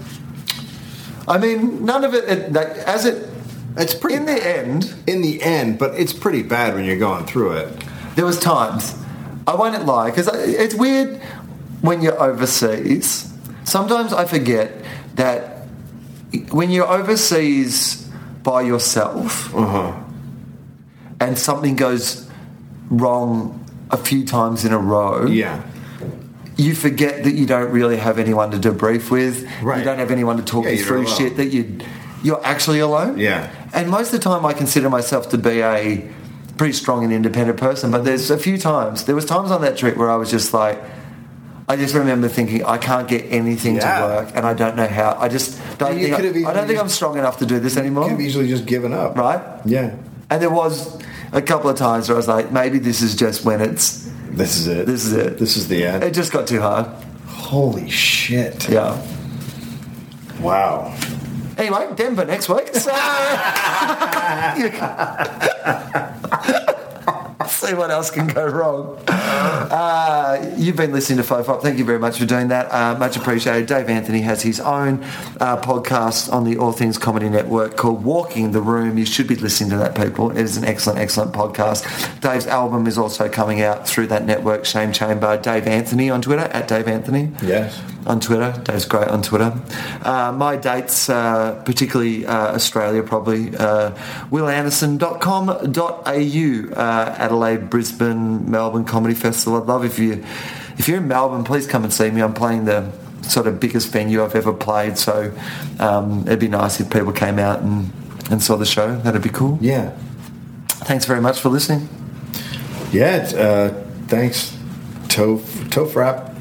[SPEAKER 3] I mean, none of it, it like, as it
[SPEAKER 4] It's pretty
[SPEAKER 3] in the end.
[SPEAKER 4] in the end, but it's pretty bad when you're going through it.
[SPEAKER 3] there was times I won't lie because it's weird when you're overseas. Sometimes I forget that when you're overseas by yourself and something goes wrong a few times in a row,
[SPEAKER 4] Yeah,
[SPEAKER 3] you forget that you don't really have anyone to debrief with.
[SPEAKER 4] Right.
[SPEAKER 3] You don't have anyone to talk
[SPEAKER 4] Yeah,
[SPEAKER 3] you
[SPEAKER 4] you're
[SPEAKER 3] through
[SPEAKER 4] alone.
[SPEAKER 3] shit that you you're actually alone.
[SPEAKER 4] Yeah.
[SPEAKER 3] And most of the time, I consider myself to be a pretty strong and independent person. But there's a few times, there was times on that trip where I was just like, I just remember thinking I can't get anything
[SPEAKER 4] Yeah.
[SPEAKER 3] to work, and I don't know how. I just don't
[SPEAKER 4] And you
[SPEAKER 3] think I,
[SPEAKER 4] could have
[SPEAKER 3] I don't
[SPEAKER 4] easily
[SPEAKER 3] think I'm
[SPEAKER 4] just-
[SPEAKER 3] strong enough to do this anymore.
[SPEAKER 4] could have easily just given up,
[SPEAKER 3] Right?
[SPEAKER 4] Yeah,
[SPEAKER 3] And there was a couple of times where I was like, maybe this is just when it's
[SPEAKER 4] this is it.
[SPEAKER 3] this is it.
[SPEAKER 4] This is the end.
[SPEAKER 3] It just got too hard.
[SPEAKER 4] Holy shit!
[SPEAKER 3] Yeah.
[SPEAKER 4] Wow.
[SPEAKER 3] Anyway, Denver next week. So You can- see what else can go wrong. Uh, you've been listening to Fofop. Thank you very much for doing that. Uh, much appreciated. Dave Anthony has his own uh, podcast on the All Things Comedy Network called Walking the Room. You should be listening to that, people. It is an excellent, excellent podcast. Dave's album is also coming out through that network, Shame Chamber. Dave Anthony on Twitter, at Dave Anthony
[SPEAKER 4] Yes.
[SPEAKER 3] on Twitter. Dave's great on Twitter. Uh, my dates, uh, particularly uh, Australia, probably uh, willanderson.com.au, uh, Adelaide, Brisbane, Melbourne Comedy Festival. I'd love if you if you're in Melbourne, please come and see me. I'm playing the sort of biggest venue I've ever played, so um, it'd be nice if people came out and, and saw the show. That'd be cool.
[SPEAKER 4] Yeah.
[SPEAKER 3] Thanks very much for listening.
[SPEAKER 4] Yeah. it's, Uh, thanks, Toph. Toph Rap.